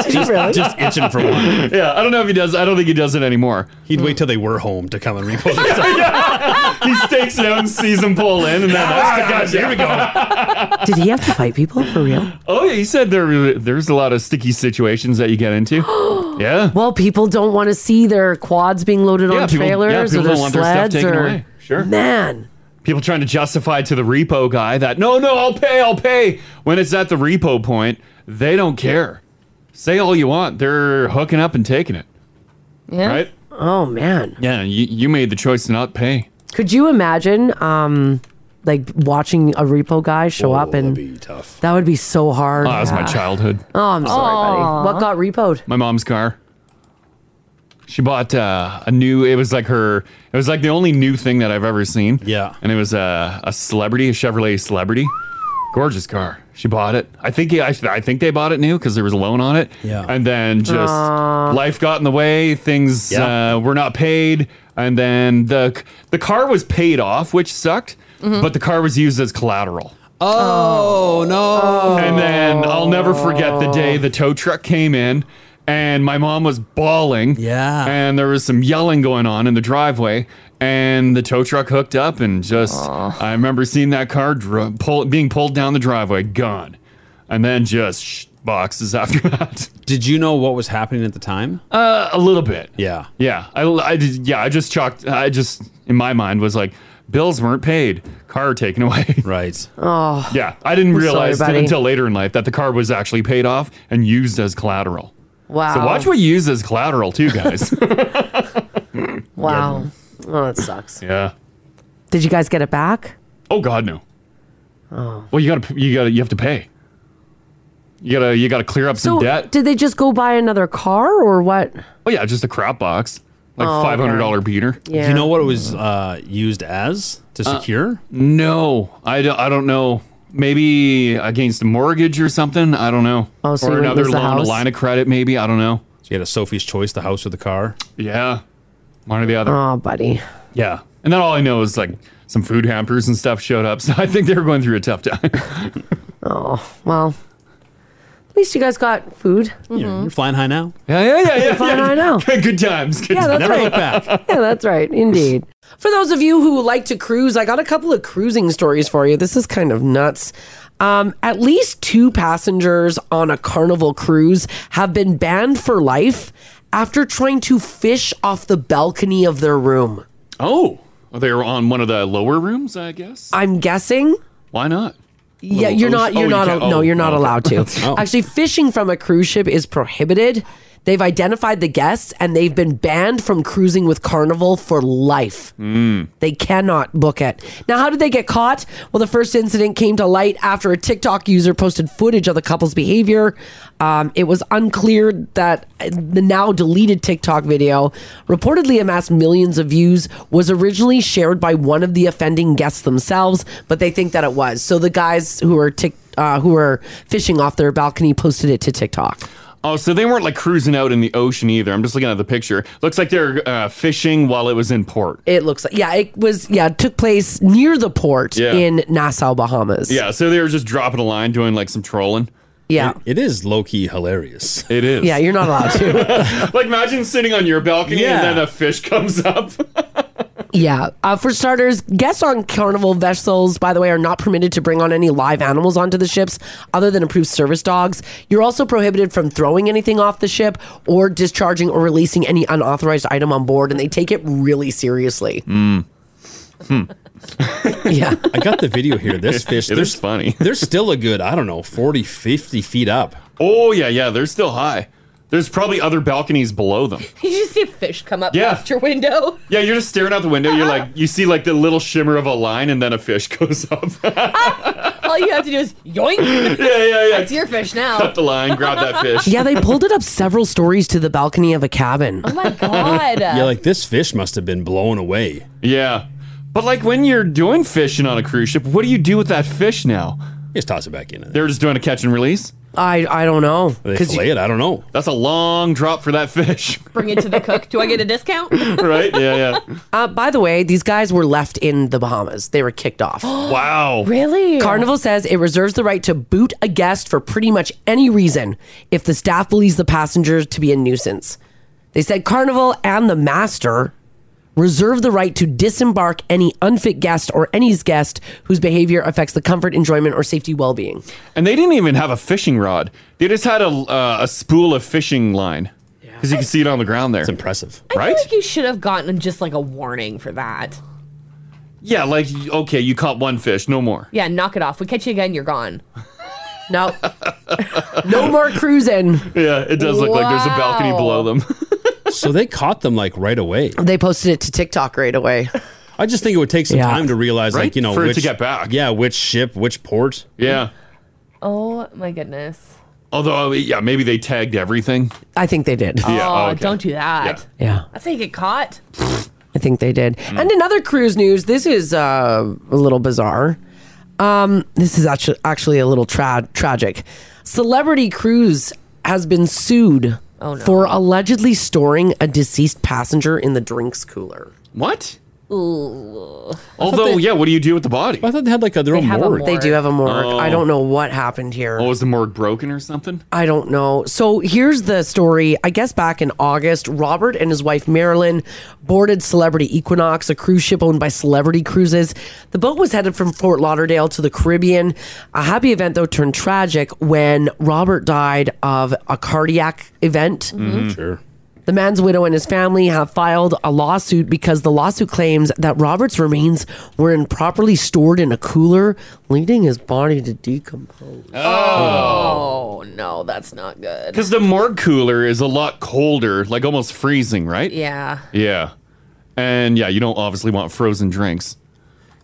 E: Just, just itching for one.
C: yeah, I don't know if he does. I don't think he does it anymore.
E: He'd wait till they were home to come and repo. their stuff.
C: he stakes it out and sees him pull in, and then ah, gotcha. here we go.
B: Did he have to fight people for real?
C: Oh yeah, he said there there's a lot of sticky situations that you get into. yeah.
B: Well, people don't want to see their quads being loaded
C: yeah,
B: on trailers
C: yeah,
B: or their sleds or
C: Sure.
B: Man.
C: People trying to justify to the repo guy that no, no, I'll pay, I'll pay. When it's at the repo point, they don't care. Say all you want. They're hooking up and taking it.
B: Yeah.
C: Right?
B: Oh man.
C: Yeah, you, you made the choice to not pay.
B: Could you imagine, um, like watching a repo guy show up and Oh, that'd be
E: tough.
B: That would be so hard.
C: Oh, that was my childhood.
B: Oh, I'm sorry,
C: Aw.
B: buddy. What got repoed?
C: My mom's car. She bought uh, a new. It was like her. It was like the only new thing that I've ever seen. Yeah. And it was a a celebrity, a Chevrolet celebrity. Gorgeous car. She bought it. I think. I, I think they bought it new because there was a loan on it.
E: Yeah.
C: And then just
E: Aw.
C: life got in the way. Things
E: Yeah.
C: uh, were not paid. And then the the car was paid off, which sucked.
E: Mhm.
C: But the car was used as collateral.
E: Oh, no.
C: And then I'll never forget the
E: Oh.
C: day the tow truck came in and my mom was bawling. Yeah. And there was some yelling going on in the driveway and the tow truck hooked up and just I remember seeing that car dr- pull, being pulled down the driveway, gone. And then just sh- boxes after that.
E: Did you know what was happening at the time?
C: Uh, a little bit.
E: Yeah.
C: Yeah, I, I did, yeah, I just chalked. I just in my mind was like, bills weren't paid, car taken away.
E: Right.
B: Oh.
C: Yeah, I didn't
B: I'm sorry,
C: realize
B: buddy.
C: until later in life that the car was actually paid off and used as collateral.
B: Wow.
C: So watch what you use as collateral too, guys.
B: Wow. Oh, that sucks.
C: yeah.
B: Did you guys get it back?
C: Oh God, no. Oh. Well, you gotta, you gotta, you have to pay. You gotta, you gotta clear up some
B: So
C: debt.
B: did they just go buy another car or what?
C: Oh yeah, just a crap box, like
B: Oh, okay.
C: five hundred dollar beater.
B: Yeah. Do you know
C: what it was uh, used as to
E: secure?
C: no, I don't. I don't know. Maybe against a mortgage or something. I don't know.
E: Oh, so
C: or
E: you would
C: another
E: lose the
C: loan,
E: house?
C: a line of credit, maybe. I don't know.
E: So you had a Sophie's Choice, the house or the car?
C: Yeah, Uh, one or the other.
B: Oh, buddy.
C: Yeah, and then all I know is like some food hampers and stuff showed up. So I think they were going through a tough time.
B: oh well, at least you guys got food.
E: You're flying high now.
C: Yeah, yeah, yeah, yeah.
B: Fine, I know.
C: Good times. Good
B: Yeah, that's
C: times.
B: right. yeah, that's right. Indeed. For those of you who like to cruise, I got a couple of cruising stories for you. This is kind of nuts. Um, at least two passengers on a carnival cruise have been banned for life after trying to fish off the balcony of their room.
C: Oh, well, they were on one of the lower rooms, I guess.
B: I'm guessing.
C: Why not?
B: Yeah,
C: Oh,
B: you're
C: oh,
B: not.
C: oh,
B: You're
C: you
B: not.
C: can't-
B: al- no,
C: oh,
B: you're not
C: oh, okay.
B: allowed to.
C: Oh.
B: Actually, fishing from a cruise ship is prohibited. They've identified the guests and they've been banned from cruising with Carnival for life.
C: Hmm.
B: They cannot book it. Now, how did they get caught? Well, the first incident came to light after a TikTok user posted footage of the couple's behavior. Um, it was unclear that the now deleted TikTok video, reportedly amassed millions of views, was originally shared by one of the offending guests themselves, but they think that it was. So the guys who are tic- uh, who are fishing off their balcony posted it to TikTok.
C: Oh, so they weren't like cruising out in the ocean either. I'm just looking at the picture. Looks like they're uh, fishing while it was in port.
B: It looks like yeah, it was yeah, it took place near the port
C: Yeah.
B: in Nassau, Bahamas.
C: Yeah, so they were just dropping a line, doing like some trolling.
B: Yeah.
C: it is low key hilarious. It is.
B: Yeah, you're not allowed to.
C: like imagine sitting on your balcony
B: Yeah.
C: and then a fish comes up.
B: Yeah. Uh, for starters, guests on carnival vessels, by the way, are not permitted to bring on any live animals onto the ships other than approved service dogs. You're also prohibited from throwing anything off the ship or discharging or releasing any unauthorized item on board, and they take it really seriously.
E: Mm.
B: yeah.
E: I got the video here. This fish,
C: It
E: they're
C: is funny.
E: They're still a good, I don't know, 40, 50 feet up.
C: Oh yeah, yeah, they're still high. There's probably other balconies below them.
D: You just see a fish come up
C: Yeah.
D: past your window.
C: Yeah, you're just staring out the window. You're like, you see like the little shimmer of a line, and then a fish goes up.
D: All you have to do is yoink.
C: Yeah, yeah, yeah.
D: That's your fish now.
C: Cut the line, grab that fish.
B: yeah, they pulled it up several stories to the balcony of a cabin.
D: Oh my god.
E: Yeah, like this fish must have been blown away.
C: Yeah. But like when you're doing fishing on a cruise ship, what do you do with that fish now?
E: Just toss it back in.
C: They're just doing a catch and release.
B: I I don't know.
C: They
E: 'Cause fillet you- it? I don't know.
C: That's a long drop for that fish,
D: Bring it to the cook. Do I get a discount?
C: right? Yeah, yeah.
B: Uh, by the way, these guys were left in the Bahamas. They were kicked off.
C: wow.
D: Really?
B: Carnival says it reserves the right to boot a guest for pretty much any reason if the staff believes the passenger to be a nuisance. They said Carnival and the master reserve the right to disembark any unfit guest or any guest whose behavior affects the comfort, enjoyment, or safety well being.
C: And they didn't even have a fishing rod. They just had a uh, a spool of fishing line because you can see it on the ground there. It's
E: impressive,
D: I
C: right?
D: feel like you should have gotten just like a warning for that.
C: Yeah, like okay, you caught one fish, no more.
D: Yeah, knock it off. We catch you again, you're gone.
B: No. no more cruising.
C: Yeah, it
E: does look like there's a balcony below
C: them.
E: so they caught them like right away.
B: They posted it to TikTok right away.
E: I just think it would take some
B: Yeah.
E: time to realize,
C: Right?
E: like, you know,
C: For it to
E: which,
C: get back.
E: Yeah, which ship, which port.
C: Yeah.
D: Oh my goodness.
C: Although, yeah, maybe they tagged everything.
B: I think they did.
C: Yeah,
D: oh,
C: okay.
D: don't do that.
B: Yeah.
D: That's how you get caught.
B: I think they did. And in other cruise news, this is uh, a little bizarre. Um, this is actually actually a little tra- tragic. Celebrity Cruise has been sued for allegedly storing a deceased passenger in the drinks cooler.
C: What?
D: Ooh.
C: Although, yeah, what do you do with the body?
E: I thought they had like a,
C: their They own have a morgue.
B: They do have a morgue.
C: Oh.
B: I don't know what happened here.
C: Oh, was the morgue broken or something?
B: I don't know. So here's the story. I guess back in August, Robert and his wife Marilyn boarded Celebrity Equinox, a cruise ship owned by Celebrity Cruises. The boat was headed from Fort Lauderdale to the Caribbean. A happy event, though, turned tragic when Robert died of a cardiac event.
E: Mm-hmm.
C: Mm-hmm.
E: Sure.
B: The man's widow and his family have filed a lawsuit because the lawsuit claims that Robert's remains were improperly stored in a cooler, leading his body to decompose.
D: Oh, no, that's not good.
C: Because the morgue cooler is a lot colder, like almost freezing, right?
D: Yeah.
C: Yeah. And yeah, you don't obviously want frozen drinks.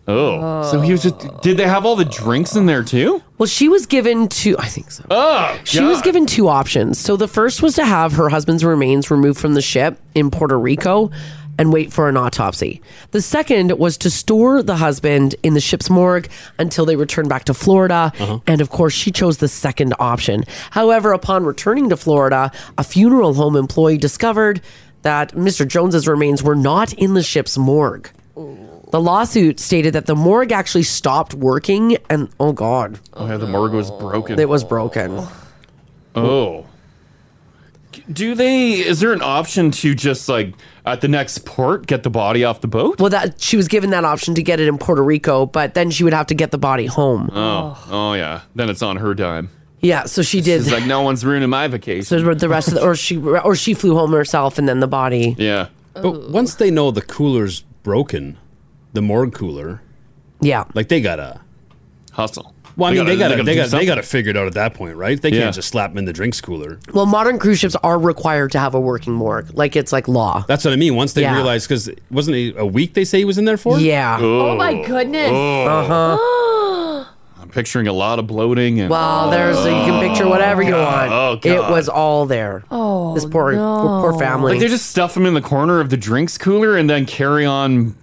C: Oh. So he was just. Did they have all the drinks in there too?
B: Well, she was given two, I think so.
C: Oh.
B: She was given two options. So the first was to have her husband's remains removed from the ship in Puerto Rico and wait for an autopsy. The second was to store the husband in the ship's morgue until they returned back to Florida.
C: Uh-huh.
B: And of course, she chose the second option. However, upon returning to Florida, a funeral home employee discovered that Mr. Jones's remains were not in the ship's morgue. The lawsuit stated that the morgue actually stopped working and oh god.
C: Oh, yeah, the morgue was broken.
B: It was broken.
C: Oh. Do they? Is there an option to just like at the next port get the body off the boat?
B: Well, that she was given that option to get it in Puerto Rico, but then she would have to get the body home.
C: Oh, oh yeah. Then it's on her dime.
B: Yeah, so she did.
C: It's like no one's ruining my vacation.
B: So the rest of the, or she or she flew home herself, and then the body.
C: Yeah.
E: But once they know the cooler's broken, the morgue cooler,
B: Yeah.
E: like they gotta
C: hustle.
E: Well, I
C: They
E: mean, they
C: gotta-
E: gotta
C: they
E: they gotta
C: gotta do
E: they
C: something.
E: gotta figure it out at that point, right? They
C: Yeah.
E: can't just slap them in the drinks cooler.
B: Well, modern cruise ships are required to have a working morgue, like it's like law.
E: That's what I mean. Once they
B: Yeah.
E: realize, because wasn't it a week they say he was in there for?
B: Yeah.
D: Oh, my goodness. Oh,
C: Uh-huh. I'm picturing a lot of bloating and.
B: Well, there's you can picture whatever you want.
C: Oh, God.
B: It was all there. Oh, this poor poor, poor family.
C: Like they just stuff them in the corner of the drinks cooler and then carry on.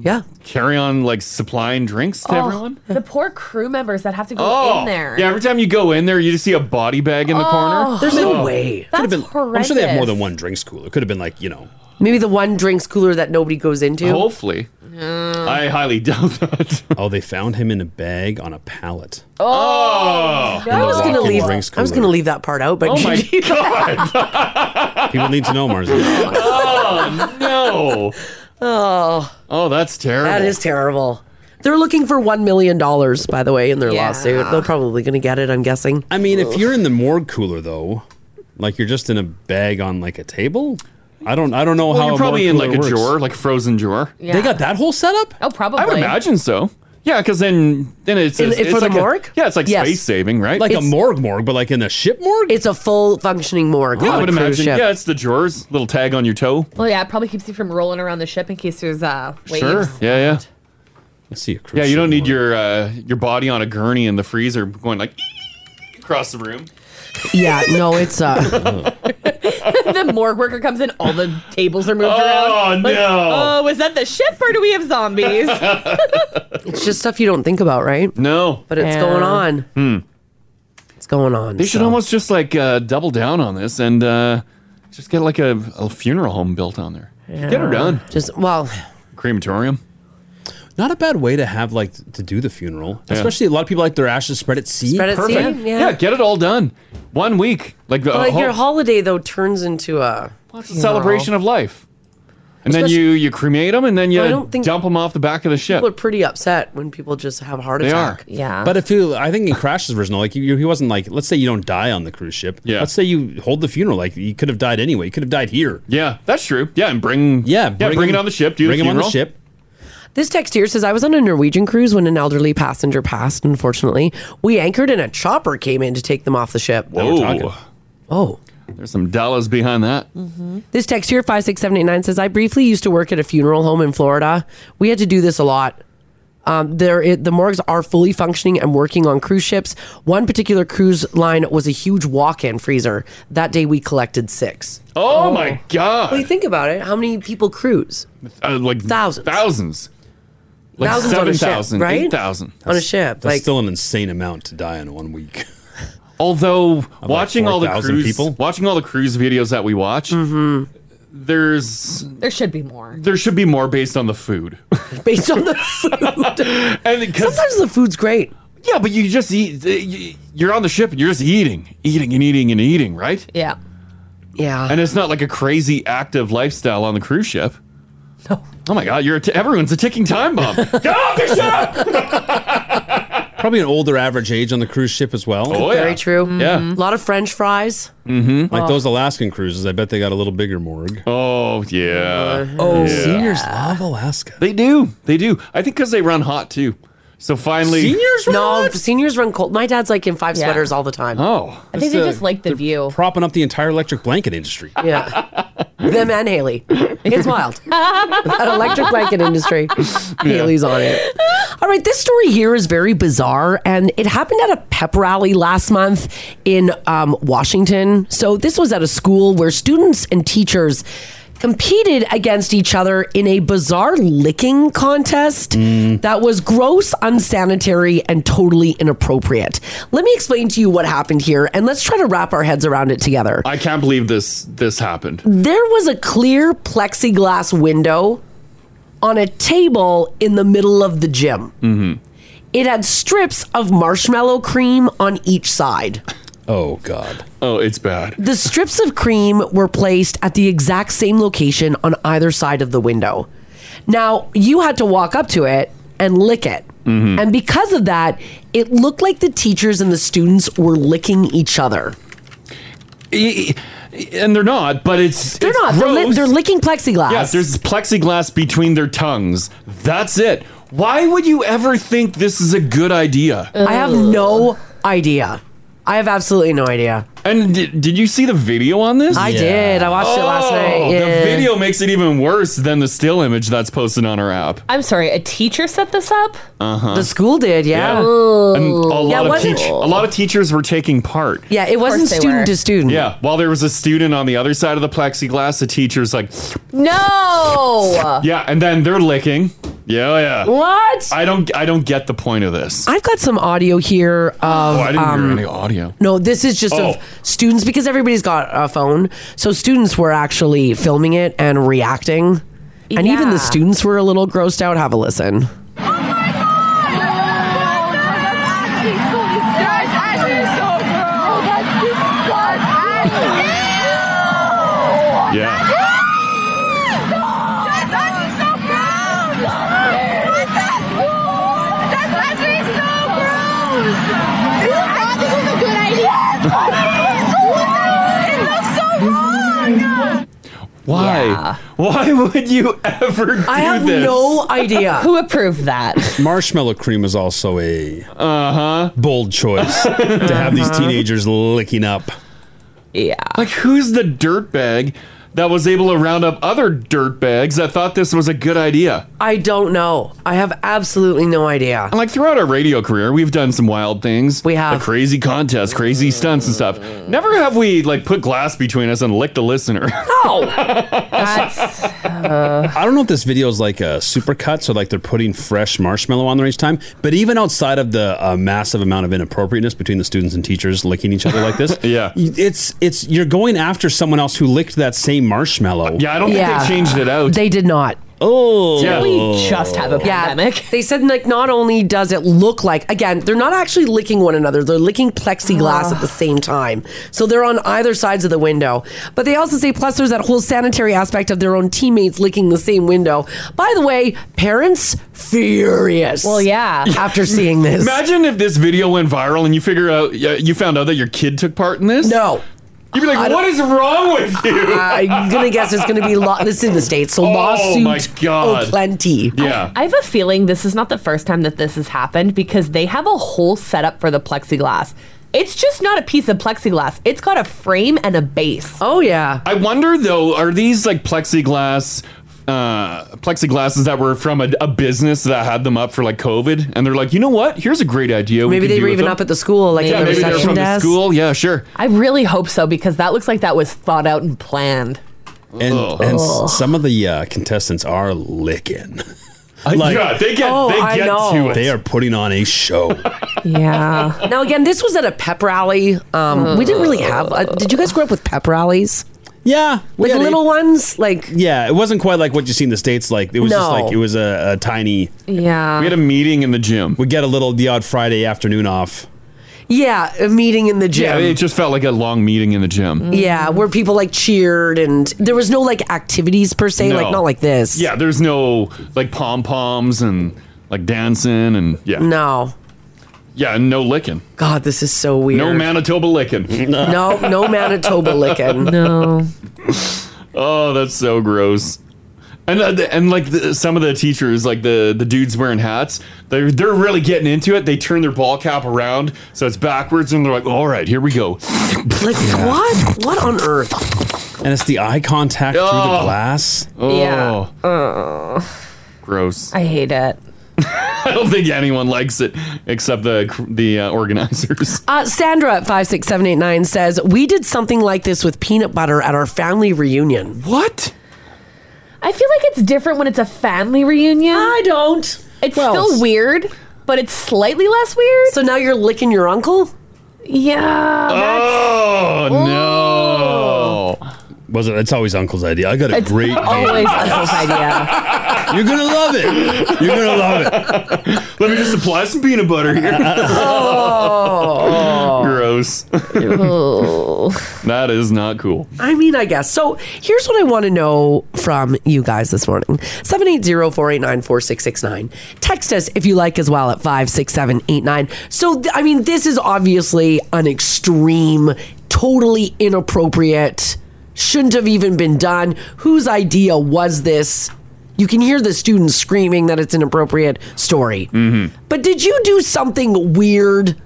B: Yeah.
C: Carry on like supplying drinks to
D: Oh,
C: everyone. Oh.
D: The poor crew members that have to go in there.
C: Yeah, every time you go in there, you just see a body bag in the corner.
D: Oh. There's no
B: way.
E: Could have
C: oh,
E: been, I'm sure they have more
B: horrendous.
E: than one drinks cooler. Could have been like you know.
B: Maybe the one drinks cooler that nobody goes into.
C: Hopefully.
B: Uh.
C: I highly doubt that.
E: oh, they found him in a bag on a pallet.
C: Oh,
B: I was gonna
E: Walk-in
B: leave.
E: drinks
B: I was
E: cooler.
B: gonna leave that part out, but
E: Oh my
B: god!
E: People need to know, Marzi.
C: oh no!
B: Oh,
C: oh, that's terrible.
B: That is terrible. They're looking for one million dollars, by the way, in their lawsuit. They're probably gonna get it. I'm guessing.
E: I mean, if you're in the morgue cooler though, like you're just in a bag on like a table. I don't. I don't know
C: Well,
E: how.
C: you're
E: a
C: probably
E: morgue cooler
C: in like a
E: works.
C: drawer, like a frozen drawer.
E: They got that whole setup.
D: Oh, probably.
C: I would imagine so. Yeah, because then then it's,
E: In-
C: it's,
E: for the
C: like a-
E: morgue?
C: yeah, it's like
E: Yes.
C: space saving, right?
E: Like a It's- morgue, morgue, but like in a ship morgue.
B: It's a full functioning morgue.
C: Yeah,
B: on
C: I
B: a
C: would
B: cruise
C: imagine.
B: ship.
C: Yeah, it's the drawers, little tag on your toe.
D: Well, yeah, it probably keeps you from rolling around the ship in case there's uh, waves.
C: Sure. Yeah, yeah.
E: Let's see.
C: yeah, you don't need your uh, your body on a gurney in the freezer going like across the room.
B: Yeah, no, it's uh
D: the morgue worker comes in, all the tables are moved
C: Oh,
D: around. Like,
C: no.
D: oh, is that the ship or do we have zombies?
B: it's just stuff you don't think about, right?
C: No,
B: But it's going on.
C: Hmm.
B: It's going on.
C: They should almost just like uh, double down on this and uh, just get like a, a funeral home built on there. Get her
E: Yeah.
C: done.
B: Just well,
C: crematorium.
E: Not a bad way to have like to do the funeral,
C: Yeah.
E: especially a lot of people like their ashes spread at sea.
B: Spread at sea, Perfect. yeah.
C: get it all done. One week, like,
B: But,
C: a
B: like
C: whole,
B: your holiday though turns into a
C: celebration of life. And then you you cremate them and then you
B: Well, I don't think-
C: dump them off the back of the ship.
B: People are pretty upset when people just have a heart
E: They
B: attack.
E: are. But if you, I think in Crash's original, like you, he wasn't like, let's say you don't die on the cruise ship. Yeah. Let's say you hold the funeral. Like you could have died anyway. You could have died here.
C: Yeah, that's true. Yeah, and bring
E: yeah,
C: bring it on the ship, do the
E: bring him on the
C: funeral.
E: ship.
B: This text here says I was on a Norwegian cruise when an elderly passenger passed. Unfortunately, we anchored and a chopper came in to take them off the ship.
C: Whoa.
B: Oh.
C: There's some dollars behind that.
B: This text here, 56789, says I briefly used to work at a funeral home in Florida. We had to do this a lot. Um, there, i- the morgues are fully functioning and working on cruise ships. One particular cruise line was a huge walk-in freezer. That day, we collected six.
C: Oh, my God.
B: Well, you think about it. How many people cruise?
C: Uh, like
B: thousands.
C: Thousands. Like
B: Thousands on a ship,
C: 7,000,
B: right?
C: 8,000.
B: On a ship,
E: That's
B: like-
E: still an insane amount to die in one week.
C: Although
E: About
C: watching all the
E: 4,000
C: cruise
E: people?
C: watching all the cruise videos that we watch,
B: Mm-hmm.
C: there's
D: There should be more.
C: there should be more based on the food.
B: based on the food.
C: and
B: sometimes the food's great.
C: Yeah, but you just eat. you- You're on the ship and you're just eating, eating and eating and eating, right?
D: Yeah.
B: Yeah.
C: And it's not like a crazy active lifestyle on the cruise ship. No. Oh my God! You're a t- everyone's a ticking time bomb. Get off the ship!
E: Probably an older average age on the cruise ship as well.
C: Oh,
B: Very true.
E: Oh, Yeah.
B: A lot of French fries.
E: Mm-hmm. Like
B: Oh.
E: those Alaskan cruises, I bet they got a little bigger morgue.
C: Oh yeah.
B: Uh-huh. Mm-hmm.
E: oh,
C: Yeah.
E: seniors love Alaska.
C: They do. They do. I think because they run hot too. So finally,
B: no, seniors run cold. My dad's like in five
C: Yeah.
B: sweaters all the time.
C: Oh,
D: I think they just like the view.
E: uh, Propping up the entire electric blanket industry.
B: yeah, them and Haley. It's wild. that electric blanket industry. Haley's on it. All right, this story here is very bizarre, and it happened at a pep rally last month in um, Washington. So, this was at a school where students and teachers competed against each other in a bizarre licking contest that was gross, unsanitary, and totally inappropriate. Let me explain to you what happened here, and let's try to wrap our heads around it together.
C: I can't believe this this happened.
B: There was a clear plexiglass window on a table in the middle of the gym.
C: Mm-hmm.
B: It had strips of marshmallow cream on each side.
E: Oh God.
C: Oh, it's bad.
B: The strips of cream were placed at the exact same location on either side of the window. Now, you had to walk up to it and lick it.
C: Mm-hmm.
K: Mhm.
B: And because of that, it looked like the teachers and the students were licking each other.
C: E- e- And they're not, but it's
B: They're
C: it's
B: not. They're, li-
C: gross.
B: they're licking plexiglass.
C: Yeah, there's plexiglass between their tongues. That's it. Why would you ever think this is a good idea?
B: I have no idea. I have absolutely no idea.
C: And did, did you see the video on this?
B: I Yeah. did. I watched it last
C: Oh,
B: night.
C: The
B: Yeah.
C: video makes it even worse than the still image that's posted on our app.
D: I'm sorry, a teacher set this up?
C: Uh huh.
B: The school did, yeah.
C: And a lot
B: Yeah,
C: of
B: wasn't-
C: teach- a lot of teachers were taking part.
B: Yeah, it wasn't student to student.
C: Yeah, while there was a student on the other side of the plexiglass, the teacher's like,
B: Uh.
D: No.
C: yeah, and then they're licking. Yeah, yeah.
B: What?
C: I don't, I don't get the point of this.
B: I've got some audio here of.
C: oh, I didn't
B: um,
C: hear any audio.
B: No, this is just
C: Oh.
B: of students because everybody's got a phone. So students were actually filming it and reacting. And even
D: Yeah.
B: the students were a little grossed out. Have a listen.
C: Yeah. Why? Why would you ever do
B: I have
E: this?
B: no idea.
D: Who approved that?
E: Marshmallow cream is also a
C: uh-huh.
E: bold choice to have
B: Uh-huh.
E: these teenagers licking up.
D: Yeah.
C: Like, who's the dirtbag that was able to round up other dirtbags that thought this was a good idea?
B: I don't know. I have absolutely no idea.
C: And like throughout our radio career, we've done some wild things. We have crazy contests, crazy stunts, and stuff. Never have we like put glass between us and licked a listener.
B: Uh-huh.
E: I don't know if this video is like a supercut, so like they're putting fresh marshmallow on there each time. But even outside of the uh, massive amount of inappropriateness between the students and teachers licking each other like this, yeah, it's it's you're going after someone else who licked that same marshmallow.
C: Yeah, I
B: They did not.
E: Oh,
B: Yeah. They said like not only does it look like again, they're not actually licking one another, they're licking plexiglass at the
D: Ah.
B: same time. So they're on either sides of the window. But they also say plus there's that whole sanitary aspect of their own teammates licking the same window. By the way, parents furious.
D: Well, yeah.
B: After seeing this.
C: Imagine if this video went viral and you figure out yeah, you found out that your kid took part in this.
B: No.
C: You'd be like, what is wrong with you?
B: I'm gonna guess it's gonna be lo- this is in the states, so
C: Oh,
B: lawsuit.
C: my God.
B: oh, plenty.
C: Yeah.
D: I have a feeling this is not the first time that this has happened because they have a whole setup for the plexiglass. It's just not a piece of plexiglass. It's got a frame and a base.
B: Oh yeah.
C: I wonder though, are these like plexiglass uh, plexiglasses that were from a, a business that had them up for like COVID, and they're like, you know what? Here's a great idea.
B: Maybe they were even up at the school, like, at
C: yeah,
B: the
C: maybe they were
B: reception
C: from the
B: desk.
C: school. Yeah, sure.
D: I really hope so because that looks like that was thought out and planned.
E: And, and
D: Ugh.
E: s- some of the uh, contestants are licking.
C: Uh, yeah, they
B: get- Oh, they I get know. to it.
E: They are putting on a show.
D: Yeah.
B: now again, this was at a pep rally. Um, we didn't really have. Uh, did you guys grow up with pep rallies?
E: Yeah,
B: like little ones, like
E: yeah, it wasn't quite like what you see in the states. Like it was just
B: No.
E: like it was a, a tiny.
D: Yeah.
E: We had
C: a meeting in the gym.
E: We get a little the odd Friday afternoon off.
B: yeah, a meeting in the
C: Yeah,
B: gym.
C: it just felt like a long meeting in the gym.
B: Yeah, where people like cheered and there was no like activities per se, like
C: No.
B: not like this.
C: Yeah, there's no like pom poms and like dancing and yeah.
B: No.
C: Yeah, and no licking.
B: God, this is so weird.
C: No Manitoba licking.
B: No, no Manitoba licking.
D: No.
C: Oh, that's so gross. And uh, the- and like the, some of the teachers, like the the dudes wearing hats, they're they're really getting into it. They turn their ball cap around so it's backwards, and they're like, "All right, here we go."
B: Like what? What on earth?
E: And it's the eye contact through
C: Oh.
E: the glass.
D: Yeah.
B: Uh.
D: Ugh.
C: gross.
D: I hate it.
C: I don't think anyone likes it except the cr- the uh, organizers.
B: Uh, Sandra at 56789 says, We did something like this with peanut butter at our family reunion.
C: What?
D: I feel like it's different when it's a family reunion. I
B: don't.
D: It's
B: Well,
D: still
B: it's-
D: weird, but it's slightly less weird.
B: So now you're licking your uncle?
D: Yeah.
C: Oh no!
E: Was it? It's always Uncle's idea. I got a
D: It's
E: great.
D: always Uncle's idea.
E: You're gonna love it. You're gonna love it.
C: Let me just apply some peanut butter here.
B: Oh.
C: Gross. that is not cool.
B: I mean, I guess. So here's what I want to know from you guys this morning 780 489 4669. Text us if you like as well at 56789. So, th- I mean, this is obviously an extreme, totally inappropriate, shouldn't have even been done. Whose idea was this? You can hear the students screaming that it's an appropriate story.
C: Mm-hmm.
B: But did you do something weird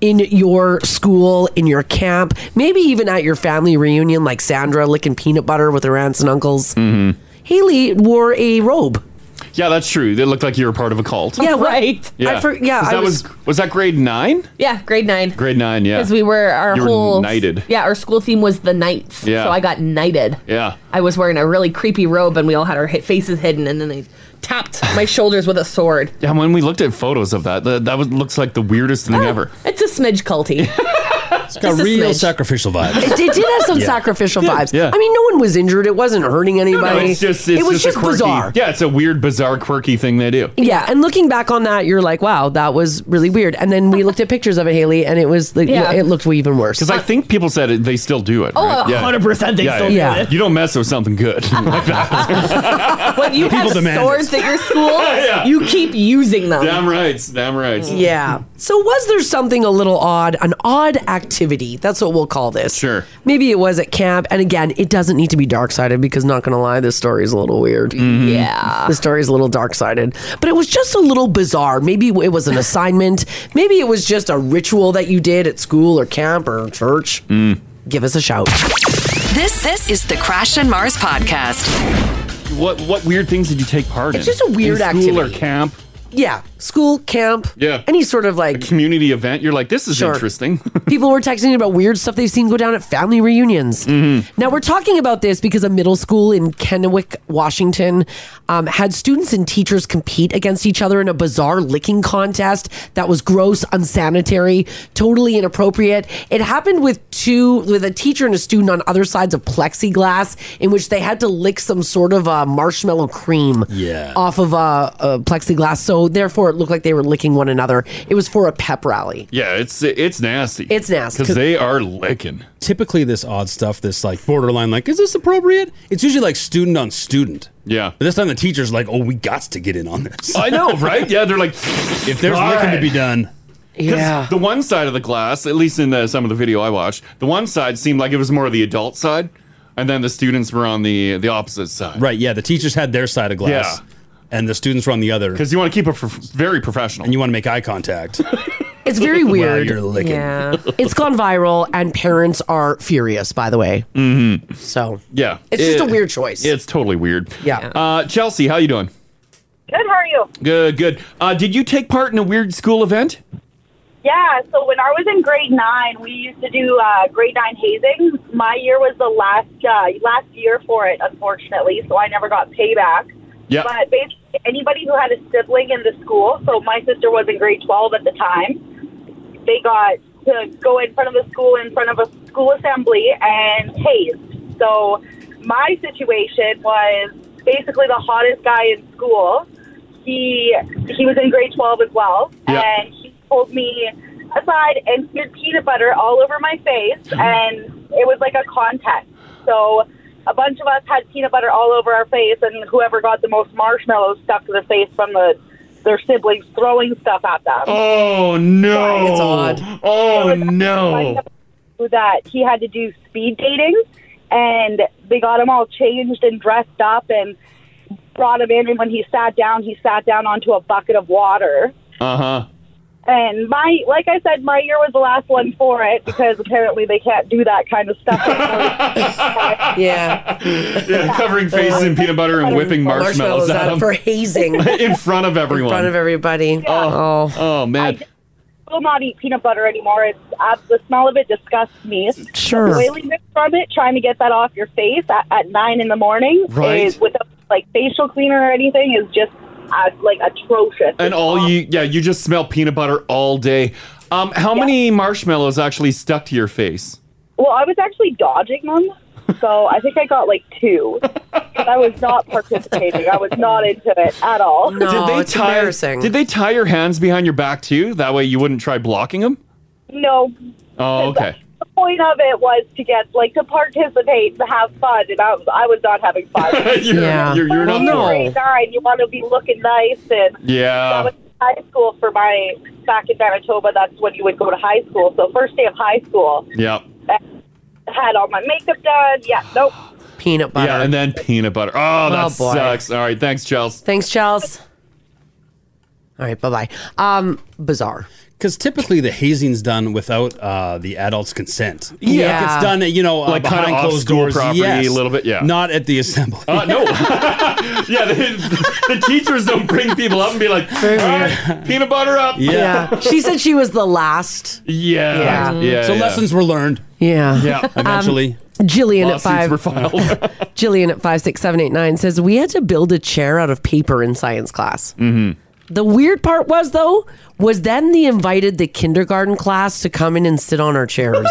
B: in your school, in your camp, maybe even at your family reunion, like Sandra licking peanut butter with her aunts and uncles? Mm-hmm. Haley wore a robe.
C: Yeah, that's true. They looked like you were part of a cult.
B: Yeah, what-
C: Yeah,
B: I for- yeah,
C: 'Cause
B: I
C: That was, was that grade nine?
D: Yeah, grade nine.
C: Grade nine. Yeah,
D: Because we were our
C: You were
D: whole
C: knighted.
D: Yeah, our school theme was the knights.
C: Yeah.
D: So I got knighted.
C: Yeah.
D: I was wearing a really creepy robe, and we all had our hi- faces hidden, and then they tapped my shoulders with a sword.
C: Yeah, when we looked at photos of that, that, that was, looks like the weirdest thing ever.
D: It's a smidge culty.
E: It's
D: Oh. got Just a real smidge.
E: sacrificial vibe.
B: It, it did have some
C: Yeah.
B: sacrificial
C: Yeah,
B: vibes.
C: yeah.
B: I mean, no one was injured. It wasn't hurting anybody.
C: No, it's just it's
B: it was
C: just,
B: just,
C: a quirky,
B: bizarre.
C: Yeah, it's a weird, bizarre, quirky thing they do.
B: Yeah, and looking back on that, you're like, wow, that was really weird. And then we looked at pictures of it, Haley, and it was like,
C: Yeah.
B: it looked even worse.
C: Because I think people said it, they still do it.
B: Oh,
C: right? Yeah.
B: 100% they
C: Yeah,
B: still
C: yeah.
B: do it.
C: You don't mess with something good like that.
D: when you
C: People
D: have
C: demand
D: swords at your school,
C: Yeah.
D: you keep using them.
C: damn rights. Damn rights.
B: Yeah. So was there something a little odd, an odd activity? That's what we'll call this. Sure. Maybe it was at camp. And again, it doesn't need to be dark sided because not gonna lie, this story is a little weird.
D: Yeah.
B: The story is a little dark sided. But it was just a little bizarre. Maybe it was an assignment. Maybe it was just a ritual that you did at school or camp or church. Give us a shout.
A: This this is the Crash and Mars podcast.
C: What what weird things did you take part
B: It's
C: in?
B: just a weird
C: in school
B: activity.
C: or camp.
B: Yeah. School, camp.
C: Yeah.
B: Any sort of like
C: community event. You're like, this is
B: Sure.
C: interesting.
B: People were texting about weird stuff they've seen go down at family reunions. Now, we're talking about this because a middle school in Kennewick, Washington, um, had students and teachers compete against each other in a bizarre licking contest that was gross, unsanitary, totally inappropriate. It happened with two, with a teacher and a student on other sides of plexiglass, in which they had to lick some sort of uh, marshmallow cream
E: Yeah.
B: off of uh, uh, plexiglass. So, therefore, it looked like they were licking one another. It was for a pep rally.
C: yeah, it's it's nasty.
B: It's nasty.
C: because they are licking.
E: Typically, this odd stuff, this like borderline, like is this appropriate? It's usually like student on student. Yeah, but this time the teacher's like, oh, we got to get in on this.
C: I know, right? Yeah, they're like,
E: If there's licking to be done.
C: 'Cause The one side of the glass, at least in the, some of the video I watched, the one side seemed like it was more of the adult side, and then the students were on the the opposite side.
E: Right. Yeah. The teachers had their side of glass,
C: Yeah.
E: and the students were on the other. Because
C: you want to keep it very professional,
E: and you want to make eye contact.
H: It's very
B: While
H: weird.
B: you're licking. Yeah.
H: it's gone viral, and parents are furious. By the way,
C: Mm-hmm.
H: So
C: yeah,
H: It's just a weird choice.
C: It's totally weird.
H: Yeah.
C: Uh, Chelsea, how you doing?
L: Good, how are you?
C: Good, good. Uh, did you take part in a weird school event?
L: Yeah, so when I was in grade nine, we used to do uh, grade nine hazing. My year was the last uh, last year for it, unfortunately, so I never got payback.
M: Yeah.
L: But basically, anybody who had a sibling in the school, so my sister was in grade 12 at the time, they got to go in front of the school, in front of a school assembly, and tased. So my situation was basically the hottest guy in school. He he was in grade 12 as well,
M: Yeah.
L: and he pulled me aside and smeared peanut butter all over my face,
C: Uh-huh.
L: and it was like a contest. So a bunch of us had peanut butter all over our face, and whoever got the most marshmallows stuck to their face from the their siblings throwing stuff at them.
C: Oh no! It's odd. Oh no!
L: that he had to do speed dating, and they got him all changed and dressed up and brought him in. And when he sat down, he sat down onto a bucket of water.
C: Uh huh.
L: And my, like I said, my year was the last one for it because apparently they can't do that kind of stuff.
H: yeah.
C: Yeah, covering faces in peanut butter and whipping marshmallows,
H: Marshmallows
C: at
H: out
C: 'em.
H: for hazing.
C: in front of everyone.
H: front of everybody.
C: Oh, oh man.
L: Will not eat peanut butter anymore. It's uh, the smell of it disgusts me.
C: Sure.
L: the oiliness from it, trying to get that off your face at, at nine in the morning,
C: Right.
L: is without like facial cleaner or anything, is just uh, like atrocious.
C: And all you, yeah, you just smell peanut butter all day. Um, how many marshmallows actually stuck to your face?
L: Well, I was actually dodging them, so I think I got like two. But I was not participating. I was not into it at all.
C: tie, Did they tie your hands behind your back too? That way you wouldn't try blocking them.
L: No.
C: Oh, okay.
L: The point of it was to get like to participate and have fun, and I, was- I was not having fun.
C: You're- Yeah. you're- you're not for it.
L: All right, you want to be looking nice and
C: Yeah.
L: I was in high school for my back in Manitoba. That's when you would go to high school. So first day of high school,
C: Yeah.
L: I had all my makeup done. Yeah, nope.
H: Peanut
C: butter. Yeah, and then peanut butter. Oh, that
H: Oh, boy.
C: sucks. All right, thanks, Chels.
H: Thanks, Charles. All right, bye bye. Um, bizarre.
E: Because typically the hazing's done without uh, the adult's consent.
C: Yeah.
E: Like, it's done, you know,
C: Like,
E: uh,
C: kinda
E: behind
C: off
E: closed
C: school
E: doors.
C: property
E: yes.
C: a little bit, yeah.
E: Not at the assembly.
C: Uh, no. yeah, the, the teachers don't bring people up and be like, all right, peanut butter up.
H: she said she was the last.
C: Yeah.
H: Yeah.
C: yeah
E: so
C: yeah.
E: lessons were learned.
H: Yeah.
E: Yeah.
H: Um,
E: Eventually.
H: Jillian
E: Lawsuits
H: at five.
E: were filed.
H: Jillian at five six seven eight nine says we had to build a chair out of paper in science class. Mm-hmm. The weird part was though was then they invited the kindergarten class to come in and sit on our chairs.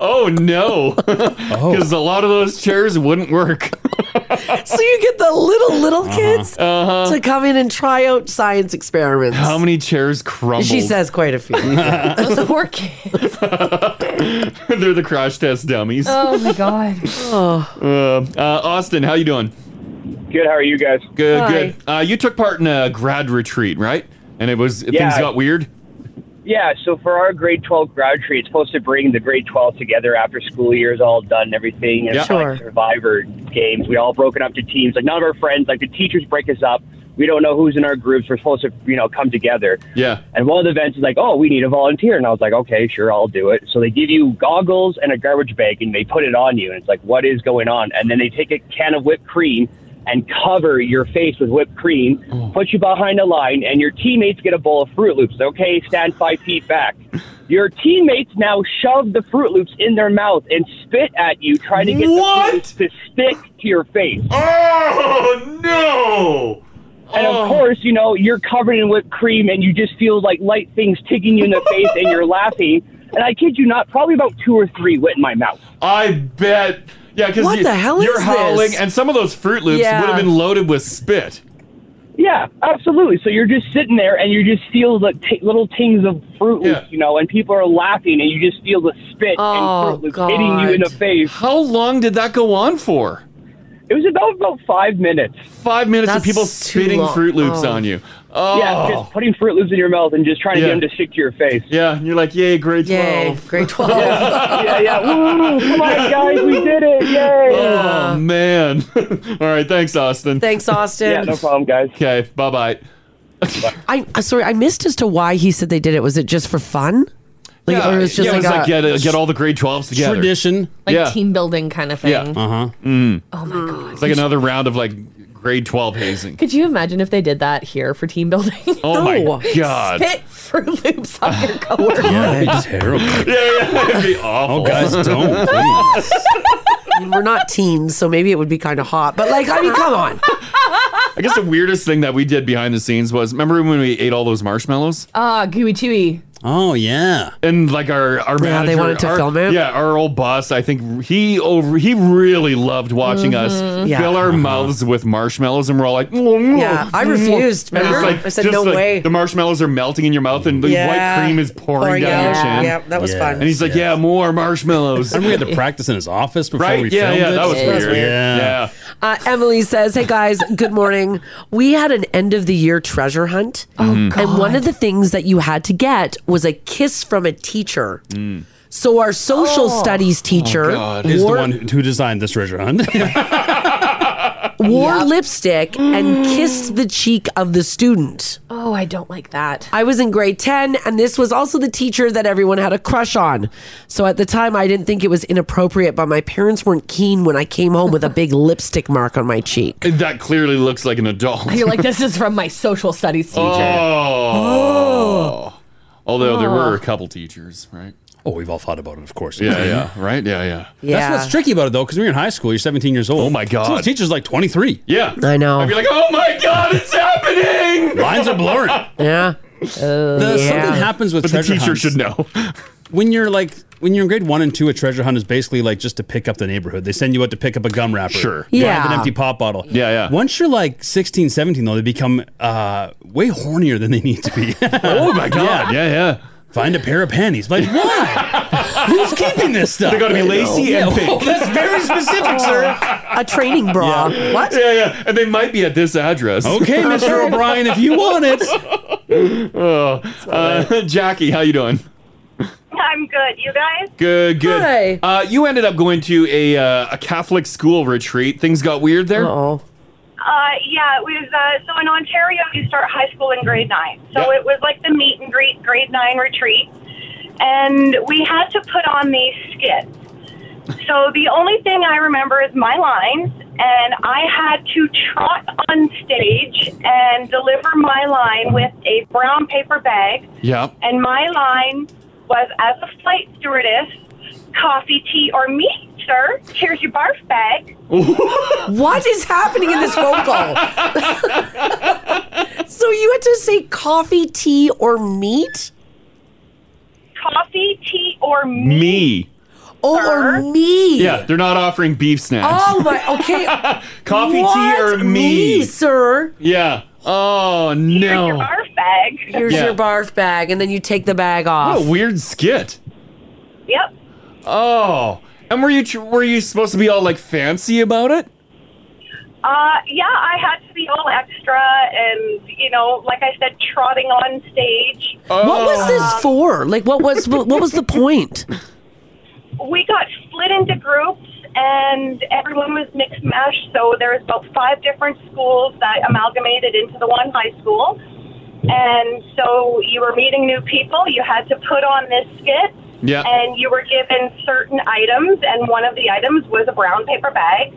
C: Oh no! Because a lot of those chairs wouldn't work.
H: so you get the little little
C: Uh-huh.
H: kids to come in and try out science experiments.
C: How many chairs crumbled?
H: She says quite a few.
C: Those
D: poor
C: Uh-huh. They're the crash test dummies.
D: Oh my god.
C: Uh, uh, Austin, how you doing?
N: Good. How are you guys?
C: Good.
N: Hi.
C: Good. Uh, you took part in a grad retreat, right? And it was
N: Yeah.
C: things got weird.
N: Yeah, so for our grade 12 grad tree, it's supposed to bring the grade 12 together after school year's all done and everything. And
C: Yeah.
N: it's kinda
C: Sure.
N: like Survivor games. We all broken up to teams. Like none of our friends, like the teachers break us up. We don't know who's in our groups. We're supposed to, you know, come together.
C: Yeah.
N: And one of the events is like, oh, we need a volunteer. And I was like, okay, sure, I'll do it. So they give you goggles and a garbage bag and they put it on you. And it's like, what is going on? And then they take a can of whipped cream and cover your face with whipped cream,
C: Oh.
N: put you behind a line, and your teammates get a bowl of Fruit Loops. Okay, stand five feet back. Your teammates now shove the Fruit Loops in their mouth and spit at you, trying to get
C: What?
N: the Fruit Loops to stick to your face.
C: Oh no! Oh.
N: And of course, you know, you're covered in whipped cream and you just feel like light things ticking you in the face and you're laughing. And I kid you not, probably about two or three went in my mouth.
C: I bet. Yeah, because
N: What
C: you,
N: the hell
C: you're
N: is
C: howling,
N: this?
C: and some of those Fruit Loops
N: Yeah.
C: would have been loaded with spit.
N: Yeah, absolutely. So you're just sitting there and you just feel the t- little tings of Fruit Loops, you know, and people are laughing and you just feel the spit
C: Oh,
N: and Fruit Loops hitting you in the
C: God.
N: face.
C: How long did that go on for?
N: It was about about five minutes.
C: Five minutes of people spitting Fruit Loops on you. Oh.
N: Yeah, just putting Fruit Loops in your mouth and just trying to
C: Yeah.
N: get them to stick to your face.
C: Yeah, and you're like, yay, grade
N: Yay,
C: 12.
H: grade 12.
N: yeah, yeah, yeah. Woo, come on, guys, we did it. Yay.
C: Oh, man. All right. Thanks, Austin.
H: Thanks, Austin.
N: Yeah, no problem, guys.
C: Okay. Bye bye.
B: I I'm sorry, I missed as to why he said they did it. Was it just for fun? Like,
C: yeah,
B: or it was just
C: yeah,
B: like,
C: it was
B: a-
C: like get, uh, get all the grade 12s together.
E: Tradition.
D: Like
C: yeah.
D: team building kind of thing.
C: Yeah. Uh huh. Mm.
D: Oh my god.
C: It's like another round of like grade 12 hazing.
D: Could you imagine if they did that here for team building?
C: Oh my No. God.
D: Spit for loops on your coworker.
E: terrible.
C: yeah, yeah, it'd be awful.
B: Oh, guys, don't,
E: please.
B: I mean, we're not teens, so maybe it would be kind of hot. But like, I mean, come on.
C: I guess the weirdest thing that we did behind the scenes was remember when we ate all those marshmallows?
D: Ah, gooey chewy.
E: Oh yeah.
C: And like our our
D: Yeah,
C: manager,
D: they wanted to
C: our-
D: film it?
C: Yeah, our old boss. I think he over he really loved watching
B: Mhm.
C: us
B: Yeah.
C: fill our
E: Uh-huh.
C: mouths with marshmallows, and we're all like,
B: Yeah, I refused,
C: And it's
B: remember?
C: like-
B: I said,
C: just
B: "No
C: like
B: way."
C: The marshmallows are melting in your mouth, and the
B: Yeah.
C: white cream is pouring,
B: Pouring
C: down your
B: out.
C: chin.
B: Yeah, that was fun.
C: And he's like, yeah, more marshmallows.
E: And we had to practice in his office before
C: right?
E: we
C: yeah,
E: filmed
C: yeah,
E: it.
C: that was
E: Yeah.
C: weird.
E: Yeah.
C: yeah.
B: Uh, Emily says, "Hey guys, good morning. We had an end of the year treasure hunt,
E: Oh,
B: and one of the things that you had to get was a kiss from a teacher. So our social
E: Mm. Oh.
B: studies teacher
E: is the
B: wore,
E: one who designed this treasure hunt.
B: wore lipstick
E: Mm.
B: and kissed the cheek of the student.
D: Oh, I don't like that.
B: I was in grade 10, and this was also the teacher that everyone had a crush on. So at the time, I didn't think it was inappropriate, but my parents weren't keen when I came home with a big lipstick mark on my cheek.
C: That clearly looks like an adult.
D: You're like, this is from my social studies teacher.
C: Oh. Although there were
D: Oh.
C: a couple teachers, right?
E: Oh, we've all thought about it, of course.
C: Yeah, yeah, right? Yeah, yeah.
E: That's what's tricky about it though, because when you're in high school, you're 17 years old. Oh my god. So the teacher's like 23.
C: Yeah.
B: I know.
C: I'd be like, oh my god, it's happening!
E: Lines are blurring.
B: Yeah.
E: The, Something happens with
C: But the
E: treasure
C: teacher
E: hunts.
C: should know.
E: when you're like when you're in grade one and two, a treasure hunt is basically like just to pick up the neighborhood. They send you out to pick up a gum wrapper. Sure.
C: Yeah.
E: An empty pop bottle.
C: Yeah, yeah.
E: Once you're like 16, 17, though, they become uh, way hornier than they need to be.
C: oh my God.
E: Yeah,
C: yeah.
E: Find a pair of panties. Like, why? Who's keeping this stuff?
C: They gotta be lacy and
E: Yeah,
C: pink.
E: oh, that's very specific, sir.
B: A training bra.
C: Yeah.
B: What?
C: Yeah, yeah. And they might be at this address.
E: Okay, Mr. O'Brien, if you want it.
C: oh, uh, Jackie, how you doing?
L: I'm good. You guys?
C: Good, good.
L: Hi.
C: Uh, you ended up going to a uh, a Catholic school retreat. Things got weird there.
B: Oh,
L: Uh, yeah, it was, uh, so in Ontario, you start high school in grade nine. So it was like the meet and greet grade nine retreat. And we had to put on these skits. So the only thing I remember is my lines, and I had to trot on stage and deliver my line with a brown paper bag.
C: yeah.
L: And my line was as a flight stewardess, coffee, tea, or meat, sir. Here's your barf bag.
B: what is happening in this phone call? so you had to say coffee, tea, or meat?
L: Coffee, tea, or meat.
C: Me.
B: Oh, or me.
C: Yeah, they're not offering beef snacks.
B: Oh my. Okay.
C: Coffee, tea, or
B: What?
C: me?
B: Me, sir.
C: Yeah. Oh no.
L: bag.
B: Here's
C: Yeah.
B: your barf bag, and then you take the bag off.
C: What a weird skit.
L: Yep.
C: Oh, and were you tr- were you supposed to be all like fancy about it?
L: Uh, yeah, I had to be all extra and, you know, like I said, trotting on stage. Um,
B: What was
C: Uh,
B: this for? Like, what was what was the point?
L: We got split into groups and everyone was mixed mash. So there was about five different schools that amalgamated into the one high school. And so you were meeting new people. You had to put on this skit.
M: Yeah.
L: And you were given certain items, and one of the items was a brown paper bag.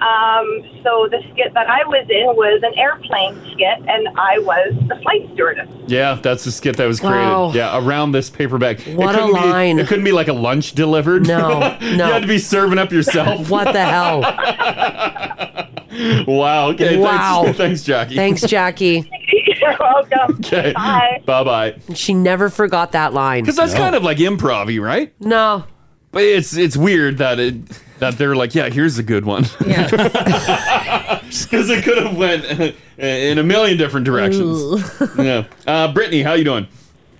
L: Um, so the skit that I was in was an airplane skit, and I was the flight stewardess.
C: Yeah, that's the skit that was created.
L: Wow.
C: Yeah, around this paper bag.
L: What a
C: couldn't be-
L: line.
C: it couldn't be like a lunch delivered.
B: No, no.
C: you had to be serving up yourself.
B: What the hell?
C: wow. Okay.
B: Wow.
C: Thanks, thanks Jackie.
B: Thanks, Jackie.
L: You're welcome.
C: Okay. Bye bye.
B: She never forgot that line.
C: Because that's kind of like improv right?
B: No.
C: But it's it's weird that it that they're like, yeah, here's a good one. Yeah. Because it could have went uh, in a million different directions. yeah. Uh, Brittany, how you doing?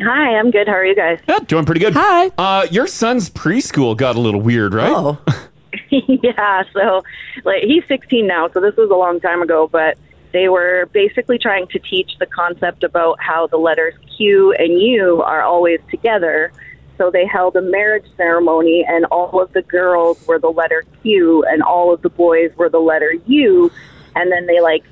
O: Hi, I'm good. How are you guys?
C: Yeah, doing pretty good. Hi. Uh, your son's preschool got a little weird, right? Oh.
O: yeah, so like he's 16 now, so this was a long time ago, but they were basically trying to teach the concept about how the letters Q and U are always together. So they held a marriage ceremony, and all of the girls were the letter Q, and all of the boys were the letter U, and then they like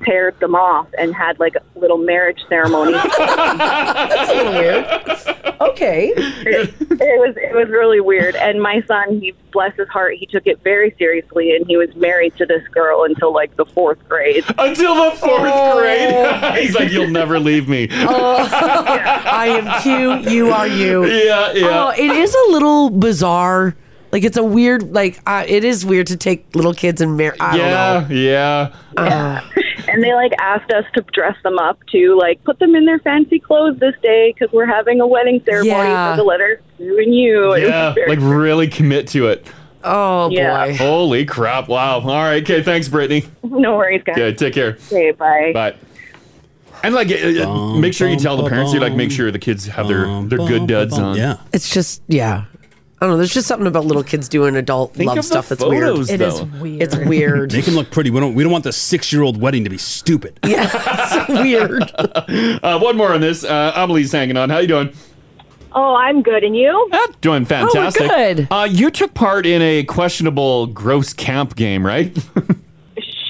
O: paired them off and had like a little marriage ceremony.
K: Mm-hmm.
O: That's
B: a little weird. Okay.
O: It, it was it was really weird. And my son, he bless his heart, he took it very seriously, and he was married to this girl until like the fourth grade.
C: Until the fourth
B: Oh.
C: grade. He's like, you'll never leave me.
B: I am cute. You are you.
C: Yeah, yeah.
B: Oh, it is a little bizarre. Like it's a weird. Like uh, it is weird to take little kids and marry. I
C: yeah, yeah.
B: don't know. Uh,
O: And they like asked us to dress them up to like put them in their fancy clothes this day because we're having a wedding ceremony
C: Yeah.
O: for the letters you and you. It was
C: Yeah,
O: very-
C: like really commit to it.
B: Oh
O: Yeah. boy.
C: Holy crap! Wow. All right. Okay. Thanks, Brittany.
O: no worries, guys.
C: Yeah. Take care.
O: Okay, bye.
C: Bye. And like, uh, uh, make sure you tell the parents. You like make sure the kids have their their good duds on. Yeah.
B: It's just yeah. I don't know. There's just something about little kids doing adult
C: Think
B: love
C: of the
B: stuff that's
E: photos, It
B: weird.
E: is though.
B: weird. It's weird.
E: Make him look pretty. We don't. We don't want the six-year-old wedding to be stupid.
B: Yeah, weird.
C: uh, one more on this. Uh, Amelie's hanging on. How you doing?
M: Oh, I'm good. And you?
C: Doing
M: we're
C: fantastic.
M: good.
C: Uh, you took part in a questionable, gross camp game, right?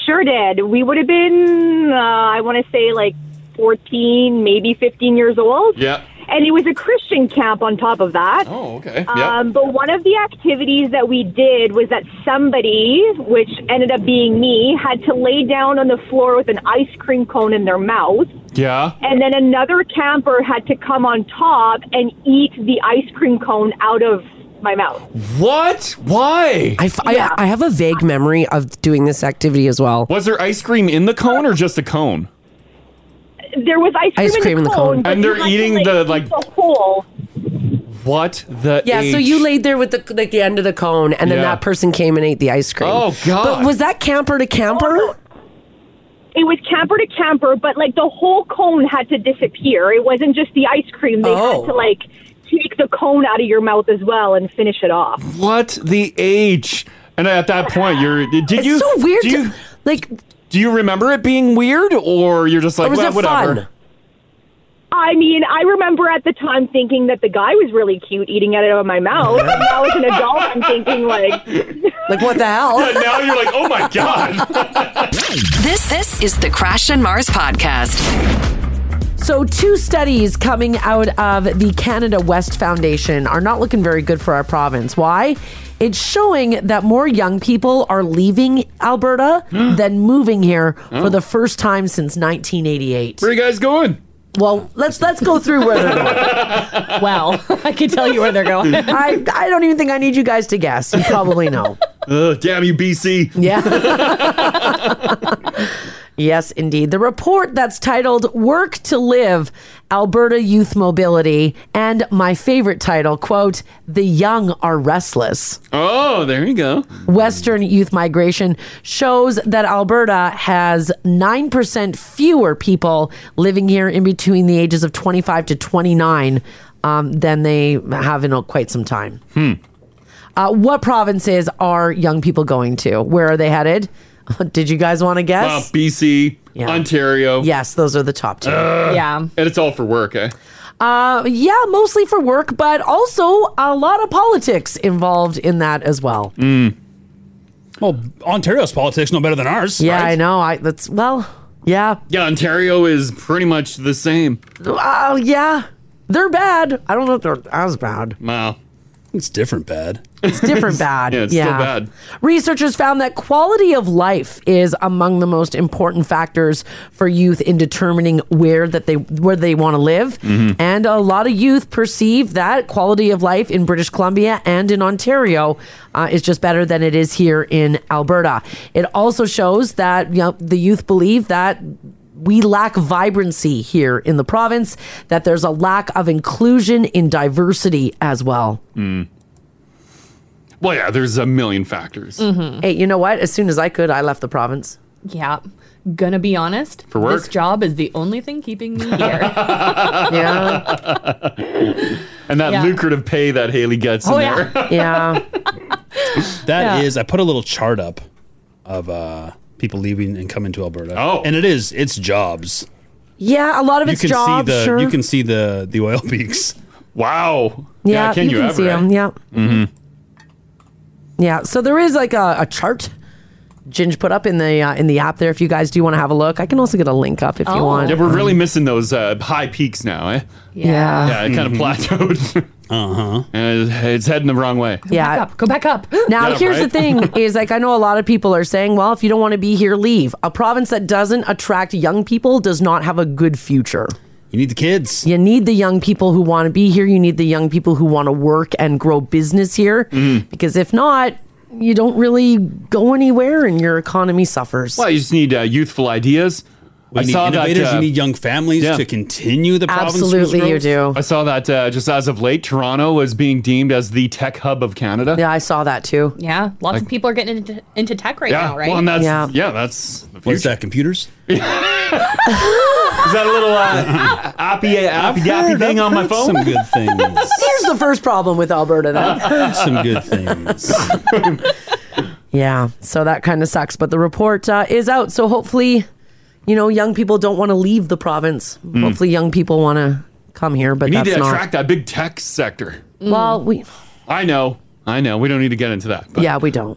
M: Sure did. We would have been, uh, I want to say, like 14, maybe 15 years old.
C: yeah.
M: And it was a Christian camp on top of that.
C: Oh, okay. Yep.
M: Um, But one of the activities that we did was that somebody, which ended up being me, had to lay down on the floor with an ice cream cone in their mouth.
C: Yeah.
M: And then another camper had to come on top and eat the ice cream cone out of my mouth.
C: What? Why?
B: I, f- I- I have a vague memory of doing this activity as well.
C: Was there ice cream in the cone or just a cone?
M: There was ice cream,
B: Ice cream in the cone.
M: but
C: And
M: you
C: they're
M: had to,
C: eating
M: like,
C: the, like-
M: eat the whole.
C: What the?
B: Yeah, so
C: H?
B: you laid there with the like the end of the cone, and then
C: Yeah.
B: that person came and ate the ice cream.
C: Oh, God.
B: But was that camper to camper?
M: Oh, It was camper to camper, but like the whole cone had to disappear. It wasn't just the ice cream. They
C: Oh.
M: had to like take the cone out of your mouth as well and finish it off.
C: What the age? And at that point, you're did
M: It's
C: you?
M: so weird
C: Do
M: to-
C: you,
B: like,
C: do you remember it being weird, or you're just like,
M: Or was
C: well,
M: it
C: whatever?
M: fun? I mean, I remember at the time thinking that the guy was really cute eating it out of my mouth. and now as an adult, I'm thinking like,
B: like what the hell?
C: Yeah, now you're like, oh my god.
A: This this is the Crash and Mars podcast.
B: So, two studies coming out of the Canada West Foundation are not looking very good for our province. Why? It's showing that more young people are leaving Alberta than moving here for the first time since 1988. Where
C: are you guys going?
B: Well, let's let's go through where they're going.
D: well, I can tell you where they're going.
B: I, I don't even think I need you guys to guess. You probably know.
C: Ugh, damn you, BC.
B: Yeah. yes, indeed. The report that's titled Work to Live Alberta Youth Mobility and my favorite title, quote, The Young Are Restless.
C: Oh, there you go.
B: Western youth migration shows that Alberta has 9% fewer people living here in between the ages of 25 to 29 um, than they have in quite some time. Uh, what provinces are young people going to? Where are they headed? Did you guys want to guess?
C: Wow, BC, Ontario.
B: Yes, those are the top two. Yeah.
C: And it's all for work, eh?
B: Uh, yeah, mostly for work, but also a lot of politics involved in that as well.
E: Mm. Well, Ontario's politics no better than ours.
B: Yeah,
E: right?
B: I know. I that's well, yeah.
C: Yeah, Ontario is pretty much the same.
B: Oh, yeah. They're bad. I don't know if they're as bad.
C: Wow.
E: It's different bad.
B: It's different bad.
E: Yeah, it's still bad.
B: Researchers found that quality of life is among the most important factors for youth in determining where that they where they want to live.
E: Mm-hmm.
K: Mhm.
B: And a lot of youth perceive that quality of life in British Columbia and in Ontario uh, is just better than it is here in Alberta. It also shows that you know, the youth believe that we lack vibrancy here in the province, that there's a lack of inclusion in diversity as well.
C: Hmm. Well, yeah, there's a million factors.
B: Hey, you know what? As soon as I could, I left the province.
D: Mm-hmm. Yeah. Gonna be honest.
B: For work?
D: This job is the only thing keeping me here.
B: yeah.
C: And that
D: Yeah.
C: lucrative pay that Haley gets
D: Oh,
C: in
D: yeah.
C: there.
B: Yeah.
E: That is.
D: Yeah.
E: I put a little chart up of uh, people leaving and coming to Alberta. Oh, and it is. It's jobs.
B: Yeah, a lot of
E: you
B: it's
E: can
B: jobs,
E: see the
B: sure.
E: you can see the the oil peaks.
C: Wow.
B: yeah, you, can see them. Yeah.
E: Mm-hmm.
B: Yeah. So there is like a, a chart Ginge put up in the uh, in the app there if you guys do want to have a look. I can also get a link up if you
D: Oh.
B: want.
C: Yeah, we're really missing those uh, high peaks now, eh?
B: Yeah.
C: Yeah, it kind of plateaued. uh huh. And it's- it's heading the wrong way.
B: yeah. Back up. Go back up. Now,
C: Yeah,
B: here's
C: right?
B: the thing is like, I know a lot of people are saying, well, if you don't want to be here, leave. A province that doesn't attract young people does not have a good future.
E: You need the kids.
B: You need the young people who want to be here. You need the young people who want to work and grow business here.
C: Mm-hmm.
B: Because if not, you don't really go anywhere and your economy suffers.
C: Well, you just need uh, youthful ideas.
E: We need innovators,
C: uh,
E: you need young families to continue the province's Absolutely, you
C: do. I saw that uh, just as of late, Toronto was being deemed as the tech hub of Canada.
B: Yeah, I saw that too.
D: Yeah, lots
C: Like-
D: of people are getting into, into tech right
C: yeah,
D: now, right?
C: well, and that's yeah, that's the future.
E: that? Computers?
C: Is that a little uh, appy appy yappy thing on my phone?
E: Some good things.
B: Here's the first problem with Alberta, though.
E: I've heard some good things.
B: Yeah, so that kind of sucks. But the report uh, is out, so hopefully, you know, young people don't want to leave the province.
C: Mm.
B: Hopefully, young people want to come here, but
C: we need
B: that's
C: to
B: not.
C: attract that big tech sector.
D: Mm.
B: Well, we
C: I know, I know. We don't need to get into that.
B: yeah, we don't.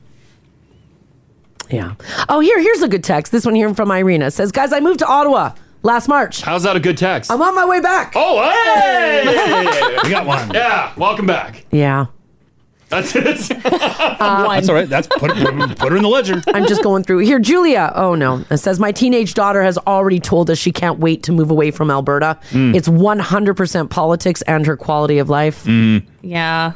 B: Yeah. Oh, here, here's a good text. This one here from Irina says, "Guys, I moved to Ottawa last March.
C: How's that a good text?
B: I'm on my way back.
C: Oh, hey!
E: we got one.
C: Yeah, welcome back.
B: Yeah.
C: That's it.
B: Uh,
E: That's all right. That's put, put, put her in the ledger.
B: I'm just going through here. Julia, oh no, it says my teenage daughter has already told us she can't wait to move away from Alberta.
C: Mm.
B: It's 100% politics and her quality of life.
E: Mm.
D: Yeah.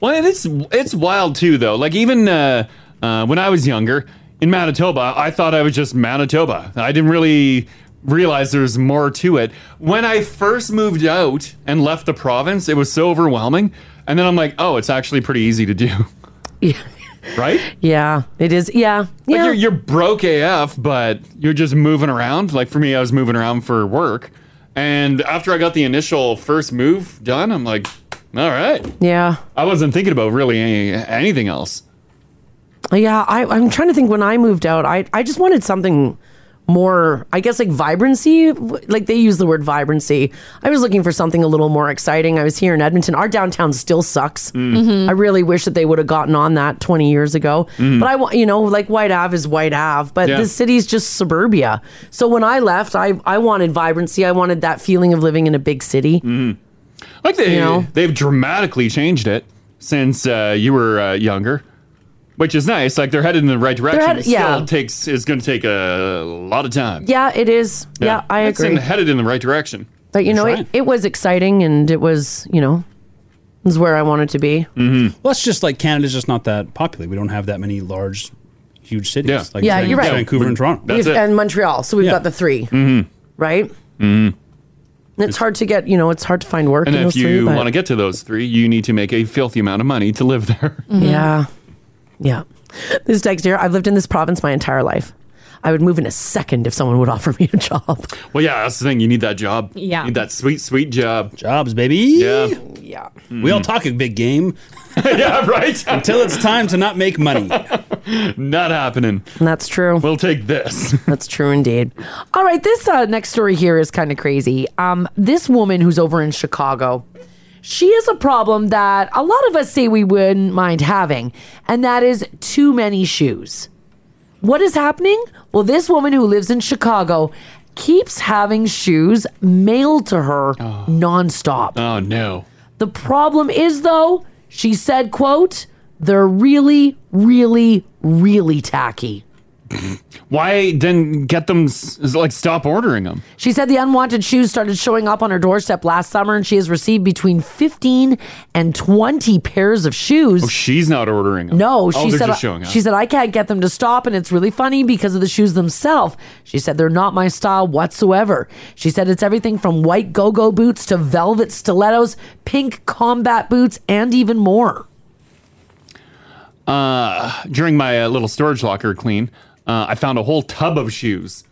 C: Well, and it's it's wild too, though. Like even uh, uh, when I was younger in Manitoba, I thought I was just Manitoba. I didn't really realize there's more to it. When I first moved out and left the province, it was so overwhelming. And then I'm like, oh, it's actually pretty easy to do. right?
B: Yeah, it is. Yeah,
C: Like you're, you're broke AF, but you're just moving around. Like for me, I was moving around for work. And after I got the initial first move done, I'm like, all right.
B: Yeah.
C: I wasn't thinking about really any, anything else.
B: Yeah, I, I'm trying to think when I moved out, I, I just wanted something more, I guess, like vibrancy. Like they use the word vibrancy. I was looking for something a little more exciting. I was here in Edmonton. Our downtown still sucks.
G: Mhm.
B: I really wish that they would have gotten on that 20 years ago.
G: Mm.
B: But I want, you know, like White Ave is White Ave, but
G: Yeah.
B: this city's just suburbia. So when I left, I, I wanted vibrancy. I wanted that feeling of living in a big city.
C: Like they,
B: You know?
C: they've dramatically changed it since uh, you were uh, younger, which is nice. Like they're headed in the right direction.
B: head- yeah.
C: Still takes it's going to take a lot of time.
B: Yeah, it is. Yeah, I
C: It's in-
B: agree.
C: headed in the right direction.
B: But you know, it, it was exciting and it was, you know, it was where I wanted to be.
E: Mm-hmm. Well, it's just like Canada's just not that popular. We don't have that many large, huge cities. Yeah, like
B: yeah,
E: Van-
B: you're right.
E: Vancouver and Toronto.
B: We've- And Montreal. So we've got the 3
E: Mm-hmm.
B: right?
C: Mm-hmm.
B: And it's hard to get, you know, it's hard to find work
C: And
B: in
C: if
B: those three.
C: you
B: but-
C: want to get to those three, you need to make a filthy amount of money to live there.
B: Yeah. Mm-hmm. Yeah. This text here, I've lived in this province my entire life. I would move in a second if someone would offer me a job.
C: Well, yeah, that's the thing. You need that job.
B: Yeah.
C: You need that sweet, sweet job.
E: Jobs, baby.
C: Yeah.
B: Yeah.
E: We all talk a big game.
C: yeah, right.
E: Until it's time to not make money.
C: not happening.
B: That's true.
C: We'll take this.
B: That's true indeed. All right, this uh, next story here is kind of crazy. Um, this woman who's over in Chicago, she has a problem that a lot of us say we wouldn't mind having, and that is too many shoes. What is happening? Well, this woman who lives in Chicago keeps having shoes mailed to her nonstop.
C: Oh no.
B: The problem is though, she said, quote, they're really, really, really tacky.
C: Why then get them, s- like, stop ordering them?
B: She said the unwanted shoes started showing up on her doorstep last summer, and she has received between 15 and 20 pairs of shoes.
C: Oh, she's not ordering them.
B: no,
C: oh,
B: she
C: they're
B: said
C: just showing up.
B: she said I can't get them to stop, and it's really funny because of the shoes themselves. She said they're not my style whatsoever. She said it's everything from white go-go boots to velvet stilettos, pink combat boots, and even more.
C: uh, during my uh, little storage locker clean, uh, I found a whole tub of shoes.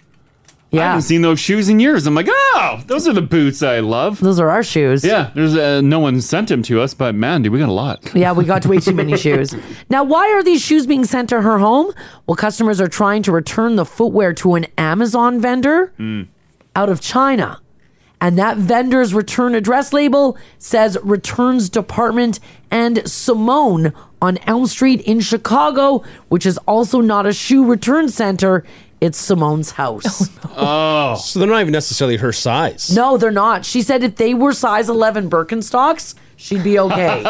C: I haven't seen those shoes in years. I'm like, oh, those are the boots I love.
B: Those are our shoes.
C: Yeah, there's uh, no one sent them to us, but man, dude, we got a lot.
B: Yeah, we got way too many shoes. Now, why are these shoes being sent to her home? Well, customers are trying to return the footwear to an Amazon vendor
C: Mm.
B: out of China. And that vendor's return address label says Returns Department and Simone on Elm Street in Chicago, which is also not a shoe return center. It's Simone's house.
E: Oh. So they're not even necessarily her size.
B: No, they're not. She said if they were size 11 Birkenstocks, she'd be okay.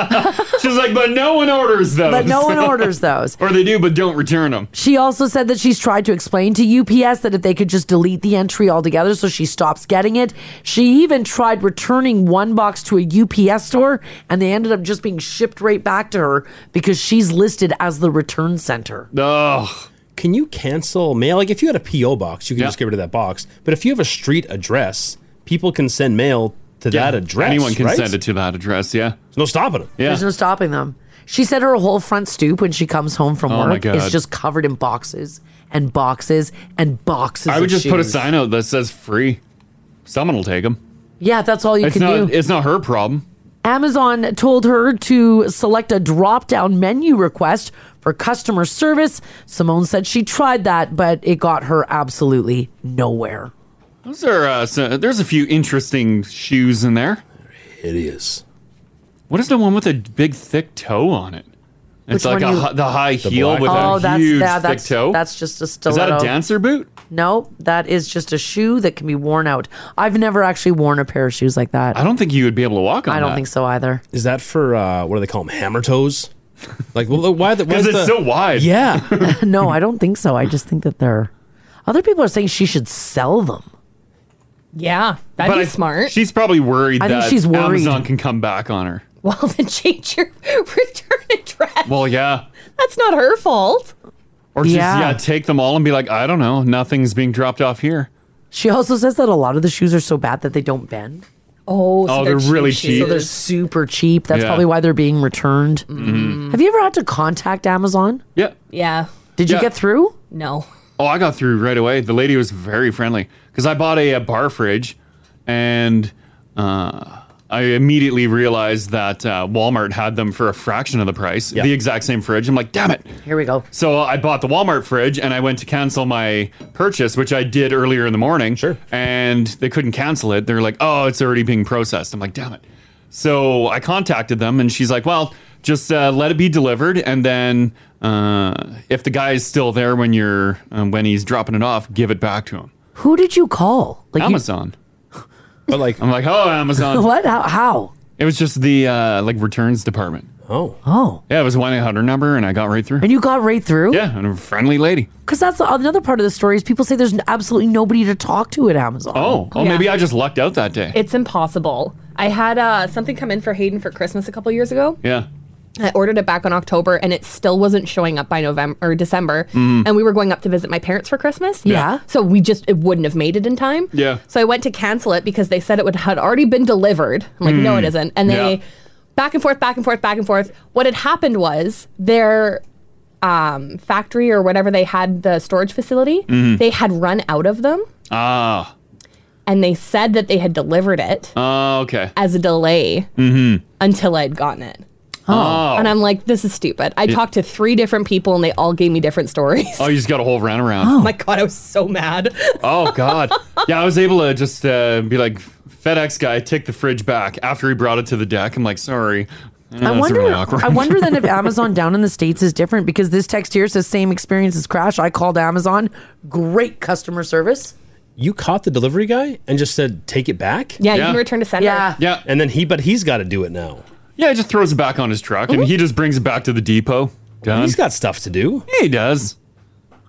C: She's like, but no one orders those.
B: But no one orders those.
C: or they do, but don't return them.
B: She also said that she's tried to explain to UPS that if they could just delete the entry altogether so she stops getting it. She even tried returning one box to a UPS store and they ended up just being shipped right back to her because she's listed as the return center.
C: Ugh.
E: Can you cancel mail? Like if you had a PO box, you can just get rid of that box. But if you have a street address, people can send mail to
C: Yeah.
E: that address.
C: Anyone can
E: right?
C: send it to that address. Yeah. There's
E: no stopping them.
C: Yeah.
B: There's no stopping them. She said her whole front stoop when she comes home from
C: Oh my
B: work is
C: God.
B: just covered in boxes and boxes and boxes.
C: I
B: of
C: would just put a
B: shoes.
C: sign out that says free. Someone will take them.
B: Yeah, that's all you
C: it's
B: can do.
C: not. It's not her problem.
B: Amazon told her to select a drop down menu request for customer service. Simone said she tried that, but it got her absolutely nowhere.
C: Those are. Uh, so, there's a few interesting shoes in there.
E: Hideous.
C: What is the one with a big thick toe on it? It's
B: Which
C: like a
B: one you-
C: hi- the high heel with
B: oh,
C: a
B: that's,
C: huge
B: yeah,
C: thick
B: that's,
C: toe.
B: That's just a
C: that a
B: stiletto.
C: dancer boot?
B: No, that is just a shoe that can be worn out. I've never actually worn a pair of shoes like that.
C: I don't think you would be able to walk on.
B: I don't
E: that.
B: think so either.
E: Is that for uh, what do they call them? Hammer toes? Like well, why? the- why
B: Because
E: is
B: it's
E: the-
B: so wide.
E: Yeah.
B: no, I don't think so. I just think that they're. Other people are saying she should sell them.
D: Yeah, that'd
C: But
D: be
C: I-
D: smart.
C: She's probably worried
B: I think
C: that
B: she's worried.
C: Amazon can come back on her.
D: Well, then change your return address.
C: Well, yeah.
D: That's not her fault.
C: Or just
D: Yeah.
C: yeah. take them all and be like, I don't know, nothing's being dropped off here.
B: She also says that a lot of the shoes are so bad that they don't bend.
D: Oh,
C: so Oh, they're they're really cheap cheap.
B: So they're
C: shoes.
B: super cheap. That's
C: Yeah.
B: probably why they're being returned.
C: Mhm.
B: Have you ever had to contact Amazon?
C: Yeah.
D: Yeah.
B: Did you
C: Yeah.
B: get through?
D: No.
C: Oh, I got through right away. The lady was very friendly because I bought a, a bar fridge, and uh, I immediately realized that uh, Walmart had them for a fraction of the price, the exact same fridge. I'm like, damn it!
B: Here we go.
C: So I bought the Walmart fridge, and I went to cancel my purchase, which I did earlier in the morning. Sure. And they couldn't cancel it. They're like, oh, it's already being processed. I'm like, damn it. So I contacted them, and she's like, "Well, just uh, let it be delivered, and then uh, if the guy is still there when you're um, when he's dropping it off, give it back to him."
B: Who did you call? you-
C: Amazon. but like, I'm like, "Hello, Amazon."
B: What? How? how?
C: It was just the uh, like returns department.
E: Oh.
B: Oh.
C: Yeah, it was one eight hundred number, and I got right through.
B: And you got right through.
C: Yeah, and a friendly lady.
B: Because that's the- another part of the story is people say there's absolutely nobody to talk to at Amazon.
C: Oh, oh, maybe I just lucked out that day.
D: It's impossible. I had uh, something come in for Hayden for Christmas a couple years ago.
C: Yeah.
D: I ordered it back in October and it still wasn't showing up by November or December.
K: Mm.
D: And we were going up to visit my parents for Christmas.
K: Yeah.
D: So we just, it wouldn't have made it in time.
K: Yeah.
D: So I went to cancel it because they said it would had already been delivered. I'm like, no,
K: Mm.
D: it isn't. And they
K: Yeah.
D: back and forth, back and forth, back and forth. What had happened was their um, factory or whatever they had the storage facility,
K: Mm-hmm.
C: Mhm.
D: they had run out of them
C: Ah.
D: and they said that they had delivered it
C: Oh, okay.
D: as a delay
C: Mm-hmm.
D: until I'd gotten it.
C: Oh.
D: And I'm like, this is stupid. I
C: Yeah.
D: talked to three different people and they all gave me different stories.
C: Oh, you just got a whole runaround.
B: Oh.
D: my God, I was so mad.
C: Oh God! Yeah, I was able to just uh, be like FedEx guy, take the fridge back after he brought it to the deck. I'm like, sorry. Yeah,
B: I
C: Oh, that's
B: wonder.
C: really awkward.
B: I wonder then if Amazon down in the states is different because this text here says same experience as Crash. I called Amazon. Great customer service.
E: You caught the delivery guy and just said take it back.
D: Yeah, you can return to sender. Yeah.
C: Yeah.
E: And then he, but he's got to do it now.
C: yeah, he just throws it back on his truck
B: Mm-hmm.
C: and he just brings it back to the depot. Done.
E: He's got stuff to do.
C: he does.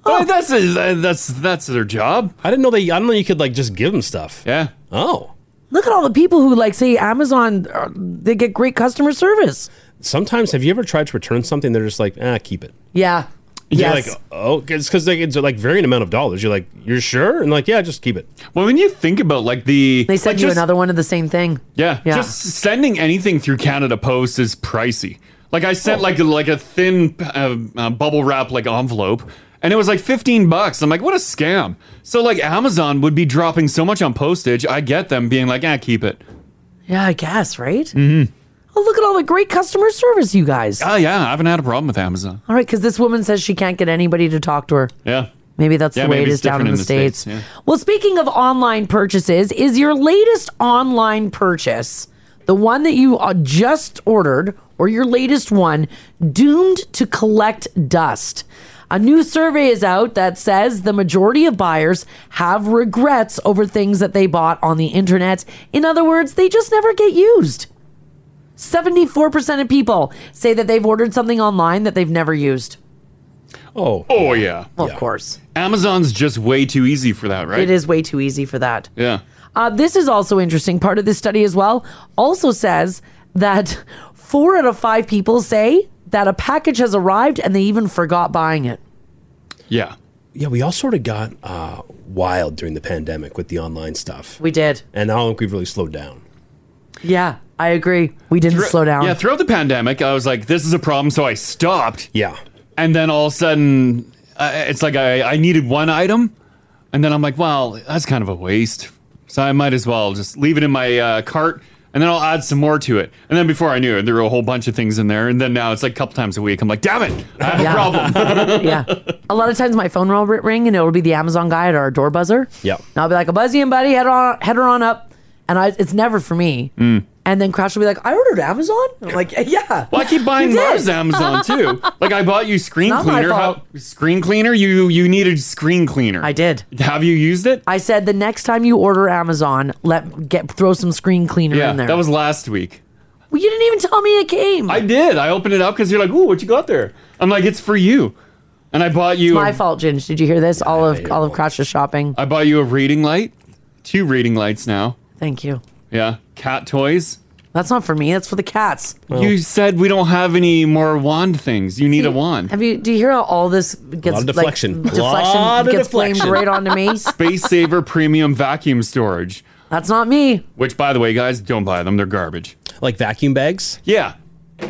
C: Oh, that's his, uh, that's that's their job.
E: I didn't know they. I don't know you could like just give him stuff.
C: Yeah.
E: Oh.
B: Look at all the people who like say Amazon. uh, They get great customer service.
E: Sometimes, have you ever tried to return something? They're just like, ah, keep it.
B: Yeah.
E: You're
B: Yes.
E: like, oh, it's because like, it's like varying amount of dollars. You're like, you're sure? And like, yeah, just keep it.
C: Well, when you think about like the
B: They send
C: like,
B: you
C: just-
B: another one of the same thing.
C: Yeah,
B: Yeah.
C: Just sending anything through Canada Post is pricey. Like I sent like a, like a thin uh, uh, bubble wrap like envelope, and it was like fifteen bucks. I'm like, what a scam! So like Amazon would be dropping so much on postage. I get them being like, ah, keep it.
B: Yeah, I guess right.
C: Mm-hmm.
B: Oh, look at all the great customer service, you guys.
C: Ah, Oh yeah, I haven't had a problem with Amazon.
B: All right, because this woman says she can't get anybody to talk to her.
C: Yeah.
B: Maybe that's
C: Yeah,
B: the way it
C: maybe
B: is
C: it's
B: down in
C: different
B: the,
C: in the
B: States.
C: States, yeah.
B: Well, speaking of online purchases, is your latest online purchase, the one that you uh, just ordered, or your latest one, doomed to collect dust? A new survey is out that says the majority of buyers have regrets over things that they bought on the internet. In other words, they just never get used. 74% of people say that they've ordered something online that they've never used.
E: Oh.
C: Oh yeah.
B: Of course.
C: Amazon's just way too easy for that, right?
B: It is way too easy for that.
C: Yeah.
B: Uh, this is also interesting. Part of this study as well also says that four out of five people say that a package has arrived and they even forgot buying it.
C: Yeah.
E: Yeah, we all sort of got uh, wild during the pandemic with the online stuff.
B: We did.
E: And I don't think we've really slowed down.
B: Yeah, I agree. We didn't
C: Thro-
B: slow down.
C: Yeah, throughout the pandemic, I was like, this is a problem, so I stopped.
E: Yeah.
C: And then all of a sudden, I it's like I, I needed one item, and then I'm like, well, that's kind of a waste. So I might as well just leave it in my uh, cart, and then I'll add some more to it. And then before I knew it, there were a whole bunch of things in there. And then now it's like a couple times a week. I'm like, damn it, I have a problem.
B: yeah. A lot of times my phone will ri- ring and it'll be the Amazon guy at our door buzzer.
E: Yeah.
B: And I'll be like, a buzzy and buddy, head on head her on up. And I, it's never for me. And then Crouch will be like, I ordered Amazon? And I'm like, yeah.
C: Mm. Well, I keep buying
B: You did.
C: Mars Amazon too. Like I bought you screen
B: It's not my
C: cleaner. How- screen cleaner? You you needed screen cleaner. I
B: did.
C: Have you used it?
B: I said the next time you order Amazon, let get throw some screen cleaner
C: Yeah,
B: in there.
C: that was last week.
B: Well, you didn't even tell me it came.
C: I did. I opened it up because you're like, "Ooh, what you got there?" I'm like, "It's for you," and I bought you.
B: It's my
C: a-
B: fault, Ginge. Did you hear this? All of all of Crouch's shopping.
C: I bought you a reading light, two reading lights now.
B: Thank you.
C: Yeah, cat toys.
B: That's not for me. That's for the cats.
C: you said we don't have any more wand things. You need a wand.
B: Have you? Do you hear how all this gets
C: lot of
B: like,
C: deflection.
B: deflection
C: Lot of
B: gets
C: deflection.
B: blamed right onto me.
C: Space Saver Premium Vacuum Storage.
B: That's not me.
C: Which, by the way, guys, don't buy them. They're garbage.
E: Like vacuum bags?
C: Yeah.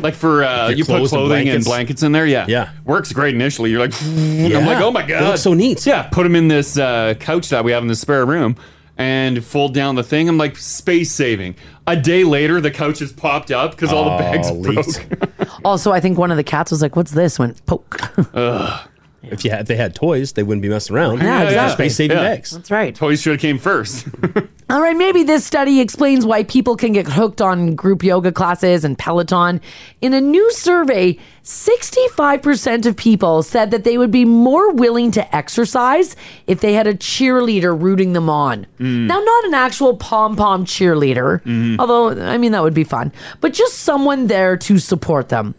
C: Like for uh,
E: your
C: you put
E: clothes and
C: clothing and blankets.
E: blankets.
C: in there. Yeah.
E: Yeah.
C: Works great initially. You're like,
E: Yeah.
C: I'm like, oh my
E: They
C: god,
E: look so
C: neat. Yeah. Put them in this uh, couch that we have in the spare room. And fold down the thing. I'm like space saving. A day later, the couch has popped up because all the bags
E: Oh,
C: broke.
B: Also, I think one of the cats was like, "What's this?" Went poke.
E: Ugh. If, you had, if they had toys, they wouldn't be messing around.
B: Yeah, Yeah, exactly.
E: Space saving
B: Yeah.
E: bags.
B: That's right.
C: Toys should have came first.
B: All right, maybe this study explains why people can get hooked on group yoga classes and Peloton. In a new survey, 65% of people said that they would be more willing to exercise if they had a cheerleader rooting them on. Now, not an actual pom pom cheerleader, although, I mean, that would be fun, but just someone there to support them.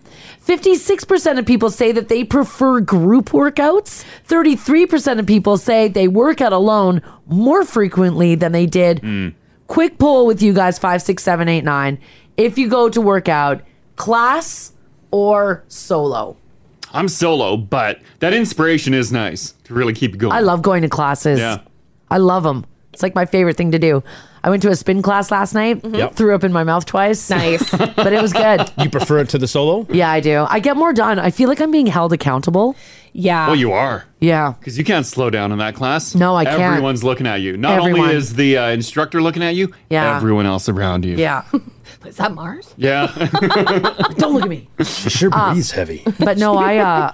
B: 56% of people say that they prefer group workouts. 33% of people say they work out alone more frequently than they did.
C: Hmm.
B: Quick poll with you guys 56789. If you go to workout, class or solo?
C: I'm solo, but that inspiration is nice to really keep going.
B: I love going to classes.
C: Yeah.
B: I love them. It's like my favorite thing to do. I went to a spin class last night,
C: Mm-hmm.
E: Yep.
B: threw up in my mouth twice. Nice. but it was good.
E: You prefer it to the solo?
B: Yeah, I do. I get more done. I feel like I'm being held accountable. Yeah.
C: Well, you are.
B: Uh, Yeah.
C: Because you can't slow down in that class.
B: No, I can't.
C: Everyone's looking at you. Not
B: Everyone.
C: only is the uh, instructor looking at you,
B: Yeah.
C: everyone else around you.
B: Yeah.
D: Is that Mars?
C: Yeah.
B: Don't look at me.
E: She sure
B: Uh,
E: breathes heavy.
B: But no, I uh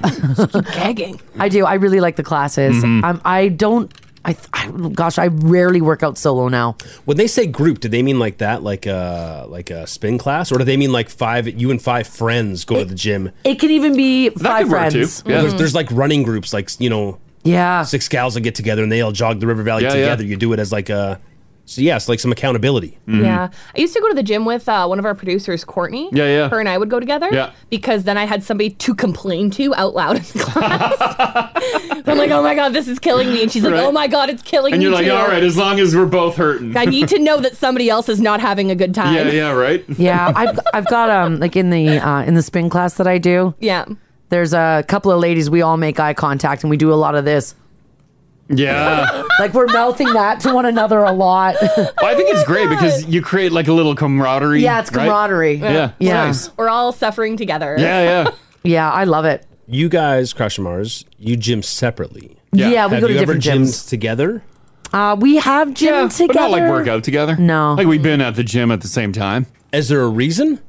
D: gagging.
B: I do. I really like the classes.
E: Mhm.
B: Um, I don't. I, th- I gosh, I rarely work out solo now.
E: When they say group, do they mean like that, like a like a spin class, or do they mean like five you and five friends go to the gym?
B: It can even be five friends.
D: Mm-hmm.
B: Mm-hmm.
E: There's, there's like running groups, like you know,
B: yeah,
E: six gals will get together and they all jog the river valley
C: Yeah, yeah.
E: together. You do it as like a, so yes, like some accountability.
C: Mm-hmm.
D: Yeah. I used to go to the gym with uh, one of our producers, Courtney.
E: Yeah, yeah.
D: Her and I would go together.
E: Yeah.
D: Because then I had somebody to complain to out loud in class. I'm like, oh my God, this is killing me. And she's like,
C: Right.
D: oh my God, it's killing
C: and
D: me.
C: you're like,
D: too.
C: all right, as long as we're both hurting.
D: I need to know that somebody else is not having a good time.
C: yeah, yeah, right?
B: Yeah, I've I've got um like in the uh, in the spin class that I do.
D: Yeah.
B: There's a couple of ladies. We all make eye contact and we do a lot of this.
C: Yeah.
B: like we're mouthing that to one another a lot.
C: Well, I think
D: Oh
C: it's great because you create like a little camaraderie.
B: Yeah, it's
C: right?
B: camaraderie.
C: Yeah. Yeah. Nice.
D: We're all suffering together.
C: yeah.
B: yeah, I love it.
E: You guys, Crush and Mars, you gym separately.
B: Yeah. Yeah, we
E: Have
B: go to
E: you ever
B: different gyms.
E: together.
B: Uh, we have gym together.
C: But not like work out together. No. Like we've been at the gym at the same time.
E: Is there a reason?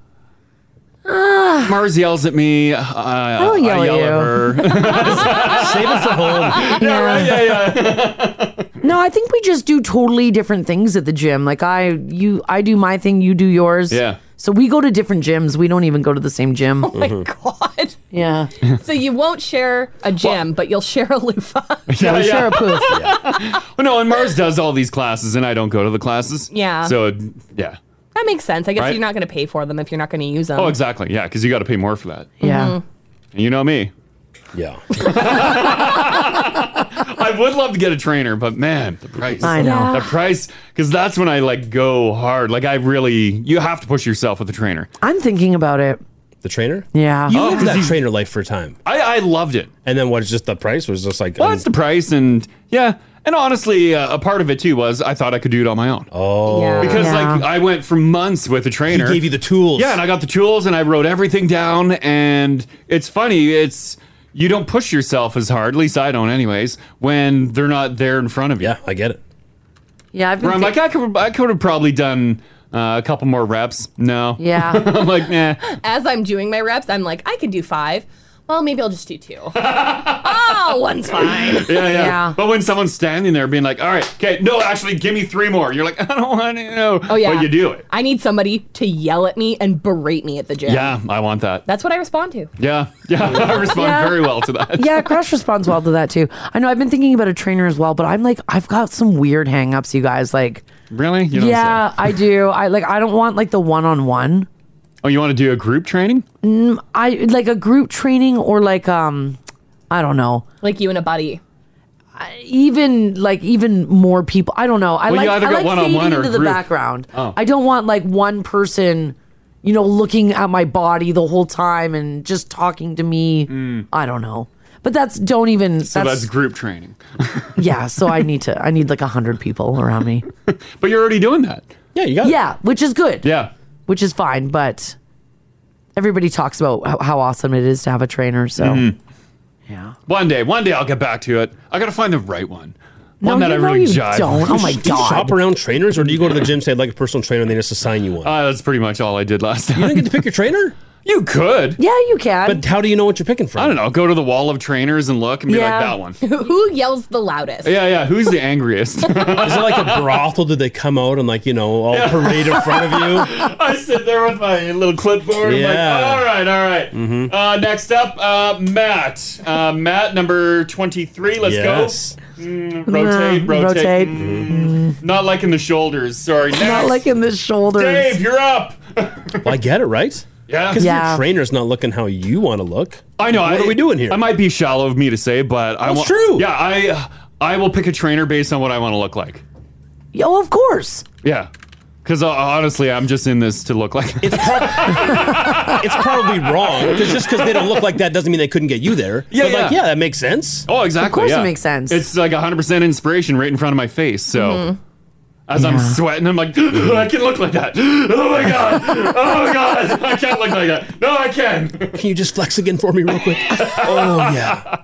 C: Mars yells at me. Uh, I
B: Ah. don't yell
C: I
B: at
C: yell at,
B: you.
C: her. Save it for home. Yeah, right. Yeah, yeah.
B: No, I think we just do totally different things at the gym. Like I you I do my thing, you do yours.
D: Yeah.
B: So we go to different gyms. We don't even go to the same gym. Oh
D: my
B: god. Yeah.
D: so you won't share a gym, but you'll share a loofah.
C: Yeah, yeah.
B: share a poof.
C: Well, no, and Mars does all these classes, and I don't go to the classes.
D: Yeah.
C: So, it- yeah.
D: That makes sense. I guess
C: Right?
D: you're not going to pay for them if you're not going to use them.
C: oh, exactly. Yeah, because you got to pay more for that.
D: Yeah.
C: And you know me.
E: Yeah.
C: I would love to get a trainer, but man, the price.
B: I know.
C: The price, because that's when I like go hard. Like, I really, you have to push yourself with a trainer.
B: I'm thinking about it.
E: The trainer?
B: Yeah.
E: You lived that trainer life for a time.
C: I, I loved it.
E: And then what? Just the price was just like.
C: Well, it's the price, and yeah, and honestly, uh, a part of it too was I thought I could do it on my own.
E: Oh,
C: yeah. because like
E: Yeah.
C: I went for months with a trainer.
E: gave you the tools.
C: Yeah, and I got the tools, and I wrote everything down. And it's funny, it's you don't push yourself as hard, at least I don't, anyways, when they're not there in front of you. Yeah,
E: I get it.
B: Yeah, I've
C: Where
B: been
C: I'm like, I could, I could have probably done uh, a couple more reps. No.
B: Yeah.
C: I'm like, nah.
D: As I'm doing my reps, I'm like, I could do five. Well, maybe I'll just do two. oh, one's fine.
C: Yeah, yeah, But when someone's standing there being like, all right, okay, no, actually, give me three more. You're like, I don't want to know.
D: Oh yeah.
C: But you do it.
D: I need somebody to yell at me and berate me at the gym.
C: Yeah, I want that.
D: That's what I respond to.
C: Yeah, yeah, I respond
B: Yeah.
C: very well to that.
B: yeah, Crush responds well to that too. I know I've been thinking about a trainer as well, but I'm like, I've got some weird hangups, you guys. Like
C: Really? You don't
B: Yeah, I do. I like I don't want like the one on one.
C: Oh, you want to do a group training?
B: Mm, I like a group training or like um I don't know.
D: Like you and a buddy.
B: Even like even more people. I don't know. I
D: Well, you
B: like
D: either
B: I
D: got
B: like
D: one-on-one
B: fading
D: or
B: into the
D: group.
B: background.
D: Oh.
B: I don't want like one person, you know, looking at my body the whole time and just talking to me. I don't know. But that's don't even
C: Mm. So that's, group training.
B: yeah so i need to i need like 100 people around me
C: But you're already doing that. Yeah, you got it.
B: yeah which is good
C: yeah
B: which is fine but everybody talks about how, how awesome it is to have a trainer so
C: Mhm.
B: Yeah.
C: One day, one day I'll get back to it. I got to find the right one.
B: No,
C: One that
B: you
C: I
B: know
C: really
B: you
C: jive.
B: don't. Oh my
E: Do you shop around trainers, or do you go to the gym, say like a personal trainer, and they just assign you one?
C: Uh, that's pretty much all I did last time.
E: You didn't get to pick your trainer.
C: You could.
B: Yeah, you can.
E: But how do you know what you're picking from?
C: I don't know. Go to the wall of trainers and look and be like that one.
D: Who yells the loudest?
C: Yeah, yeah. Who's the angriest? Is it
E: like a brothel? Did they come out and like you know all parade in front of you?
C: I sit there with my little clipboard. I'm
E: Yeah. Mm-hmm.
C: like, all right, all right. Uh, next up, uh, Matt. Uh, Matt, number 23. Let's
E: Yes.
C: go. Mm, rotate,
B: Mm-hmm.
C: rotate.
B: rotate.
C: Mm, Not liking the shoulders. Sorry. Next.
B: not like in the shoulders
C: Dave, you're up.
E: Well, I get it, right?
C: Yeah.
E: Because
B: Yeah.
E: your trainer's not looking how you want to look.
C: I know.
E: What
C: I,
E: are we doing here?
C: I might be shallow of me to say, but I
E: That's
C: want.
E: true.
C: Yeah, I I will pick a trainer based on what I want to look like.
B: Yo, Oh, of course.
C: Yeah, because uh, honestly, I'm just in this to look like. It's
E: it's probably wrong because just because they don't look like that doesn't mean they couldn't get you there.
C: Yeah,
E: But, like,
C: yeah.
E: yeah, that makes sense.
C: oh, exactly. yeah. It's like 100 percent inspiration right in front of my face. So. As I'm sweating, I'm like, I can look like that. Oh my god! Oh my god! I can't look like that. No, I can.
E: Can you just flex again for me, real quick? Oh yeah.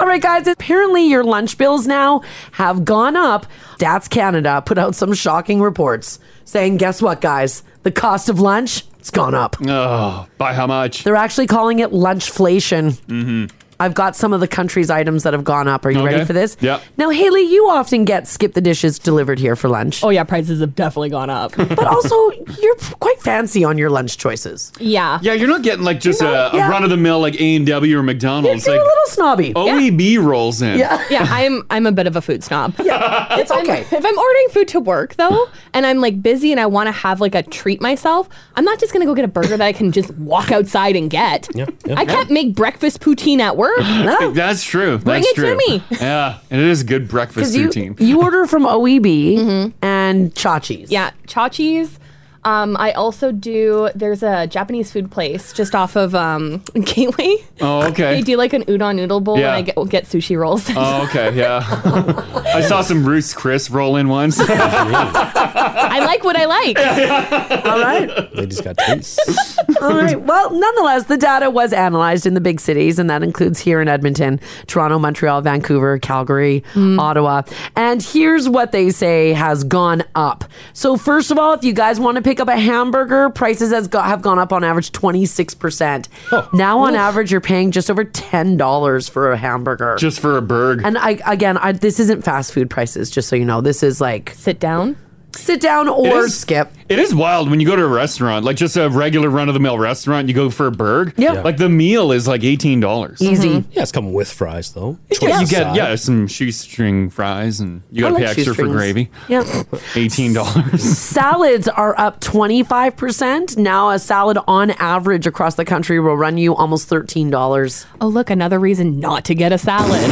B: All right, guys. Apparently, your lunch bills now have gone up. Dats Canada put out some shocking reports saying, guess what, guys? The cost of lunch, it's gone up.
C: Oh, by how much?
B: They're actually calling it lunchflation.
C: Mm-hmm.
B: I've got some of the country's items that have gone up. Are you ready
C: Okay.
B: for this?
C: Yeah.
B: Now, Haley, you often get skip the dishes delivered here for lunch. Oh,
D: yeah. Prices have definitely gone up.
B: but also, you're quite fancy on your lunch choices.
D: Yeah.
C: Yeah, you're not getting like just a,
B: yeah.
C: a run of the mill like A and W or McDonald's.
D: You're getting
C: like
D: a
B: little snobby.
C: OEB rolls in.
D: yeah. I'm I'm a bit of a food snob. Yeah,
B: it's okay.
D: if I'm ordering food to work though, and I'm like busy and I want to have like a treat myself, I'm not just gonna go get a burger that I can just walk outside and get. Yeah,
C: yeah.
D: I can't make breakfast poutine at work.
C: That's true.
D: Bring
C: That's
D: it to
C: true.
D: me.
C: Yeah, and it is good breakfast
D: you-
C: routine.
B: You order from OEB and Chachi's.
D: Mm-hmm. Yeah, chachis. Um, I also do. There's a Japanese food place just off of um, Gateway.
C: Oh, okay.
D: They do like an udon noodle bowl,
C: Yeah.
D: and I get, get sushi rolls.
C: Oh, okay, yeah. I saw some Ruth's Chris roll in once.
D: I like what I like.
B: All right.
E: Ladies got taste.
B: All right. Well, nonetheless, the data was analyzed in the big cities, and that includes here in Edmonton, Toronto, Montreal, Vancouver, Calgary,
C: Hmm.
B: Ottawa. And here's what they say has gone up. So, first of all, if you guys want to pick up a hamburger, prices has go- have gone up on average 26%. Now, on
A: Oof.
B: average, you're paying just over $10 for a hamburger.
C: Just for a burger.
B: And I, again, I, this isn't fast food prices, just so you know. This is like
D: sit down.
B: Sit down
C: It
B: or
C: is-
B: skip.
C: It is wild when you go to a restaurant, like just a regular run of the mill restaurant, you go for a burger.
B: Yeah. Yeah.
C: Like the meal is like $18.
B: Easy. Mhm.
E: Mm-hmm. Yeah, it's coming with fries though.
C: Yeah, you
E: Choice
C: get
E: side.
C: yeah some shoestring fries and you
B: I
C: gotta
B: like
C: pay extra for
B: shoestrings.
C: gravy.
B: Yeah.
C: Eighteen dollars.
B: Salads are up 25%. Now, a salad on average across the country will run you almost $13.
D: Oh, look, another reason not to get a salad.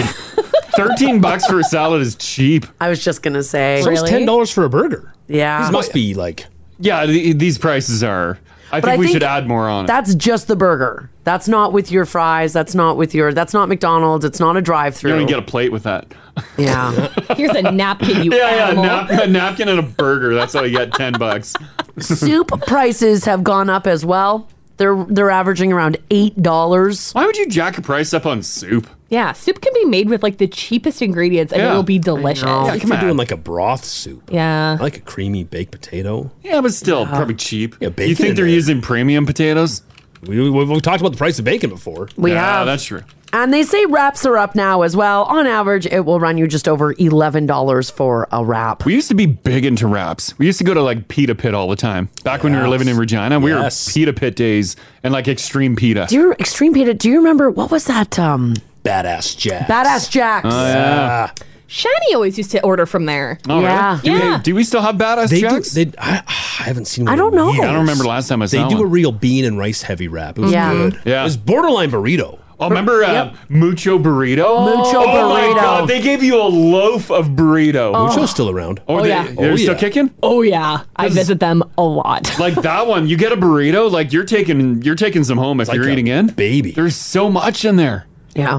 C: Thirteen bucks for a salad is cheap.
B: I was just gonna say.
E: So it's
B: Really?
E: ten dollars for a burger.
B: Yeah.
E: These must be like
C: Yeah, th- these prices are. I
B: But
C: think
B: I
C: we
B: think
C: should add more on it.
B: That's just the burger. That's not with your fries. That's not with your, that's not McDonald's. It's not a drive
C: You
B: through.
C: don't even get a plate with that.
B: Yeah.
D: Here's a napkin, you
C: yeah, yeah,
D: animal.
C: nap- a napkin and a burger. That's how you get ten bucks.
B: Soup prices have gone up as well. They're, they're averaging around $8.
C: Why would you jack a price up on soup?
D: Yeah, soup can be made with like the cheapest ingredients and
E: Yeah.
D: it will be
E: delicious.
D: delicious.
E: Yeah, if you're doing like a broth soup.
D: Yeah.
E: I like a creamy baked potato.
C: Yeah, but still
D: Uh-huh.
C: probably cheap.
E: Yeah, bacon.
C: You think they're using premium potatoes?
E: We, we, have talked about the price of bacon before.
B: We have.
C: That's true.
B: And they say wraps are up now as well. On average, it will run you just over $11 for a wrap.
C: We used to be big into wraps. We used to go to like Pita Pit all the time. Back when we were living in Regina, we were Pita Pit days and like extreme pita.
B: Do you extreme pita? Do you remember what was that? Um,
E: Badass Jack. Ah.
B: Badass Jacks.
C: Oh, yeah.
D: Shani always used to order from there.
C: Oh, really? Do,
D: yeah.
C: we, do we still have badass
E: They do-
C: jacks?
E: they, I, haven't seen.
D: I don't know. I don't remember
C: last time I
E: They
C: saw
E: do a
C: one.
E: real bean and rice heavy wrap. It was
C: Yeah.
E: good. Yeah. It was borderline burrito.
C: Oh, remember uh, Mucho Burrito?
E: Mucho
C: Oh my
E: burrito.
C: God, they gave you a loaf of burrito.
D: Oh.
E: Mucho's still around.
C: Oh,
D: Oh,
C: they,
D: yeah.
C: they're
D: Oh,
C: still
D: yeah.
C: kicking?
D: Oh yeah, I visit them a lot.
C: like that one, you get a burrito, like you're taking you're taking some home if
E: like
C: you're
E: a
C: eating in.
E: Baby.
C: There's so much in there.
B: Yeah.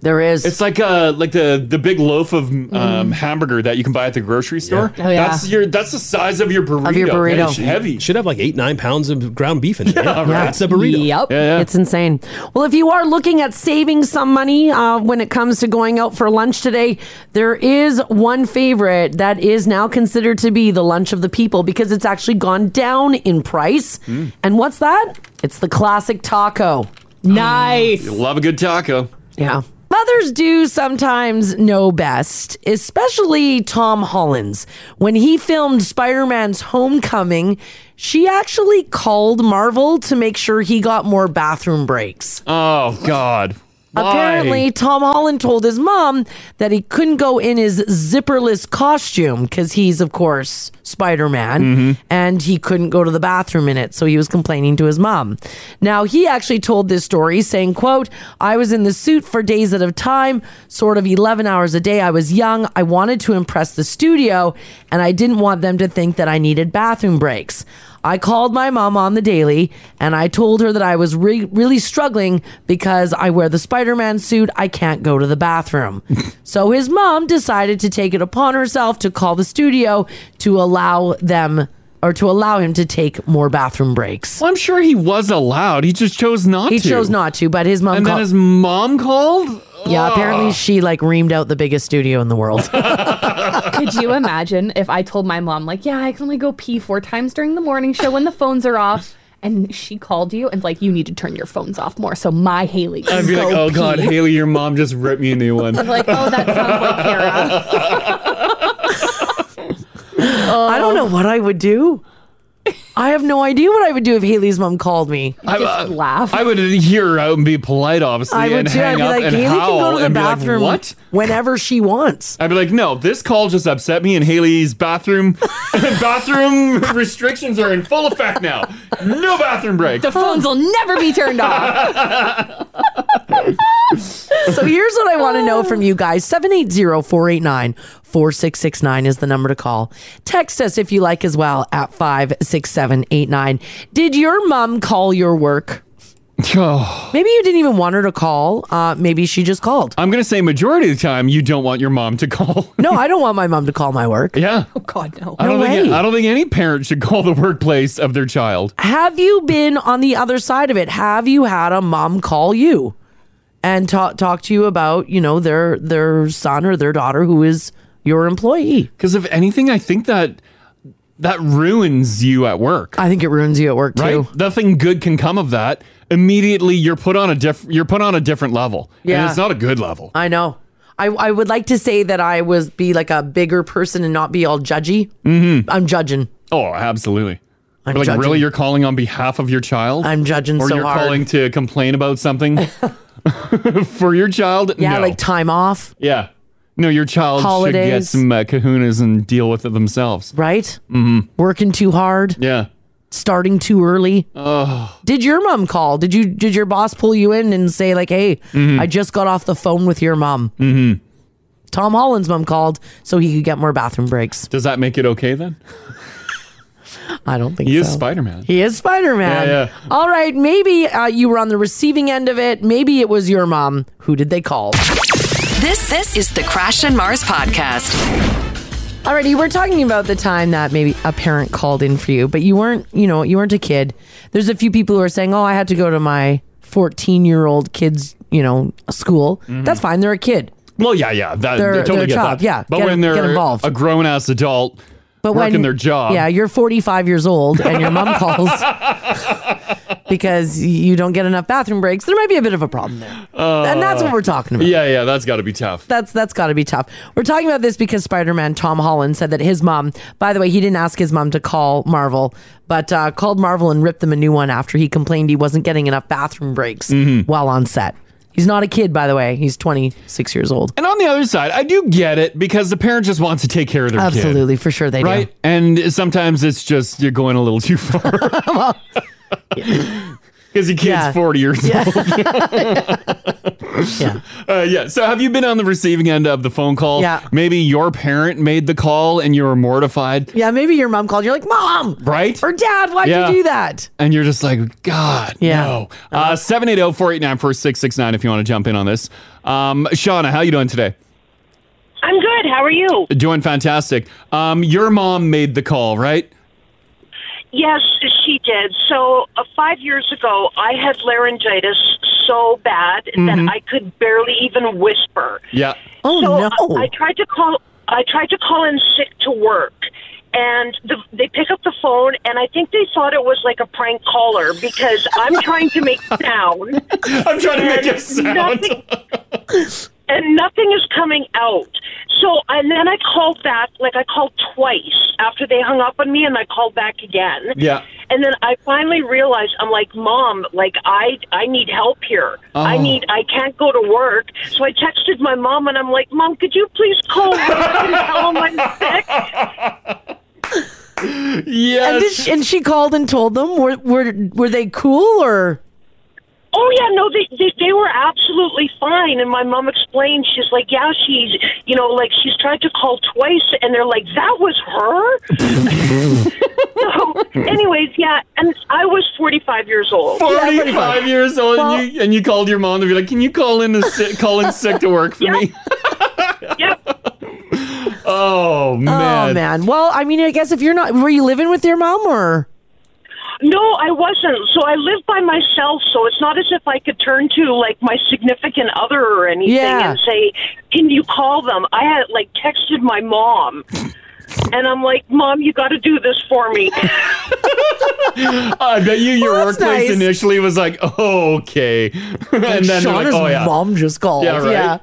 B: There is.
C: It's like uh like the the big loaf of um,
B: Mm.
C: hamburger that you can buy at the grocery store.
E: Oh, yeah.
C: That's your that's the size of your burrito. And It's heavy.
E: Should have like eight nine pounds of ground beef in there. Yeah,
C: right.
E: That's a burrito.
D: Yep.
B: It's insane. Well, if you are looking at saving some money uh, when it comes to going out for lunch today, there is one favorite that is now considered to be the lunch of the people because it's actually gone down in price.
E: Mm.
B: And what's that? It's the classic
E: Oh.
B: taco.
D: Nice.
C: You love a good taco.
B: Yeah. Mothers do sometimes know best, especially Tom Hollins. When he filmed Spider Man's Homecoming, she actually called Marvel to make sure he got more bathroom breaks.
C: Oh God. Why?
B: Apparently, Tom Holland told his mom that he couldn't go in his zipperless costume because he's, of course, Spider Man,
C: Mm-hmm.
B: and he couldn't go to the bathroom in it. So he was complaining to his mom. Now he actually told this story, saying, "quote I was in the suit for days at a time, sort of eleven hours a day. I was young. I wanted to impress the studio, and I didn't want them to think that I needed bathroom breaks." I called my mom on the daily and I told her that I was re- really struggling because I wear the Spider Man suit. I can't go to the bathroom. so his mom decided to take it upon herself to call the studio to allow them or to allow him to take more bathroom breaks.
C: Well, I'm sure he was allowed. He just chose not
B: He
C: to.
B: chose not to, but his mom
C: And then
B: called-
C: his mom called?
B: Yeah,
C: Ugh.
B: apparently she like reamed out the biggest studio in the world.
D: Could you imagine if I told my mom, like, yeah, I can only go pee four times during the morning show when the phones are off? And she called you and like you need to turn your phones off more so my Haley can
C: I'd be
D: go
C: like, oh
D: pee."
C: God, Haley, your mom just ripped me a new one.
D: I'm like, oh, that sounds like Kara.
C: Oh.
B: I don't know what I would do. I have no idea what I would do if Haley's mom called me.
C: I, uh, I would hear her out and be polite, obviously,
B: I would
C: and
B: too. I'd
C: hang
B: be
C: up
B: like,
C: and
B: Haley can
C: howl
B: go to the
C: and be like,
B: bathroom
C: what?
B: whenever she wants.
C: I'd be like, no, this call just upset me, and Haley's bathroom bathroom restrictions are in full effect now. No bathroom break.
D: The phones will never be turned off.
B: so here's what I want to know from you guys 780-489-4669 is the number to call. Text us if you like as well at 56789. Did your mom call your work? Maybe you didn't even want her to call. Uh, maybe she just called.
C: I'm going to say majority of the time you don't want your mom to call.
B: No, I don't want my mom to call my work.
C: Yeah.
B: Oh God, no.
C: I don't
B: no way.
C: think I don't think any parent should call the workplace of their child.
B: Have you been on the other side of it? Have you had a mom call you and talk talk to you about you know their their son or their daughter who is your employee?
C: Because if anything, I think that that ruins you at work.
B: I think it ruins you at work
C: right?
B: too.
C: Nothing good can come of that. Immediately, you're put on a diff- you're put on a different level.
B: Yeah.
C: and it's not a good level.
B: I know. I, I would like to say that I was be like a bigger person and not be all judgy. Mm-hmm. I'm judging.
C: Oh, absolutely.
B: I'm
C: like
B: judging.
C: really, you're calling on behalf of your child?
B: I'm judging
C: or
B: so
C: you're
B: hard.
C: calling to complain about something for your child?
B: Yeah,
C: No.
B: like time off.
C: yeah. No, your child should get
B: Holidays.
C: some uh, kahunas and deal with it themselves.
B: Right?
C: hmm
B: Working too hard.
C: Yeah.
B: Starting too early.
C: Uh. Oh.
B: Did your mom call? Did you did your boss pull you in and say like, "Hey,
C: Mhm.
B: I just got off the phone with your mom."
C: Mm-hmm.
B: Tom Holland's mom called so he could get more bathroom breaks.
C: Does that make it okay then?
B: I don't think
C: he is
B: so.
C: Spider Man.
B: He is Spider Man.
C: Yeah, yeah.
B: All right, maybe uh, you were on the receiving end of it. Maybe it was your mom. Who did they call?
A: This this is the Crash and Mars podcast.
B: Alrighty, we're talking about the time that maybe a parent called in for you, but you weren't, you know, you weren't a kid. There's a few people who are saying, "Oh, I had to go to my 14 year old kid's, you know, school."
C: Mhm.
B: That's fine. They're a kid.
C: Well, yeah, yeah. That,
B: They're-
C: totally
B: they're a
C: get
B: child,
C: that.
B: yeah.
C: But
B: Get-
C: when
B: get
C: they're
B: involved.
C: a grown ass adult
B: But
C: working
B: when
C: their job.
B: yeah, you're 45 years old and your mom calls because you don't get enough bathroom breaks. There might be a bit of a problem there. And that's what we're talking about.
C: uh, Yeah, yeah, that's got to be tough.
B: That's that's got to be tough. We're talking about this because Spider-Man Tom Holland said that his mom, by the way, he didn't ask his mom to call Marvel, but uh, called Marvel and ripped them a new one after he complained he wasn't getting enough bathroom breaks
C: Mm-hmm.
B: while on set. He's not a kid, by the way. He's 26 years old.
C: And on the other side, I do get it because the parent just wants to take care of their kid.
B: Absolutely, for sure they do.
C: right? And sometimes it's just you're going a little too far. Because your kid's 40 years old.
B: yeah.
C: Uh, yeah. So have you been on the receiving end of the phone call?
B: Yeah.
C: Maybe your parent made the call and you were mortified,
B: Yeah, maybe your mom called. You're like, Mom,
C: right?
B: or Dad, why'd
C: Yeah.
B: you do that?
C: And you're just like, God,
B: Yeah.
C: no. Uh, 780-489-4669 if you want to jump in on this. Um, Shauna, how you doing today?
K: I'm good. How are you?
C: Doing fantastic. Um, your mom made the call, right?
K: Yes, she did. So uh, five years ago, I had laryngitis so bad
C: Mhm.
K: that I could barely even whisper.
C: Yeah.
B: Oh
K: so I, I tried to call. I tried to call in sick to work, and the, they pick up the phone, and I think they thought it was like a prank caller because I'm trying to make sound.
C: I'm trying to make a sound.
K: Nothing, and nothing is coming out. So, and then I called back. Like I called twice after they hung up on me, and I called back again.
C: Yeah.
K: And then I finally realized I'm like, Mom, like I I need help here. I
C: Oh.
K: need I can't go to work. So I texted my mom and I'm like, Mom, could you please call work and tell them I'm sick?
C: Yes.
B: And, did she, and she called and told them. Were were were they cool or?
K: Oh yeah, no, they, they they were absolutely fine. And my mom explained, she's like, Yeah, she's you know, like she's tried to call twice and they're like, That was her? so anyways, yeah, and I was forty five years old.
C: 45 years old and, you, and you called your mom to be like, can you call in a sick, call in sick to work for me? Oh
K: Um,
C: man.
B: Oh man. Well, I mean, I guess if you're not, were you living with your mom or?
K: No, I wasn't. So I live by myself, so it's not as if I could turn to like my significant other or anything
B: Yeah.
K: and say, "Can you call them?" I had like texted my mom. And I'm like, Mom, you got to do this for me.
C: I bet you your
K: Well, that's
C: workplace
K: nice.
C: initially was like, oh, okay. and then they're like,
B: Shauna's
C: oh yeah.
B: mom just called.
C: Yeah, right?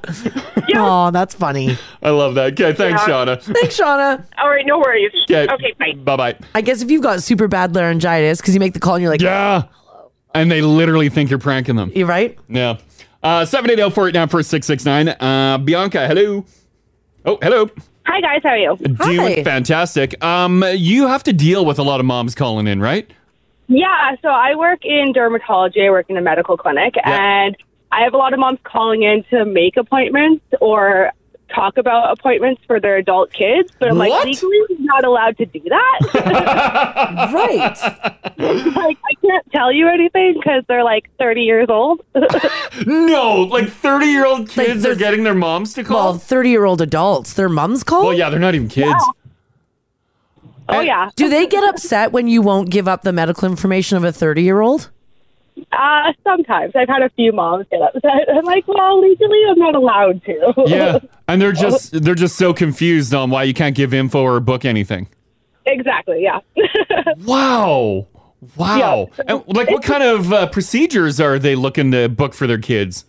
B: Oh, that's funny.
C: I love that. Okay, thanks,
B: Yeah.
C: Shauna.
B: Thanks, Shauna.
K: All right, no worries.
C: Okay.
K: bye.
C: Bye bye.
B: I guess if you've got super bad laryngitis because you make the call and you're like,
C: yeah, And they literally think you're pranking them.
B: you right.
C: Yeah. Uh, 780-489-4669. Uh, Bianca, hello. Oh, hello.
P: Hi guys, how are you?
C: Doing fantastic. Um, you have to deal with a lot of moms calling in, right?
P: Yeah, so I work in dermatology. I work in a medical clinic, and I have a lot of moms calling in to make appointments or talk about appointments for their adult kids, but I'm
K: What?
P: like legally he's not allowed to do that.
B: right.
P: like I can't tell you anything because they're like 30 years old.
C: No, like 30 year old kids are getting their moms to call.
B: Well, 30 year old adults, their mums call? Well,
C: yeah, they're not even kids.
P: Oh, yeah.
B: Do they get upset when you won't give up the medical information of a 30 year old?
P: Uh, sometimes I've had a few moms get upset. I'm like, well, legally I'm not allowed to.
C: Yeah, and they're just they're just so confused on why you can't give info or book anything.
P: exactly. Yeah.
C: Wow, wow. And, like, what kind of uh, procedures are they looking to book for their kids?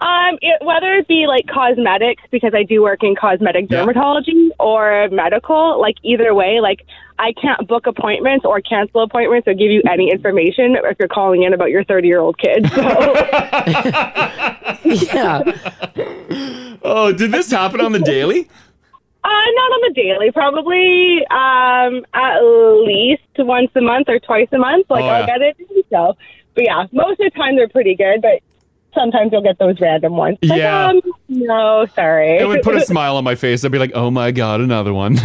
P: Um, it, whether it be like cosmetics because I do work in cosmetic dermatology or medical, like either way, like I can't book appointments or cancel appointments or give you any information if you're calling in about your 30 year old kid. So
B: yeah.
C: Oh, did this happen on the daily?
P: Uh, not on the daily, probably um, at least once a month or twice a month. Like
C: Oh,
P: I'll
C: yeah.
P: get it. So, but yeah, most of the time they're pretty good, but sometimes you'll get those random ones. Like,
C: Yeah.
P: um, no, sorry.
C: It would put a smile on my face. I'd be like, "Oh my god, another one."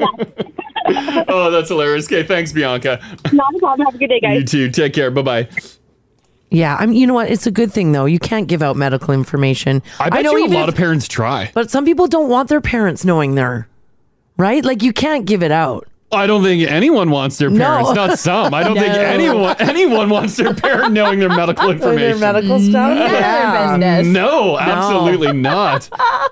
C: oh, that's hilarious. Okay, thanks, Bianca.
P: Not a problem. Have a good day,
C: You too. Take care. Bye bye.
B: Yeah, I mean, you know what? It's a good thing though. You can't give out medical information.
C: I bet
B: know
C: you a
B: even
C: lot
B: if-
C: of parents try.
B: But some people don't want their parents knowing their right. Like you can't give it out.
C: I don't think anyone wants their parents.
B: No.
C: Not some. I don't think
B: No.
C: anyone anyone wants their parent knowing their medical information.
B: stuff.
C: None of their No, absolutely not.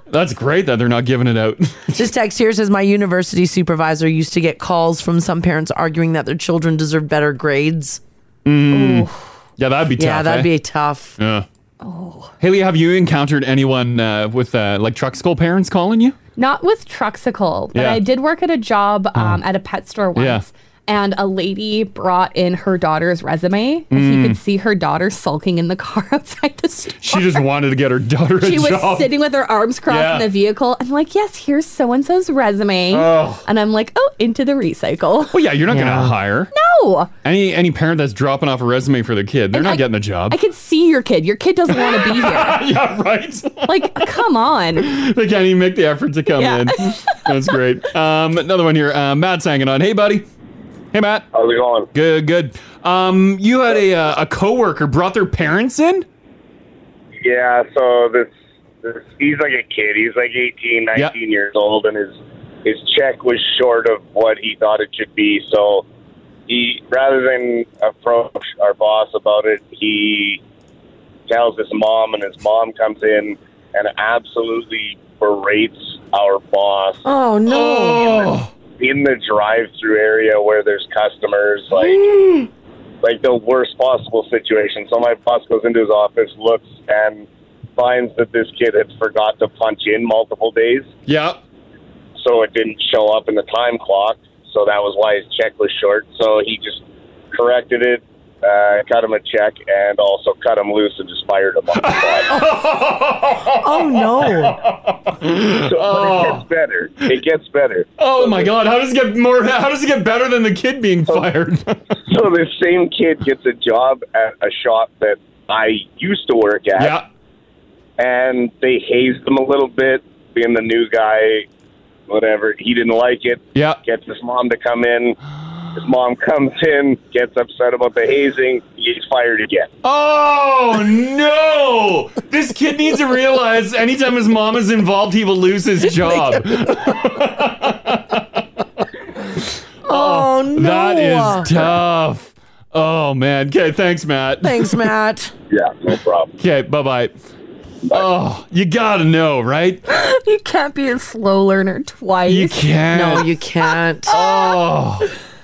C: That's great that they're not giving it out.
B: This text here says my university supervisor used to get calls from some parents arguing that their children deserve better grades. Oh.
C: Mm. Yeah, that'd be tough.
B: Yeah, that'd
C: eh?
B: be tough.
C: Yeah. Oh. Haley, have you encountered anyone uh, with uh, like truck school parents calling you?
D: Not with Truxicle, but
C: Yeah. Oh.
D: I did work at a job um, at a pet store once.
C: Yeah.
D: And a lady brought in her daughter's resume. If you
C: Mm.
D: could see her daughter sulking in the car outside the store.
C: She just wanted to get her daughter a
D: She was
C: job.
D: sitting with her arms crossed
C: Yeah.
D: in the vehicle. I'm like, yes, here's so and so's resume.
C: Oh.
D: And I'm like, oh, into the recycle.
C: well, Oh, yeah, you're not gonna hire
D: No.
C: any any parent that's dropping off a resume for their kid. They're
D: And
C: not
D: I-
C: getting the job.
D: I can see your kid. Your kid doesn't want to be here.
C: yeah, right.
D: like, come on.
C: they can't even make the effort to come
D: Yeah.
C: in. That's great. Um, another one here. Uh, Matt's hanging on. Hey, buddy. Hey, Matt.
Q: How's it going?
C: Good, good. Um, you had a uh, a coworker brought their parents in.
Q: Yeah, so this, this he's like a kid. He's like 18, 19 years old, and his his check was short of what he thought it should be. So he, rather than approach our boss about it, he tells his mom, and his mom comes in and absolutely berates our boss
B: Oh no.
Q: in the drive-through area where there's customers, like like the worst possible situation. So my boss goes into his office, looks, and finds that this kid had forgot to punch in multiple days,
C: Yeah.
Q: so it didn't show up in the time clock. So that was why his check was short. So he just corrected it, uh, cut him a check, and also cut him loose and just fired him. On the
B: oh no!
Q: so but it gets better. It gets better.
C: Oh my God! How does it get more? How does it get better than the kid being
B: Oh.
C: fired?
Q: So this same kid gets a job at a shop that I used to work at.
C: Yeah.
Q: And they hazed him a little bit, being the new guy, whatever. He didn't like it.
C: Yeah.
Q: Gets his mom to come in. His mom comes in, gets upset about the hazing, he gets fired again.
C: Oh no! This kid needs to realize anytime his mom is involved, he will lose his job.
B: Oh, no!
C: That is tough. Oh man. Okay, thanks, Matt.
B: Thanks, Matt.
Q: yeah, no problem.
C: Okay, bye bye. Oh, you gotta know, right?
D: you can't be a slow learner twice.
C: You can't.
D: No,
B: you can't.
C: oh.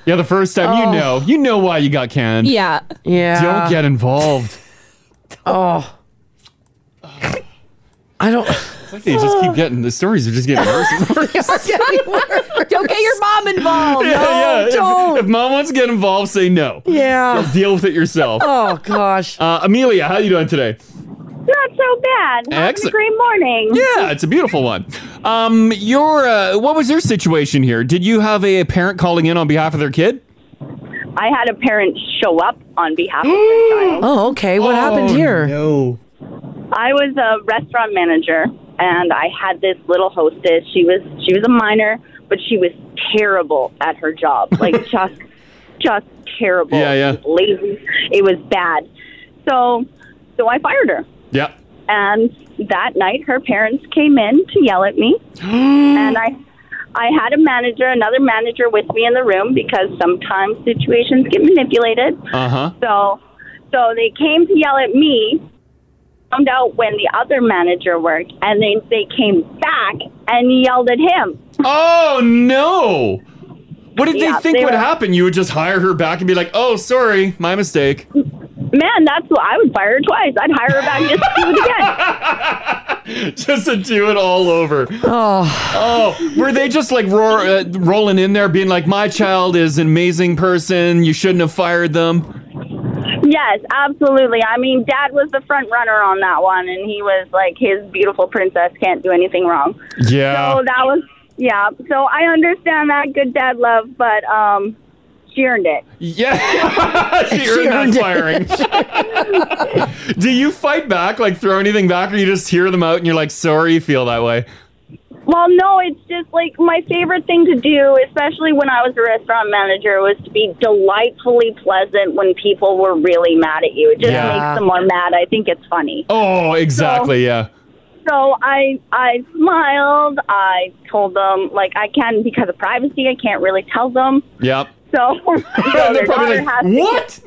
C: Yeah, the first time
D: Oh.
C: you know. You know why you got canned.
D: Yeah.
B: Yeah.
C: Don't get involved.
B: Oh. I don't.
C: It's like they just keep getting the stories are just getting worse.
D: don't get your mom involved.
C: Yeah, yeah. If- If, mom wants to get involved, say no.
B: Yeah.
C: You'll deal with it yourself.
B: Oh gosh.
C: Uh, Amelia, how you doing today?
R: Not so bad. Having
C: Excellent.
R: a great morning.
C: Yeah, it's a beautiful one. Um, your uh, what was your situation here? Did you have a parent calling in on behalf of their kid?
R: I had a parent show up on behalf of their child.
B: Oh, okay. What happened here?
C: Oh, No.
R: I was a restaurant manager and I had this little hostess. She was she was a minor, but she was terrible at her job. Like just just terrible.
C: Yeah, yeah.
R: She was Lazy. It was bad. So so I fired her.
C: Yeah.
R: And that night, her parents came in to yell at me, and I, I had a manager, another manager, with me in the room because sometimes situations get manipulated.
C: Uh huh.
R: So, so they came to yell at me. Found out when the other manager worked, and then they came back and yelled at him.
C: Oh no! What did
R: Yeah,
C: they think
R: they
C: would
R: were-
C: happen? You would just hire her back and be like, "Oh, sorry, my mistake."
R: Man, that's what I would fire her twice. I'd hire her back just to do it again.
C: just to do it all over. Oh, were they just like roar, uh, rolling in there, being like, "My child is an amazing person. You shouldn't have fired them."
R: Yes, absolutely. I mean, Dad was the front runner on that one, and he was like, his beautiful princess can't do anything wrong.
C: Yeah.
R: So that was yeah. So I understand that good dad love, but um, she earned it.
C: Yeah, she earned that firing. do you fight back, like throw anything back, or you just hear them out and you're like, "Sorry, you feel that way."
R: Well, no, it's just like my favorite thing to do, especially when I was a restaurant manager, was to be delightfully pleasant when people were really mad at you. It just
C: Yeah.
R: makes them more mad. I think it's funny.
C: Oh, exactly. yeah.
R: So I I smiled. I told them like I can because of privacy. I can't really tell them.
C: Yep.
R: So, so their
C: probably
R: daughter
C: like,
R: has
C: what?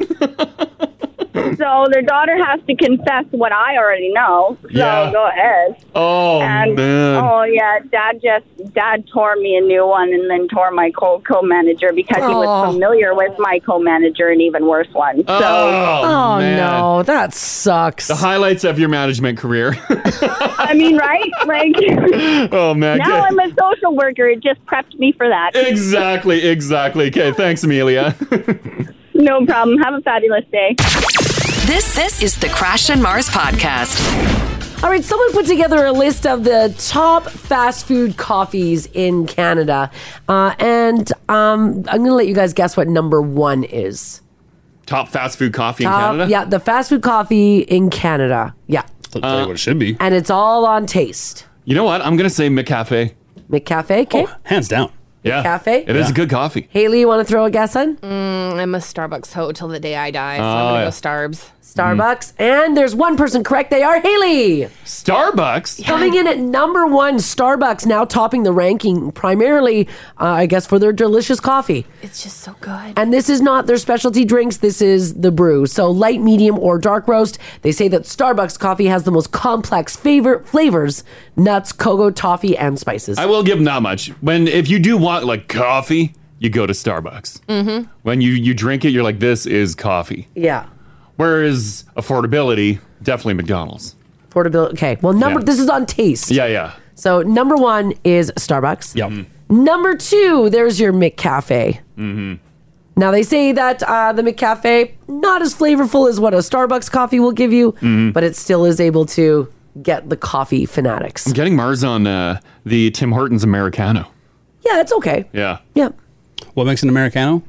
R: so their daughter has to confess what I already know. So
C: Yeah.
R: go ahead.
C: Oh
R: and
C: man.
R: oh yeah, dad just dad tore me a new one and then tore my co co manager because he
L: Oh.
R: was familiar with my co manager an even worse one. So
L: Oh,
C: man.
L: no, that sucks.
C: The highlights of your management career.
R: I mean, right? Like
C: oh man.
R: now
C: Okay.
R: I'm a social worker. It just prepped me for that.
C: Exactly, exactly. Okay, thanks, Amelia.
R: No problem. Have a fabulous day.
A: This this is the Crash and Mars podcast.
B: All right, someone put together a list of the top fast food coffees in Canada. Uh, and um, I'm going to let you guys guess what number one is.
C: Top fast food coffee
B: Top-
C: in Canada.
B: Yeah, the fast food coffee in Canada. Yeah.
C: Uh, what it should be.
B: And it's all on taste.
C: You know what? I'm gonna say McCafe.
B: McCafe, okay?
C: Hands down. Oh, Yeah.
B: McCafe?
C: It is
B: Yeah.
C: a good coffee.
B: Haley, you want to throw a guess in?
S: Mm, I'm a Starbucks hoe till the day I die, so
C: Oh,
S: I'm gonna
C: yeah.
S: go Starbs.
B: Starbucks. And there's one person correct. They are Haley.
C: Starbucks.
B: Coming in at number one, Starbucks now topping the ranking primarily, uh, I guess, for their delicious coffee.
S: It's just so good.
B: And this is not their specialty drinks, this is the brew. So light, medium, or dark roast. They say that Starbucks coffee has the most complex favor- flavors nuts, cocoa, toffee, and spices.
C: I will give them that much. When if you do want like coffee, you go to Starbucks.
B: Mm-hmm.
C: When you you drink it, you're like, this is coffee.
B: Yeah.
C: Whereas affordability, definitely McDonald's.
B: Affordability. Okay. Well, number
C: Yeah.
B: this is on taste.
C: Yeah, yeah.
B: So number one is Starbucks.
C: Yep.
B: Number two, there's your McCafe.
C: Mm-hmm.
B: Now they say that uh, the McCafe not as flavorful as what a Starbucks coffee will give you,
C: Mm. Mm-hmm.
B: but it still is able to get the coffee fanatics.
C: I'm getting Mars on uh, the Tim Hortons Americano.
B: Yeah, it's okay.
C: Yeah.
B: Yeah.
C: What makes an Americano?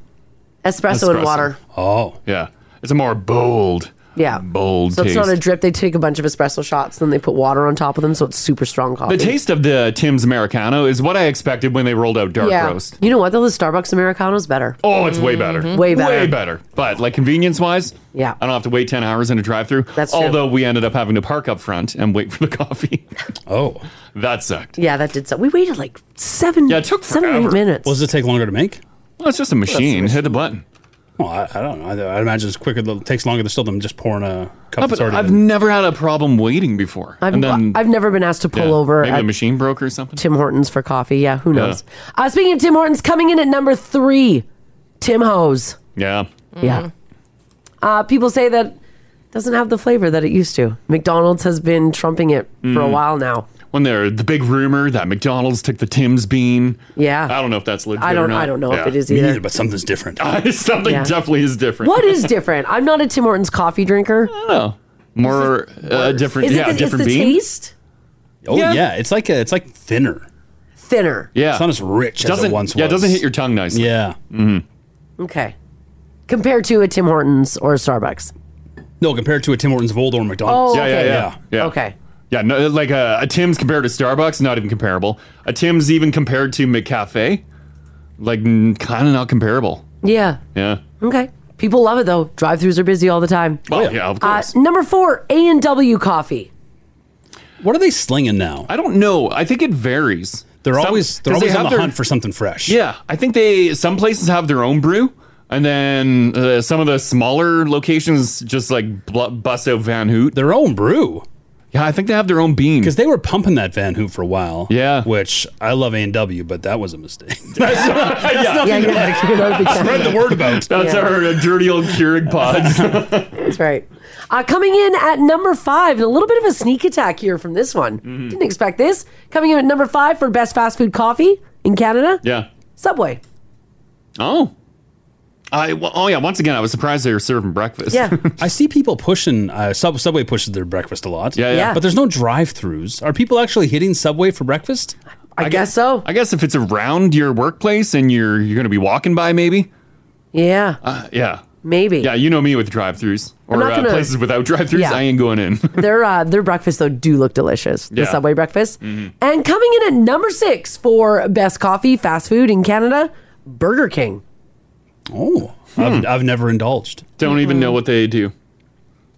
B: Espresso, and water.
C: Oh. Yeah. It's a more bold,
B: Yeah.
C: bold
B: So it's
C: taste.
B: not a drip. They take a bunch of espresso shots, then they put water on top of them, so it's super strong coffee.
C: the taste of the Tim's Americano is what I expected when they rolled out dark
B: yeah.
C: roast.
B: You know what though? The Starbucks Americano's better. Mm-hmm.
C: Oh, it's way better.
B: Way better.
C: Way better. But like convenience wise,
B: Yeah.
C: I don't have to wait 10 hours in a drive through. That's
B: true.
C: Although we ended up having to park up front and wait for the coffee. oh. That sucked.
B: Yeah, that did so. We waited like seven. Yeah, it took seven or eight minutes.
E: Well, does it take longer to make?
C: Well, it's just a machine. Hit the button.
E: Well, I, I don't know. I, I imagine it's quicker. It takes longer to still than just pouring a cup
C: Oh,
E: of
C: but
E: soda.
C: I've
E: in.
C: never had a problem waiting before.
B: I've,
C: and then
B: I've never been asked to pull
C: yeah,
B: over
C: Maybe the
B: at
C: machine broke or something.
B: Tim Hortons for coffee. Yeah, who
C: Yeah.
B: knows? Uh, speaking of Tim Hortons, coming in at number three, Tim Ho's.
C: Yeah.
B: Mm-hmm.
E: Mm-hmm.
B: Yeah. Uh, people say that it doesn't have the flavor that it used to. McDonald's has been trumping it for a
C: Mm.
B: while now.
C: When there the big rumor that McDonald's took the Tim's bean.
B: Yeah.
C: I don't know if that's legit.
B: I
C: or
B: don't-
C: not.
B: I don't know if it is Me either. neither,
C: but something's different. something
B: Yeah.
C: definitely is different.
B: What is different? I'm not a Tim Hortons coffee drinker.
C: I don't know. More uh, different.
B: Is it
C: yeah,
B: the,
C: different
B: it's the
C: bean.
B: taste?
E: Oh
B: Yeah.
E: yeah. it's like a, it's like thinner.
B: Thinner.
C: Yeah.
E: It's not as rich as
C: Doesn't-
E: it once was.
C: yeah, it doesn't hit your tongue nicely.
E: Yeah.
C: Mm-hmm.
B: Okay. Compared to a Tim Hortons or a Starbucks.
E: No, compared to a Tim Hortons of old or McDonald's.
B: Oh, Yeah, yeah, okay. yeah.
E: yeah.
B: Okay.
C: Yeah, no, like uh, a, a Tim's compared to Starbucks, not even comparable. A Tim's even compared to McCafe, like kind of not comparable.
B: Yeah.
C: Yeah.
B: Okay. People love it though. Drive-throughs are busy all the time.
E: Oh,
C: Well, yeah, of
B: Uh,
C: course.
B: number four, A and W Coffee.
E: What are they slinging now?
C: I don't know. I think it varies.
E: They're
C: Some-
E: always they're
C: 'cause they
E: always on
C: have
E: the
C: their-
E: hunt for something fresh.
C: Yeah, I think they some places have their own brew, and then uh, some of the smaller locations just like bl- bust out Van Hoot
E: their own brew.
C: Yeah, I think they have their own bean
E: because they were pumping that Van Hoot for a while.
C: Yeah,
E: which I love A and W, but that was a mistake.
C: yeah.
E: nothing to like spread the word about.
C: That's our uh, dirty old Keurig pods.
B: That's right. Uh, coming in at number five, and a little bit of a sneak attack here from this one. Didn't expect this. Coming in at number five for best fast food coffee in Canada,
C: yeah.
B: Subway.
C: Oh. I well, oh yeah. Once again, I was surprised they were serving breakfast.
B: Yeah.
E: I see people pushing uh, Sub- Subway pushes their breakfast a lot.
C: Yeah, yeah. Yeah.
E: But there's no drive-throughs. Are people actually hitting Subway for breakfast?
B: I, guess, so.
C: I guess if it's around your workplace and you're you're gonna be walking by, maybe.
B: Yeah.
C: Uh, yeah.
B: Maybe.
C: Yeah, you know me with drive-throughs
B: I'm
C: or
B: not
C: uh,
B: gonna-
C: places without drive-throughs.
B: Yeah.
C: I ain't going in.
B: their uh, their breakfast though do look delicious. The
C: Yeah. Mm-hmm.
B: Subway breakfast. And coming in at number six for best coffee fast food in Canada, Burger King.
E: Oh, I've, I've never indulged.
C: Hmm. Don't even know what they do.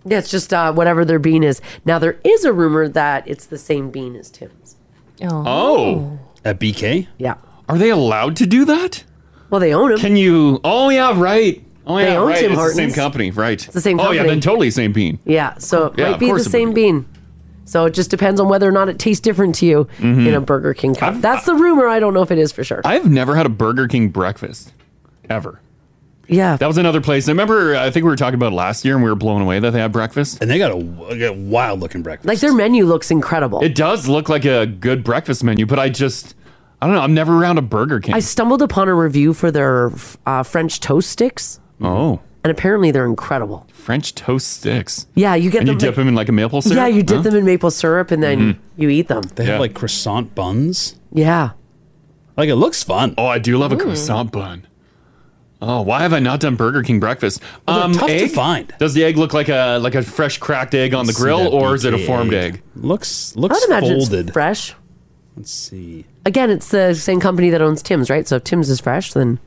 B: Yeah, it's just uh, whatever their bean is. Now there is a rumor that it's the same bean as Tim's.
C: Oh.
E: At BK?
B: Yeah.
C: Are they allowed to do that?
B: Well, they own them.
C: Can you? Oh, yeah, right. Oh,
B: They
C: yeah,
B: own
C: right.
B: Tim
C: it's the same
B: Hortons.
C: company, right? It's
B: the same
C: Oh, yeah,
B: company.
C: then totally same bean.
B: Yeah, so it
C: Yeah,
B: might
C: of
B: be the
C: course it would
B: same bean. So it just depends on whether or not it tastes different to you
C: Mhm.
B: in a Burger King cup. That's the rumor. I don't know if it is for sure.
C: I've never had a Burger King breakfast ever.
B: Yeah.
C: That was another place. I remember, uh, I think we were talking about it last year and we were blown away that they had breakfast.
E: And they got a, wild looking breakfast.
B: Like their menu looks incredible.
C: It does look like a good breakfast menu, but I just, I don't know. I'm never around a Burger King.
B: I stumbled upon a review for their uh, French toast sticks.
C: Oh.
B: And apparently they're incredible.
C: French toast sticks.
B: Yeah, you get
C: and
B: them
C: You dip
B: like-
C: them in like a maple syrup?
B: Yeah, you dip
C: Huh?
B: them in maple syrup and then
C: Mhm.
B: you eat them.
E: They have like croissant buns.
B: Yeah.
E: Like it looks fun.
C: Oh, I do
B: Mm.
C: love a croissant bun. Oh, why have I not done Burger King breakfast?
E: Well, they're tough to find.
C: Does the egg look like a like a fresh cracked egg on the
E: Let's see
C: grill,
E: that
C: or is it a
E: BK
C: formed
E: egg.
C: egg?
E: Looks looks
B: I'd imagine it's
E: folded.
B: fresh.
E: Let's see.
B: Again, it's the same company that owns Tim's, right? So if Tim's is fresh, then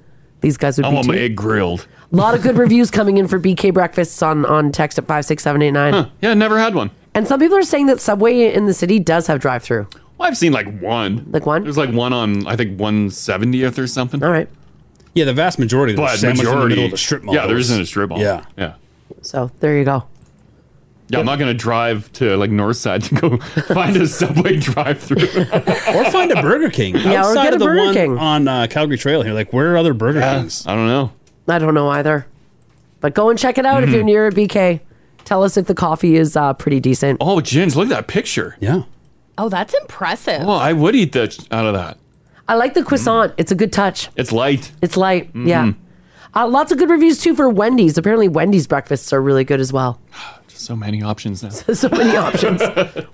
B: these guys would
C: I
B: be
C: want
B: too.
C: my egg grilled.
B: A lot of good reviews coming in for BK breakfasts on on text at five six seven eight nine.
C: Huh. Yeah, never had one.
B: And some people are saying that Subway in the city does have drive through.
C: Well, I've seen like one.
B: Like one?
C: There's like one on I think one seventieth or something.
B: All right.
E: Yeah, the vast majority of the
C: But
E: sandwiched in the middle
C: majority-
E: of a strip mall.
C: Yeah, there isn't a strip mall.
E: Yeah.
C: Yeah.
B: So there you go.
C: Yeah, I'm not gonna drive to like Northside to go find a Subway drive-through.
E: or find a Burger King.
B: Yeah, or
E: outside
B: get
E: of
B: a
E: the
B: Burger
E: one
B: King.
E: on uh, Calgary Trail here. Like, where are other Burger Kings?
C: I don't know.
B: I don't know either. But go and check it out if
E: Mhm.
B: you're near a BK. Tell us if the coffee is uh, pretty decent.
C: Oh, Ginge, look at that picture.
E: Yeah.
D: Oh, that's impressive.
C: Well, I would eat the out of that.
B: I like the croissant. It's a good touch.
C: It's light.
B: It's light.
C: Mhm.
B: Yeah. Uh, lots of good reviews too for Wendy's. Apparently, Wendy's breakfasts are really good as well.
C: So many options now.
B: so many options.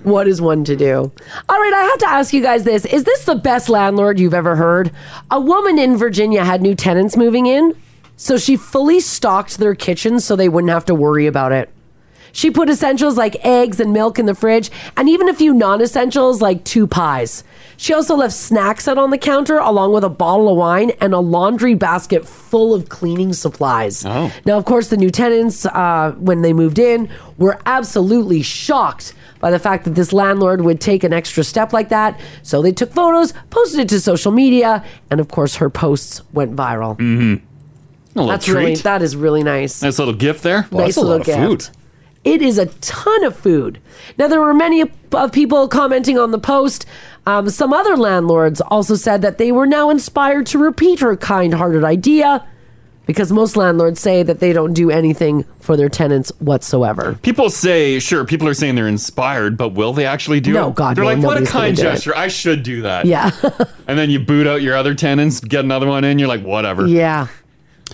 B: What is one to do? All right, I have to ask you guys this. Is this the best landlord you've ever heard? A woman in Virginia had new tenants moving in, so she fully stocked their kitchen so they wouldn't have to worry about it. She put essentials like eggs and milk in the fridge, and even a few non essentials like two pies. She also left snacks out on the counter, along with a bottle of wine and a laundry basket full of cleaning supplies. Now, of course, the new tenants, uh, when they moved in, were absolutely shocked by the fact that this landlord would take an extra step like that. So they took photos, posted it to social media, and of course, her posts went viral.
C: Mm-hmm. A little
B: That's
C: treat.
B: really that is really nice.
C: Nice little gift there.
B: Nice little gift. It is a ton of food. Now, there were many of people commenting on the post. Um, some other landlords also said that they were now inspired to repeat her kind hearted idea because most landlords say that they don't do anything for their tenants whatsoever.
C: People say, sure, people are saying they're inspired, but will they actually do
B: No,
C: it?
B: God,
C: They're
B: no,
C: like, what a
B: nobody's gonna
C: kind
B: do it."
C: gesture. I should do that.
B: Yeah.
C: and then you boot out your other tenants, get another one in. You're like, whatever.
B: Yeah.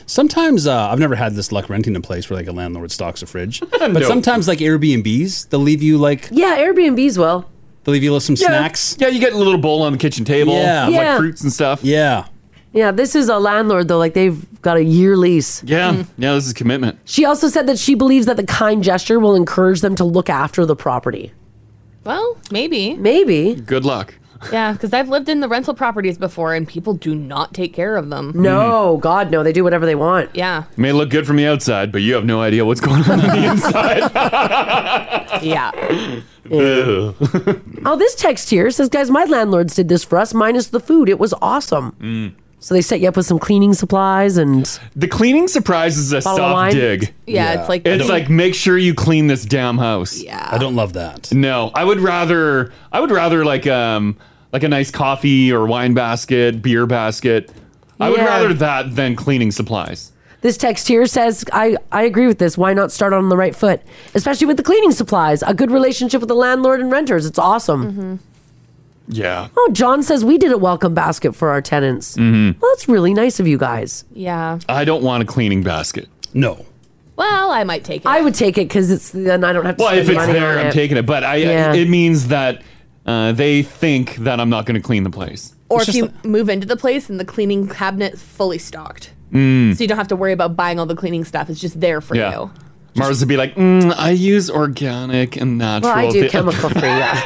E: Sometimes uh, I've never had this luck renting a place where like a landlord stocks a fridge, but
C: No.
E: sometimes like Airbnbs, they'll leave you like
B: yeah, Airbnb's will.
E: they'll leave you with some
C: Yeah.
E: snacks.
C: Yeah, you get a little bowl on the kitchen table.
E: Yeah,
C: of, like,
B: Yeah.
C: fruits and stuff.
E: Yeah.
B: Yeah, this is a landlord, though. Like, they've got a year lease.
C: Yeah.
B: Mm-hmm.
C: Yeah, this is commitment.
B: She also said that she believes that the kind gesture will encourage them to look after the property.
D: Well, maybe.
B: Maybe.
C: Good luck.
D: Yeah, because I've lived in the rental properties before and people do not take care of them.
B: No, God, no. They do whatever they want.
D: Yeah.
C: May look good from the outside, but you have no idea what's going on.
D: Yeah.
C: Ugh.
B: Oh, this text here says, guys, my landlords did this for us, minus the food. It was awesome.
C: Mm.
B: So they set you up with some cleaning supplies and.
C: The cleaning surprise is a
B: Bottle of
C: soft
B: wine?
C: dig.
B: Yeah, it's Yeah. like-
C: it's
B: I don't-
C: like make sure you clean this damn house. Yeah,
E: I don't love that.
C: no, I would rather I would rather like um like a nice coffee or wine basket, beer basket. I would
B: Yeah.
C: rather that than cleaning supplies.
B: This text here says, I, I agree with this. Why not start on the right foot? Especially with the cleaning supplies. A good relationship with the landlord and renters. It's awesome.
C: Yeah.
B: Oh, John says, we did a welcome basket for our tenants.
C: Mm-hmm.
B: Well, that's really nice of you guys.
D: Yeah.
C: I don't want a cleaning basket. No.
D: Well, I might take it.
B: I would take it because it's then I don't have to.
C: Well,
B: spend
C: if it's
B: money
C: there,
B: on
C: I'm
B: it.
C: taking it. But I,
B: Yeah.
C: it means that uh, they think that I'm not going to clean the place.
D: Or if you move into the place and the cleaning cabinet's fully stocked.
C: Mm.
D: So you don't have to worry about buying all the cleaning stuff. It's just there for
C: yeah.
D: you.
C: Mars would be like, mm, I use organic and natural.
D: I do chemical
B: free. Yeah.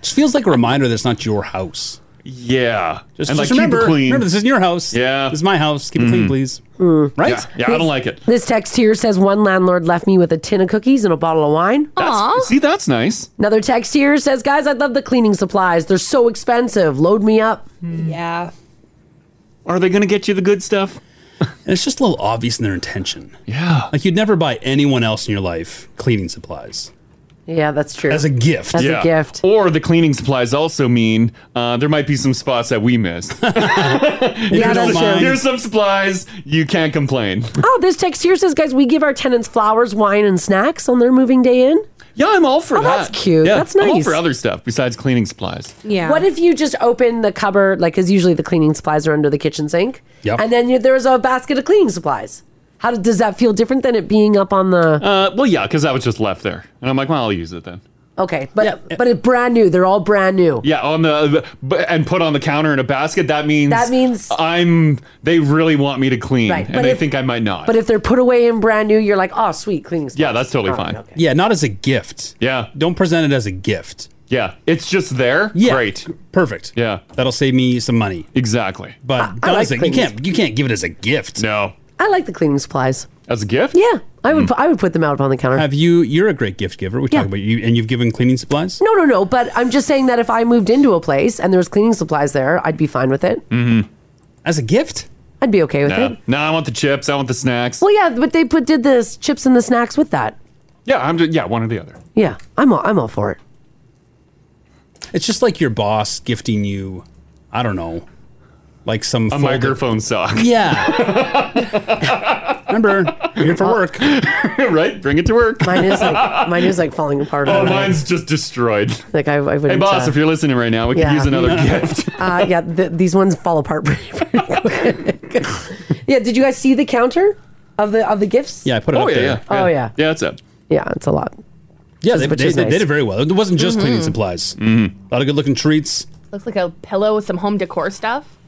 E: Just feels like a reminder that it's not your house.
C: Yeah.
E: Just, just
C: And, like, keep it
E: remember,
C: clean.
E: remember, this isn't your house.
C: Yeah.
E: This is my house. Keep it
C: Mhm.
E: clean, please. Right?
C: Yeah, yeah I don't like it.
B: This text here says one landlord left me with a tin of cookies and a bottle of wine.
C: That's, see, that's nice.
B: Another text here says, guys, I love the cleaning supplies. They're so expensive. Load me up.
D: Yeah.
C: Are they going to get you the good stuff?
E: And it's just a little obvious in their intention.
C: Yeah.
E: Like you'd never buy anyone else in your life cleaning supplies.
B: Yeah, that's true. As
E: a gift.
B: As
C: Yeah.
B: a gift.
C: Or the cleaning supplies also mean uh, there might be some spots that we missed.
B: Yeah, that's true.
C: Here's some supplies. You can't complain.
B: Oh, this text here says, guys, we give our tenants flowers, wine, and snacks on their moving day in.
C: Yeah, I'm all for
B: that. Oh, That's cute.
C: Yeah,
B: that's
C: I'm all
B: nice.
C: for other stuff besides cleaning supplies.
D: Yeah.
B: What if you just open the cupboard, like, because usually the cleaning supplies are under the kitchen sink.
C: Yep.
B: And then you, there's a basket of cleaning supplies. How do- does that feel different than it being up on the.
C: Uh, well, yeah, because that was just left there, and I'm like, well, I'll use it then.
B: Okay, but
C: eh
B: but it's brand new. They're all brand new.
C: Yeah, on the b- and put on the counter in a basket. That means
B: That means-
C: I'm. They really want me to clean,
B: Right,
C: and
B: but
C: they
B: if-
C: think I might not.
B: But if they're put away in brand new, you're like, oh, sweet, cleaning supplies. Oh.
C: yeah, that's totally
B: All right,
C: fine.
E: Yeah, not as a gift.
C: Yeah.
E: Don't present it as a gift.
C: Yeah. It's just there.
E: Yeah.
C: Great.
E: Perfect.
C: Yeah.
E: That'll save me some money.
C: Exactly.
E: But
B: I
E: not
B: like
E: as a- you
B: cleaning
E: can't you can't give it as a gift.
C: No.
B: I like the cleaning supplies.
C: As a gift? Hmm.
B: Yeah, I would. pu- I would put them out on the counter.
E: Have you you're a great gift giver. We
B: Yeah.
E: talk about you and you've given cleaning supplies?
B: No, no, no. But I'm just saying that if I moved into a place and there was cleaning supplies there, I'd be fine with it.
C: Mm-hmm.
E: As a gift?
B: I'd be okay with
C: No,
B: it.
C: I want the chips. I want the snacks.
B: Well, yeah, but they put did the s- chips and the snacks with that.
C: Yeah, I'm just, yeah, one or the other.
B: Yeah, I'm all, I'm all for it.
E: It's just like your boss gifting you, I don't know, like some
C: A microphone sock.
E: Yeah. Remember, you're here for work.
C: Uh, right? Bring it to work.
B: Mine is like mine is like falling apart.
C: Oh,
B: already.
C: mine's just destroyed.
B: Like I, I
C: Hey,
B: wouldn't,
C: boss,
B: uh,
C: if you're listening right now, Oh, we could
B: yeah.
C: use another gift.
B: uh, yeah, th- these ones fall apart pretty, pretty quick. yeah, did you guys see the counter of the of the gifts?
E: Yeah, I put it
B: oh,
E: up
B: yeah,
E: there.
B: Oh yeah.
C: Yeah, it's up.
B: Yeah, it's a lot.
E: Yeah,
B: Which
E: they,
B: is- which
E: they,
B: is
E: they
B: nice.
E: did it very well. It wasn't just cleaning
B: Mm-hmm.
D: Mhm.
E: supplies.
C: Mm-hmm.
E: A lot of good looking treats,
D: Looks like a pillow with some home decor stuff.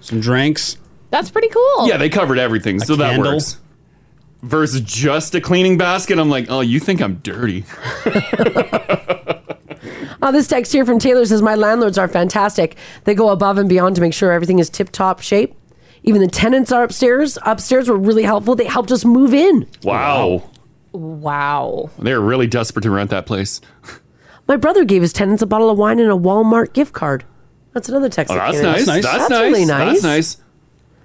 E: some drinks.
D: That's pretty cool.
C: Yeah, they covered everything, so that
E: candle.
C: works. Versus just a cleaning basket, I'm like, oh, you think I'm dirty?
B: Oh, this text here from Taylor says my landlords are fantastic. They go above and beyond to make sure everything is tip top shape. Even the tenants are upstairs. Upstairs were really helpful. They helped us move in.
C: Wow.
D: Wow.
C: They're really desperate to rent that place.
B: My brother gave his tenants a bottle of wine and a Walmart gift card. That's another text.
C: Oh,
B: that
C: that's
B: came in.
C: nice. That's, nice.
B: really nice.
C: That's nice. Oh.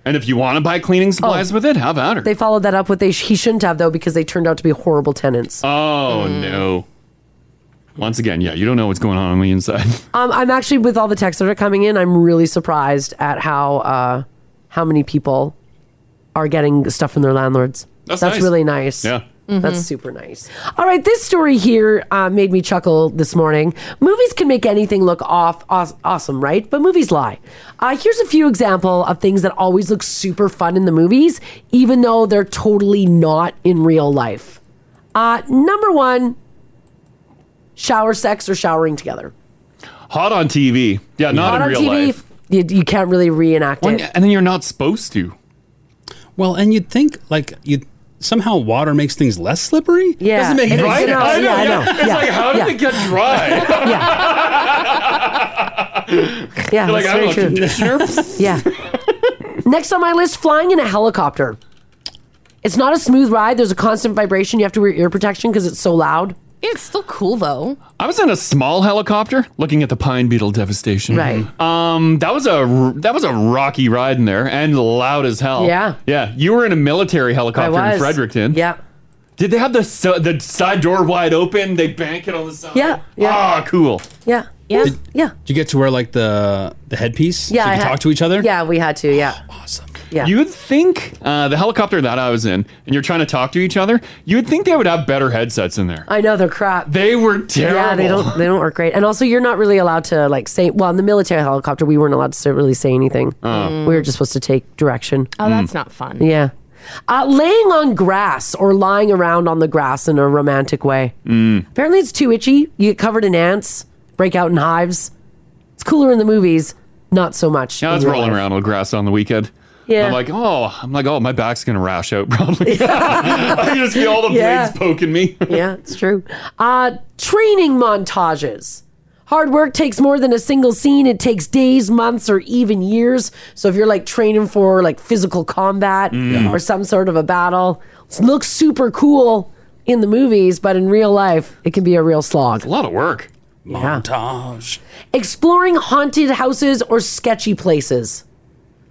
C: And if you want to buy cleaning supplies with it, how about her?
B: They followed that up with they sh- he shouldn't have though because they turned out to be horrible tenants.
C: Oh no. Once again, yeah, you don't know what's going on on the inside.
B: Um, I'm actually with all the texts that are coming in. I'm really surprised at how uh, how many people are getting stuff from their landlords.
G: That's nice.
B: really nice.
G: Yeah.
B: that's
G: Mhm.
B: super nice. All right, this story here uh, made me chuckle this morning. Movies can make anything look off aw- awesome, right? But movies lie. Uh, here's a few example of things that always look super fun in the movies, even though they're totally not in real life. Uh, number one, shower sex or showering together.
C: Hot on TV. Yeah, not
B: Not
C: in
B: on
C: real
B: TV,
C: life.
B: You, you can't really reenact
C: Well,
B: it.
C: and then you're not supposed to.
E: Well, and you'd think like you'd somehow water makes things less slippery?
B: Yeah.
E: Doesn't make
B: It-
E: any
B: Right?
E: sense.
B: I know, Yeah, I yeah. know. It's Yeah. like, how did Yeah. it
C: get dry?
B: Yeah,
C: You're like,
B: that's
C: I
B: very
C: don't
B: true.
C: know,
B: yeah. Next on my list, flying in a helicopter. It's not a smooth ride. There's a constant vibration. You have to wear ear protection because it's so loud.
D: It's still cool though.
C: I was in a small helicopter looking at the pine beetle devastation.
B: Right.
C: Um. That was a r- that was a rocky ride in there and loud as hell.
B: Yeah.
C: Yeah. You were in a military helicopter
B: I was.
C: in Fredericton.
B: Yeah.
C: Did they have the so, the side door wide open? They bank it on the side.
B: Yeah. Yeah.
C: Ah, cool.
B: Yeah. Yeah. yeah.
E: Did you get to wear like the the headpiece?
B: Yeah,
E: So
B: I
E: you could
B: had-
E: talk to each other?
B: Yeah, we had to. Yeah.
C: Oh,
E: awesome.
B: Yeah.
C: You'd think uh, the helicopter that I was in, and you're trying to talk to each other. You'd think they would have better headsets in there.
B: I know they're crap.
C: They were
B: Yeah, they
C: terrible.
B: don't they don't work great. And also you're not really allowed to like say well, in the military helicopter we weren't allowed to really say anything.
G: Oh.
B: We were just supposed to take direction.
D: Oh,
C: Hmm.
D: that's not fun.
B: Yeah. Uh, laying on grass or lying around on the grass in a romantic way.
C: Mm.
B: Apparently it's too itchy. You get covered in ants, break out in hives. It's cooler in the movies, not so much.
C: Yeah, I
B: in
C: was
B: real
C: rolling
B: life.
C: around on grass on the weekend.
B: Yeah.
C: I'm like, oh, I'm like, oh, my back's gonna rash out probably. I can just feel all the
B: Yeah.
C: blades poking me.
B: yeah, it's true. Uh, training montages. Hard work takes more than a single scene. It takes days, months, or even years. So if you're like training for like physical combat
G: Mm.
B: or some sort of a battle, it looks super cool in the movies, but in real life, it can be a real slog.
C: a lot of work.
E: Montage.
B: Exploring haunted houses or sketchy places.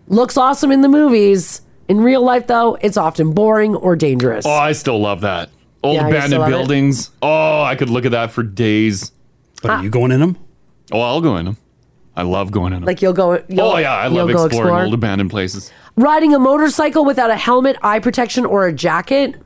B: Looks awesome in the movies. In real life, though, it's often boring or dangerous.
C: Oh, I still love that old
B: Yeah, you still
C: abandoned
B: love it?
C: buildings. Oh, I could look at that for days.
E: But
B: Ah.
E: are you going in them?
C: Oh, I'll go in them. I love going in them.
B: Like you'll go. You'll,
C: oh yeah, I love
B: you'll go
C: exploring
B: explore.
C: old abandoned places.
B: Riding a motorcycle without a helmet, eye protection, or a jacket.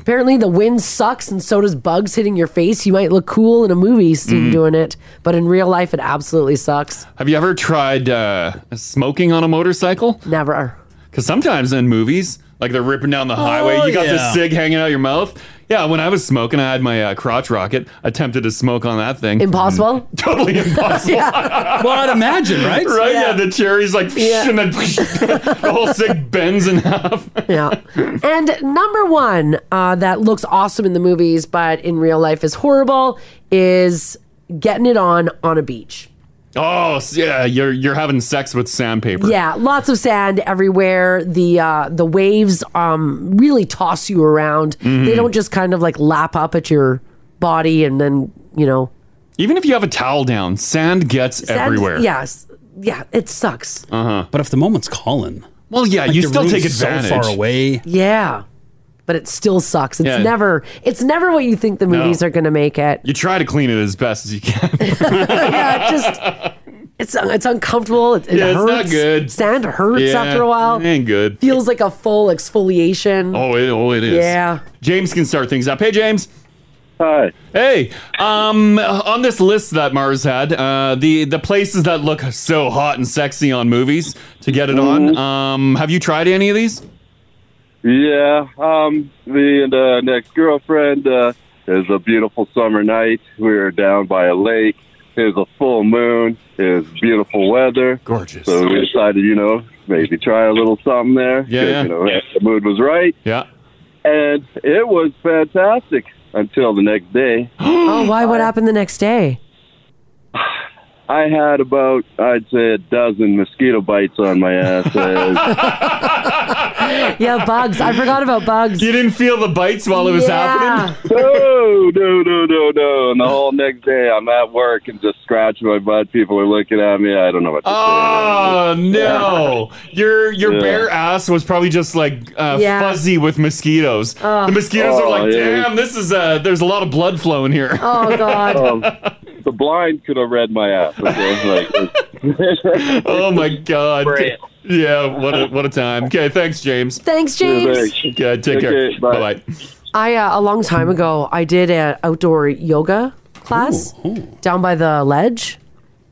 B: Apparently, the wind sucks, and so does bugs hitting your face. You might look cool in a movie scene
C: Mhm.
B: doing it, but in real life, it absolutely sucks.
C: Have you ever tried uh, smoking on a motorcycle?
B: Never.
C: Because sometimes in movies, like they're ripping down the highway, you got
E: Oh, yeah.
C: this cig hanging out your mouth. Yeah, when I was smoking, I had my uh, crotch rocket. Attempted to smoke on that thing.
B: Impossible?
C: Totally impossible.
E: Well, I'd imagine, right?
C: Right? Yeah. the cherries like,
B: Yeah.
C: and then the whole cig bends in half.
B: yeah. And number one uh, that looks awesome in the movies, but in real life is horrible, is getting it on on a beach.
C: Oh s- yeah, you're you're having sex with sandpaper.
B: Yeah, lots of sand everywhere. The uh, the waves um, really toss you around. They
C: Mhm.
B: don't just kind of like lap up at your body and then you know
C: Even if you have a towel down, sand gets
B: sand-
C: everywhere.
B: Yes, yeah, it sucks.
C: Uh huh.
E: But if the moment's calling,
C: well, yeah,
E: Like,
C: you
E: the
C: still
E: room's
C: take
E: so
C: advantage.
E: far away.
B: Yeah, but it still sucks. It's
C: Yeah.
B: never it's never what you think the
C: No.
B: movies are going to make it.
C: You try to clean it as best as you can.
B: yeah, it just it's uh, it's uncomfortable. It, it
C: Yeah, it's
B: hurts.
C: not good.
B: Sand hurts
C: Yeah,
B: after a while.
C: it Ain't good.
B: Feels like a full exfoliation.
C: Oh, it, oh, it is.
B: Yeah.
C: James can start things up. Hey, James. Hi. Hey. Um, on this list that Mars had, uh, the the places that look so hot and sexy on movies to get it on. Um, have you tried any of these?
T: Yeah, um, me and uh, an ex-girlfriend. Uh, it was a beautiful summer night. We were down by a lake. It was a full moon. It was beautiful weather.
C: Gorgeous.
T: So we decided, you know, maybe try a little something there.
C: Yeah,
T: 'cause,
C: yeah.
T: You know, the mood was right.
C: Yeah.
T: And it was fantastic until the next day.
B: oh, why? What happened the next day?
T: I had about, I'd say, a dozen mosquito bites on my ass. Uh,
B: Yeah, bugs. I forgot about bugs.
C: You didn't feel the bites while it was happening.
T: no, no, no, no, no. And the whole next day, I'm at work and just scratching my butt. People are looking at me. I don't know what to
C: Oh no! Your your
T: Yeah.
C: bare ass was probably just like uh,
T: Yeah.
C: fuzzy with mosquitoes.
T: Ugh.
C: The mosquitoes
T: Oh,
C: are like,
T: yeah.
C: damn, this is uh, there's a lot of blood flowing here.
B: Oh God.
T: Um, the blind could have read my ass. Okay? Like,
C: oh my god. Yeah, what a what a time. Okay, thanks, James.
B: Thanks, James.
C: Okay, take care.
B: Okay,
C: Bye bye.
B: I uh, a long time ago I did an outdoor yoga class down by the ledge,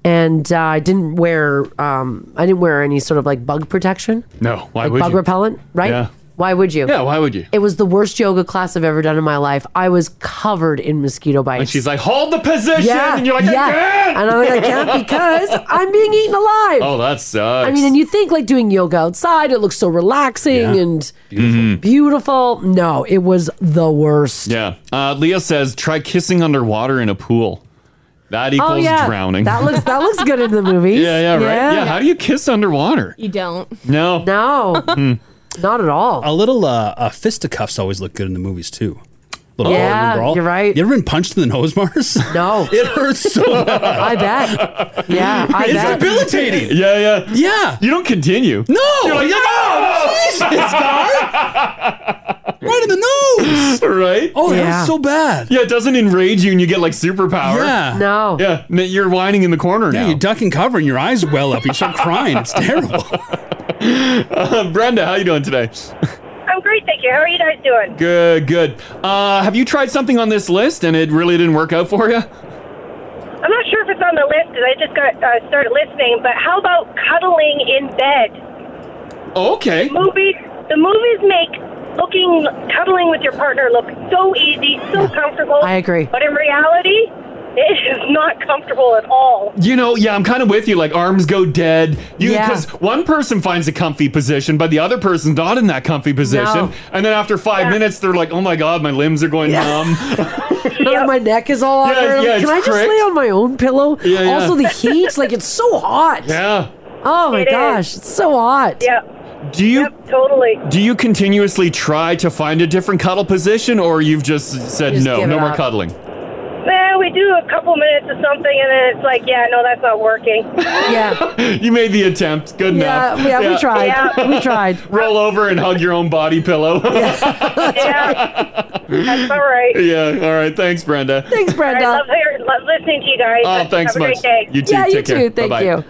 B: and uh, I didn't wear um, I didn't wear any sort of like bug protection,
C: No, why
B: like
C: would
B: bug
C: you?
B: repellent, right?
C: Yeah.
B: Why would you?
C: Yeah, why would you?
B: It was the worst yoga class I've ever done in my life. I was covered in mosquito bites.
C: And she's like, hold the position.
B: Yeah,
C: and you're like,
B: yeah.
C: I can't.
B: And I'm like, I can't because I'm being eaten alive.
C: Oh, that sucks.
B: I mean, and you think like doing yoga outside, it looks so relaxing and beautiful.
C: Mm-hmm.
B: No, it was the worst.
C: Yeah. Uh, Leah says, try kissing underwater in a pool. That equals
B: oh yeah,
C: drowning.
B: That looks that looks good in the movies.
C: yeah, yeah, right. Yeah. How do you kiss underwater?
D: You don't.
C: No. Hmm.
B: No. Not at all.
E: A little uh, uh, fisticuffs always look good in the movies too. Little
B: Yeah,
E: arm brawl.
B: you're right.
E: You ever been punched in the nose, Mars?
B: No.
E: it hurts so bad.
B: I bet. Yeah, I
E: it's
B: bet.
E: debilitating.
C: Yeah, yeah.
E: Yeah.
C: You don't continue.
E: No.
C: You're like,
E: oh, Jesus, guy. right in the nose.
C: right?
E: Oh, it hurts so bad.
C: Yeah, it doesn't enrage you and you get like superpower.
E: Yeah.
B: No.
C: Yeah. n- You're whining in the corner now.
E: Yeah, you duck and cover and your eyes well up. You start crying. It's terrible.
C: Uh, Brenda, how you doing today?
U: I'm great, thank you. How are you guys doing?
C: Good, good. Uh, have you tried something on this list and it really didn't work out for you?
U: I'm not sure if it's on the list because I just got uh, started listening, but how about cuddling in bed?
C: Okay.
U: Movies, the movies make looking cuddling with your partner look so easy, so comfortable.
B: I agree.
U: But in reality, it is not comfortable at all.
C: You know, yeah, I'm kind of with you. Like arms go dead. You
U: Yeah.
C: because one person finds a comfy position, but the other person's not in that comfy position.
B: No.
C: And then after five minutes, they're like, "Oh my god, my limbs are going numb."
B: None of my neck is all on
C: Yeah,
B: there.
C: yeah,
B: Can
C: it's
B: I just
C: cricked.
B: lay on my own pillow?
C: Yeah, yeah.
B: Also, the heat, like it's so hot.
C: yeah.
B: Oh my
U: It is.
B: gosh, it's so hot.
U: Yeah,
C: Do you
U: totally.
C: do you continuously try to find a different cuddle position, or you've just said
U: Just
C: no,
U: give
C: no
U: it
C: more
U: up.
C: cuddling?
U: Man, we do a couple minutes of something, and then it's like, yeah, no, that's not working.
B: Yeah.
C: you made the attempt. Good
U: Yeah,
C: enough.
U: yeah, we tried. Yeah. We
B: tried.
C: Roll over and hug your own body pillow.
U: That's all right.
C: yeah. All right. Thanks, Brenda.
B: Thanks, Brenda.
U: I love, hear- love listening to you guys.
C: Oh, thanks
U: Have a
C: much.
U: great day.
C: You too.
B: yeah, Ah, you
C: Take care.
B: too. Thank
C: Bye-bye.
B: you.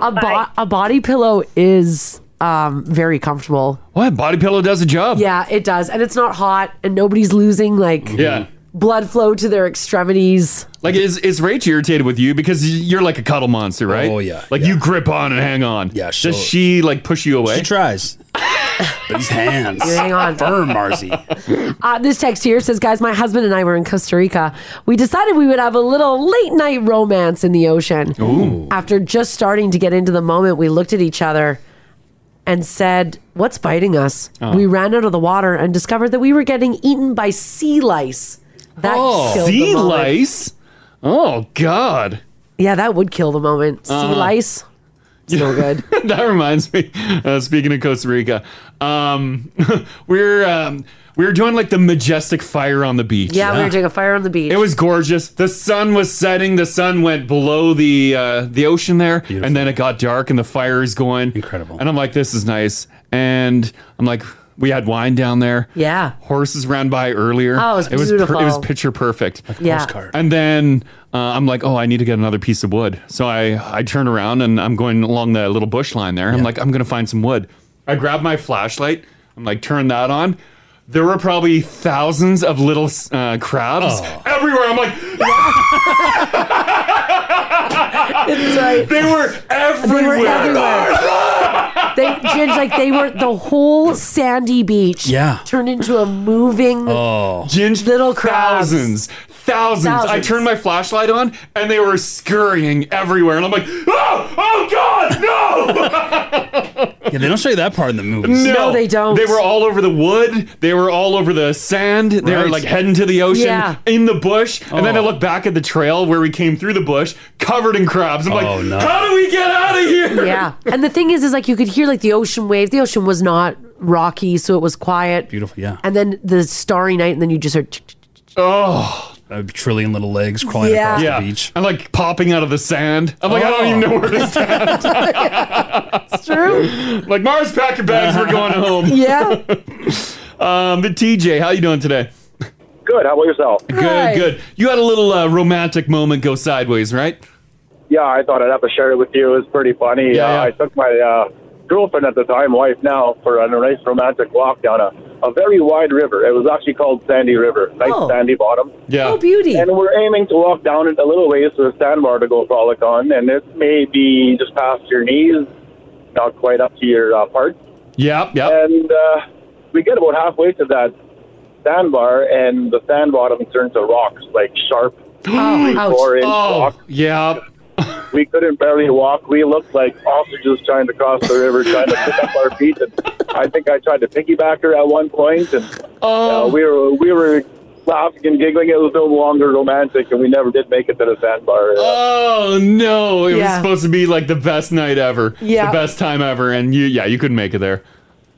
B: A, bo- a body pillow is um, very comfortable.
C: What body pillow does a job?
B: Yeah, it does, and it's not hot, and nobody's losing like
C: Yeah.
B: blood flow to their extremities.
C: Like is is Rach irritated with you because y- you're like a cuddle monster, right? Oh yeah. Like you grip on and hang on. Yeah.
E: she'll-
C: Does she like push you away? She
E: tries. But his hands.
B: You hang on.
E: Firm, Marzi.
B: Uh, this text here says, guys, my husband and I were in Costa Rica. We decided we would have a little late night romance in the ocean.
C: Ooh.
B: After just starting to get into the moment, we looked at each other and said, What's biting us?
A: Oh.
B: We ran out of the water and discovered that we were getting eaten by sea lice. That killed the
C: Oh. sea
B: moment.
C: lice. Oh God.
B: Yeah, that would kill the moment. Sea
C: Uh-huh.
B: lice.
C: So
B: good.
C: that reminds me. Uh, speaking of Costa Rica, um, we're um, we were doing like the majestic fire on the beach.
B: Yeah, we were doing a fire on the beach.
C: It was gorgeous. The sun was setting. The sun went below the uh, the ocean there, and then it got dark, and the fire is going. Incredible. And I'm like, this is nice. And I'm like, we had wine down there.
B: Yeah.
C: Horses ran by earlier.
B: Oh, it was
C: it was
B: beautiful.
C: picture perfect. Like
B: a Yeah. postcard.
C: And then uh, I'm like, oh, I need to get another piece of wood. So I I turn around and I'm going along the little bush line there. I'm like, I'm gonna find some wood. I grab my flashlight. I'm like, turn that on. There were probably thousands of little uh, crabs everywhere. I'm like, They were everywhere.
B: They were everywhere. they, Ginge, like they were the whole sandy beach.
C: Yeah.
B: turned into a moving.
C: Oh, Ginge, little crabs. Thousands, thousands. I
B: Thousands.
C: turned my flashlight on, and they were scurrying everywhere, and I'm like, oh, oh God, no!
E: Yeah, they don't show you that part in the movies.
C: no, they don't. They were all over the wood. They were all over the sand. They were
E: Right. Oh.
C: like heading to the ocean,
E: Yeah.
C: in the bush, and then I look back at the trail where we came through the bush, covered in crabs. I'm
E: Oh,
C: like, how do we get out of here?
B: Yeah, and the thing is, is like you could hear like the ocean waves. The ocean was not rocky, so it was quiet.
E: Beautiful, yeah.
B: And then the starry night, and then you just heard.
C: Oh,
E: a trillion little legs crawling
B: Yeah.
E: across
B: Yeah.
E: the beach.
C: I'm like popping out of the sand. I'm like, I don't even know where to stand.
B: it's true.
C: like Mars, pack your bags. We're going home.
B: Yeah.
C: um, but TJ, how you doing today?
V: Good. How about yourself?
C: Good, good. You had a little uh, romantic moment go sideways, right?
V: Yeah, I thought I'd have to share it with you. It was pretty funny.
C: Yeah,
V: uh,
C: yeah.
V: I took my uh, girlfriend at the time, wife now, for a nice romantic walk down a, a very wide river. It was actually called Sandy River. Nice sandy bottom.
C: Yeah.
V: Oh,
B: beauty.
V: And we're aiming to walk down it a little ways to the sandbar to go frolic on, and it may be just past your knees, not quite up to your uh, parts.
C: Yep, yep.
V: And uh, we get about halfway to that sandbar, and the sand bottom turned to rocks, like sharp, three,
C: ouch.
V: four inch
C: Oh,
V: rocks.
C: Yeah.
V: We couldn't barely walk. We looked like ostriches trying to cross the river, trying to pick up our feet. And I think I tried to piggyback her at one point, and
C: Oh.
V: uh, we were we were laughing and giggling. It was no longer romantic, and we never did make it to the sandbar.
C: Oh no! It was
V: Yeah.
C: supposed to be like the best night ever,
V: Yeah.
C: the best time ever, and you, yeah, you couldn't make it there.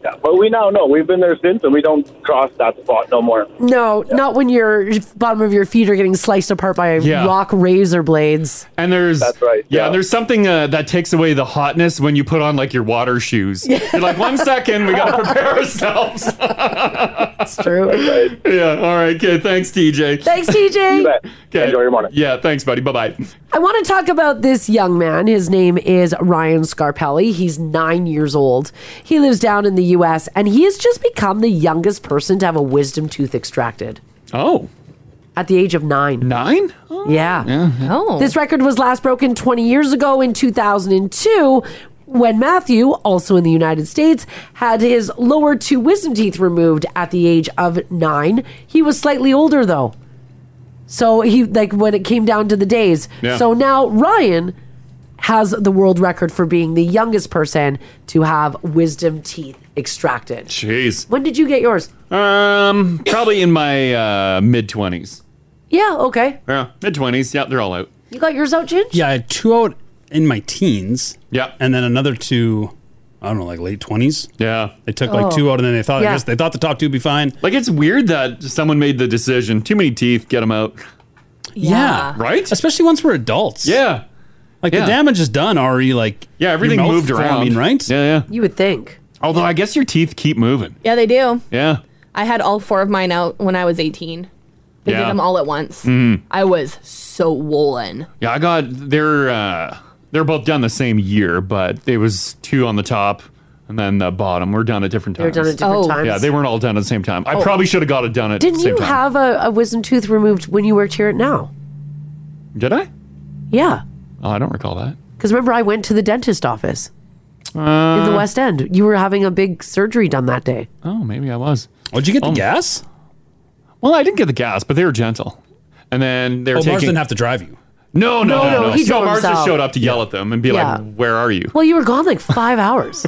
V: Yeah, but we now know we've been there since, and we don't cross that spot no more.
B: No, not when your bottom of your feet are getting sliced apart by
C: Yeah.
B: rock razor blades.
C: And there's
V: That's right,
C: Yeah,
V: yeah.
C: there's something uh, that takes away the hotness when you put on like your water shoes. You're like, one second, we gotta prepare ourselves. That's
B: true.
C: Yeah. All right. Okay. Thanks, TJ.
B: Thanks, TJ. You bet.
C: Okay. Enjoy your morning. Yeah. Thanks, buddy. Bye bye.
B: I want to talk about this young man. His name is Ryan Scarpelli. He's nine years old. He lives down in the U.S. and he has just become the youngest person to have a wisdom tooth extracted.
C: Oh.
B: At the age of nine.
C: Nine?
B: Yeah. Oh. This record was last broken 20 years ago in 2002 when Matthew, also in the United States, had his lower two wisdom teeth removed at the age of nine. He was slightly older though. So he like when it came down to the days.
G: Yeah.
B: So now Ryan has the world record for being the youngest person to have wisdom teeth extracted.
C: Jeez.
B: When did you get yours?
C: Um, probably in my uh, mid twenties.
B: Yeah, okay.
C: Yeah, mid twenties. Yeah, they're all out.
B: You got yours out, Ginge?
E: Yeah, I had two out in my teens.
C: Yeah,
E: and then another two. I don't know, like late twenties.
C: Yeah,
E: they took like
C: Oh.
E: two out, and then they thought
C: Yeah.
E: I guess they thought the top two would be fine.
C: Like it's weird that someone made the decision. Too many teeth. Get them out.
B: Ah.
E: Yeah.
C: Right?
E: Especially once we're adults.
C: Yeah.
E: Like
C: Yeah.
E: the damage is done already. Like
C: Yeah, everything
E: your mouth
C: moved around.
E: forming, right?
C: Yeah, yeah.
B: You would think.
C: Although I guess your teeth keep moving.
D: Yeah, they do.
C: Yeah.
D: I had all four of mine out when I was 18. They
C: Yeah.
D: did them all at once.
C: Mm.
D: I was so woolen.
C: Yeah, I got they're uh they're both done the same year, but it was two on the top and then the bottom. We're done at different
B: They were
C: times.
B: done at different Oh. times.
C: Yeah, they weren't all done at the same time. I
B: Oh.
C: probably should have got it done at
B: Didn't
C: the same
B: you
C: time.
B: have a, a wisdom tooth removed when you worked here at now?
C: Did I?
B: Yeah.
C: Oh, I don't recall that.
B: Because remember, I went to the dentist office
C: Uh,
B: in the West End. You were having a big surgery done that day.
C: Oh, maybe I was. Um,
E: Oh, did you get the gas?
C: Well, I didn't get the gas, but they were gentle. And then they were
E: Oh,
C: taking.
E: Mars didn't have to drive you.
C: No, no,
B: No,
C: no,
B: no,
C: no.
B: he
C: no,
B: drove
C: Mars
B: himself.
C: just showed up to yell at them and be
B: Yeah.
C: like, "Where are you?"
B: Well, you were gone like five hours.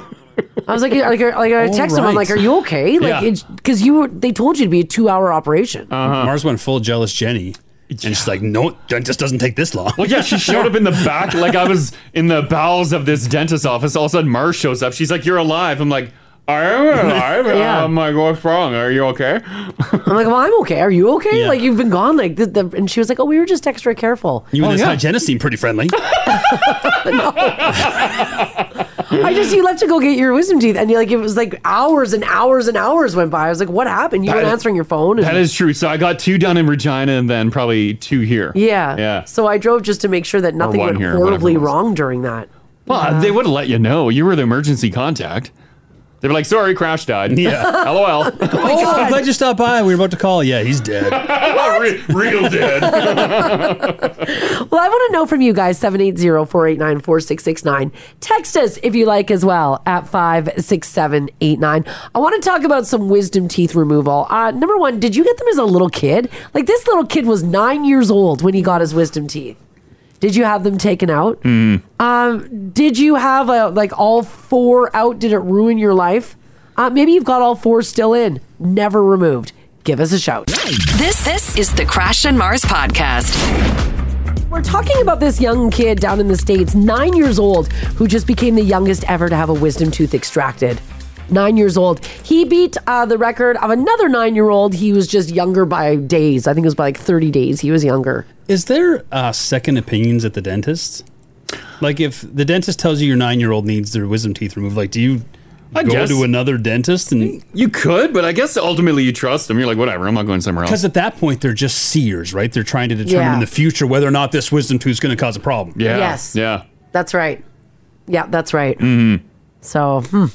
B: I was like, like, like I
C: Oh,
B: texted him. I'm
C: right.
B: like, "Are you okay?" Like,
E: Yeah.
B: because you were, they told you to be a two hour operation.
C: Uh-huh.
E: Mars went full jealous Jenny, and she's like, "No, it just doesn't take this long."
C: Well, yeah, she showed up in the back. Like I was in the bowels of this dentist office. All of a sudden, Mars shows up. She's like, "You're alive." I'm like, "I am alive."
B: Yeah.
C: I'm like, "What's wrong? Are you okay?"
B: I'm like, "Well, I'm okay. Are you okay?
C: Yeah.
B: Like, you've been gone." Like, the, the, and she was like, "Oh, we were just extra careful."
E: You and
B: oh,
E: this hygienist seem pretty friendly.
B: I just you left to go get your wisdom teeth, and you like it was like hours and hours and hours went by. I was like, "What happened? You
C: That-
B: weren't answering your phone." And,
C: That is true. So I got two done in Regina, and then probably two here.
B: Yeah.
C: yeah.
B: So I drove just to make sure that nothing
C: one
B: went
C: here, whatever
B: horribly
C: it was.
B: wrong during that.
C: Well, they would have let you know. You were the emergency contact. They were like, "Sorry, Crash died."
E: Yeah.
C: LOL.
E: oh, I'm glad you stopped by. We were about to call. Yeah, he's dead.
C: Re- real dead.
B: Well, I want to know from you guys 780 489 4669. Text us if you like as well at 56789. I want to talk about some wisdom teeth removal. Uh, number one, did you get them as a little kid? Like this little kid was nine years old when he got his wisdom teeth. Did you have them taken out?
C: Hmm.
B: Um, did you have a, like all four out? Did it ruin your life? Uh, maybe you've got all four still in, never removed. Give us a shout.
A: This this is the Crash and Mars podcast.
B: We're talking about this young kid down in the States, nine years old, who just became the youngest ever to have a wisdom tooth extracted. Nine years old. He beat uh, the record of another nine year old. He was just younger by days. I think it was by like 30 days. He was younger.
E: Is there uh, second opinions at the dentist? Like, if the dentist tells you your nine-year-old needs their wisdom teeth removed, like, do you
C: I
E: go
C: guess.
E: to another dentist?
B: Mm.
E: And
C: you could, but I guess ultimately you trust them. You're like, "Whatever, I'm not going somewhere else."
E: because at that point they're just seers, right? They're trying to determine
B: Yeah.
E: in the future whether or not this wisdom tooth is going to cause a problem.
B: Yeah. Yes.
C: Yeah.
B: That's right. Yeah, that's right.
C: Mm-hmm.
B: So, hmm.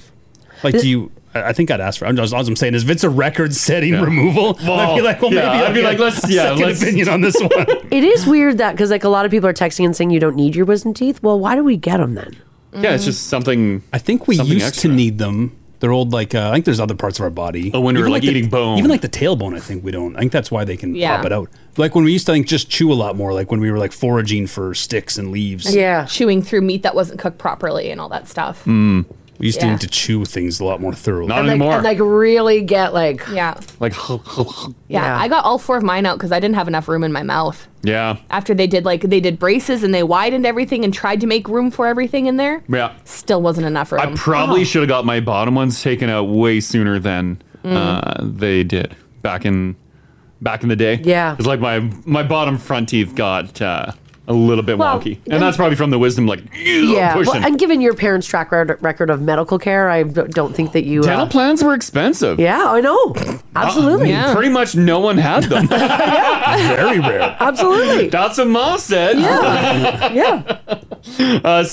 E: Like, do you? I I think I'd ask for. I'm just, all I'm saying is, if it's a record-setting
C: Yeah.
E: removal, I'd be
C: Well,
E: like, well,
C: yeah,
E: maybe I'll
C: I'd be
E: get
C: like, let's-
E: a
C: yeah,
E: second
C: let's-
E: opinion on this one.
B: it is weird that because like a lot of people are texting and saying you don't need your wisdom teeth. Well, why do we get them then?
C: Yeah, it's just something.
E: I think we
C: something
E: used
C: extra.
E: to need them They're old, like uh, I think there's other parts of our body. Oh,
C: when we're, like,
E: the,
C: eating bone.
E: even like the tailbone. I think we don't. I think that's why they can
D: Yeah.
E: pop it out. Like when we used to, I think, just chew a lot more. Like when we were like foraging for sticks and leaves.
D: Chewing through meat that wasn't cooked properly and all that stuff.
C: Hmm.
E: Mm. We used
D: Yeah.
E: to need to chew things a lot more thoroughly.
D: Not And, like- anymore. and,
B: like really get like
D: yeah.
C: Like,
D: Yeah, I got all four of mine out because I didn't have enough room in my mouth.
C: yeah,
D: After they did like they did braces and they widened everything and tried to make room for everything in there,
C: yeah.
D: still wasn't enough room.
C: I
H: Oh.
C: probably should have got my bottom ones taken out way sooner than
D: Mm.
C: uh, they did back in back in the day.
B: Yeah.
C: it's like my my bottom front teeth got uh, a little bit
H: Well,
C: wonky, and
H: and-
C: that's probably from the wisdom like
H: Yeah,
C: pushing.
H: well, and given your parents' track re- record of medical care, I d- don't think that
B: uh,
H: you uh,
C: Dental plans were expensive.
H: Yeah, I know. Absolutely.
C: Uh, Pretty much no one had them. Very rare.
H: Absolutely.
C: That's what mom said.
H: Yeah. yeah.
C: Uh,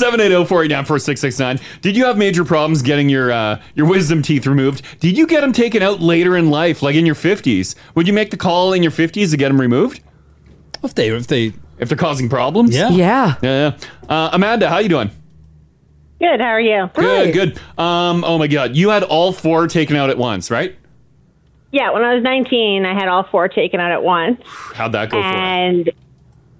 C: 780-489-4669. Did you have major problems getting your uh, your wisdom teeth removed? Did you get them taken out later in life, like in your 50s? Would you make the call in your 50s to get them removed?
E: If they if they
C: if they're causing problems?
E: Yeah.
H: Yeah.
C: Yeah. Uh, Amanda, how you doing?
F: Good. How are you?
C: Good, good. Um, oh my god, you had all four taken out at once, right?
F: Yeah. When I was 19, I had all four taken out at once,
C: How'd that go for?
F: and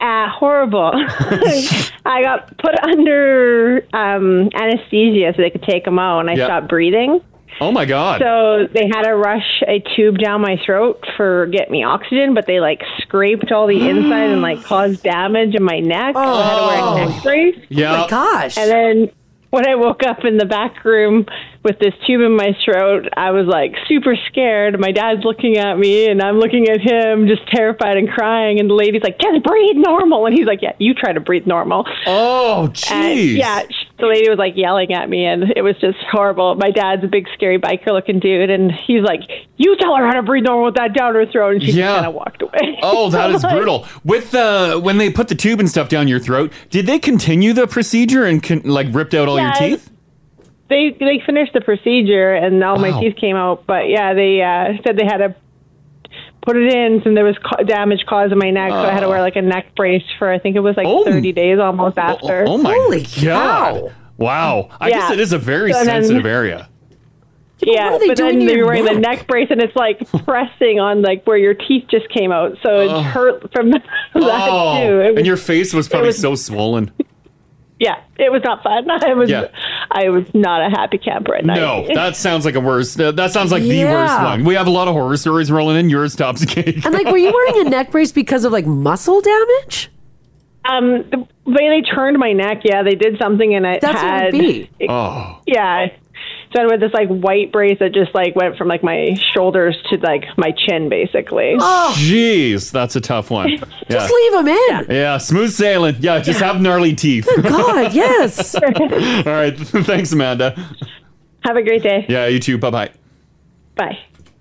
F: uh, horrible. I got put under um, anesthesia so they could take them out, and I
C: Yeah.
F: stopped breathing.
C: Oh my god.
F: So they had to rush a tube down my throat for get me oxygen, but they like scraped all the inside and like caused damage in my neck. Oh. I had to wear a neck brace.
C: Yeah. Oh my
H: gosh.
F: And then when I woke up in the back room with this tube in my throat, I was like super scared. My dad's looking at me and I'm looking at him, just terrified and crying. And the lady's like, just breathe normal. And he's like, yeah, you try to breathe normal.
C: Oh,
F: And
C: jeez.
F: yeah, sh- the lady was like yelling at me, and it was just horrible. My dad's a big, scary biker looking dude, and he's like, You tell her how to breathe normal with that down her throat. And she
C: Yeah.
F: kind of walked away.
C: Oh, that is brutal. With uh, when they put the tube and stuff down your throat, did they continue the procedure and con- like ripped out all
F: Yes.
C: your teeth?
F: They they finished the procedure, and all my teeth came out, but yeah, they uh, said they had to put it in, and there was ca- damage caused in my neck, so I had to wear like a neck brace for I think it was like 30 days almost after.
C: Oh my god! Wow. I guess
F: Yeah.
C: it is a very
F: So then-
C: sensitive area.
F: Yeah,
C: are they
F: but
C: doing
F: then
C: to
F: they
C: your
F: were wearing the
C: neck?
F: neck brace, and it's like pressing on like where your teeth just came out, so it
C: Ugh.
F: hurt from that
C: Oh,
F: too. It was,
C: and your face was probably
F: was-
C: so swollen.
F: yeah, it was not fun. I was,
C: Yeah.
F: I was not a happy camper at night.
C: No, that sounds like a worse. That that sounds like the worst
H: Yeah.
C: one. We have a lot of horror stories rolling in. Yours tops the cake.
H: And like, were you wearing a neck brace because of like muscle damage?
F: Um, the way they turned my neck, yeah, they did something, and it
H: That's what
F: had,
H: it would be.
C: Oh.
F: yeah. So I had this like white brace that just like went from like my shoulders to like my chin, basically.
C: Jeez, that's a tough one. Yeah.
H: Oh, Just leave them in.
C: Yeah, smooth sailing. Yeah, just have gnarly teeth.
H: God, yes.
C: All right. Thanks, Amanda.
F: Have a great day.
C: Yeah, you too. Bye bye.
F: Bye.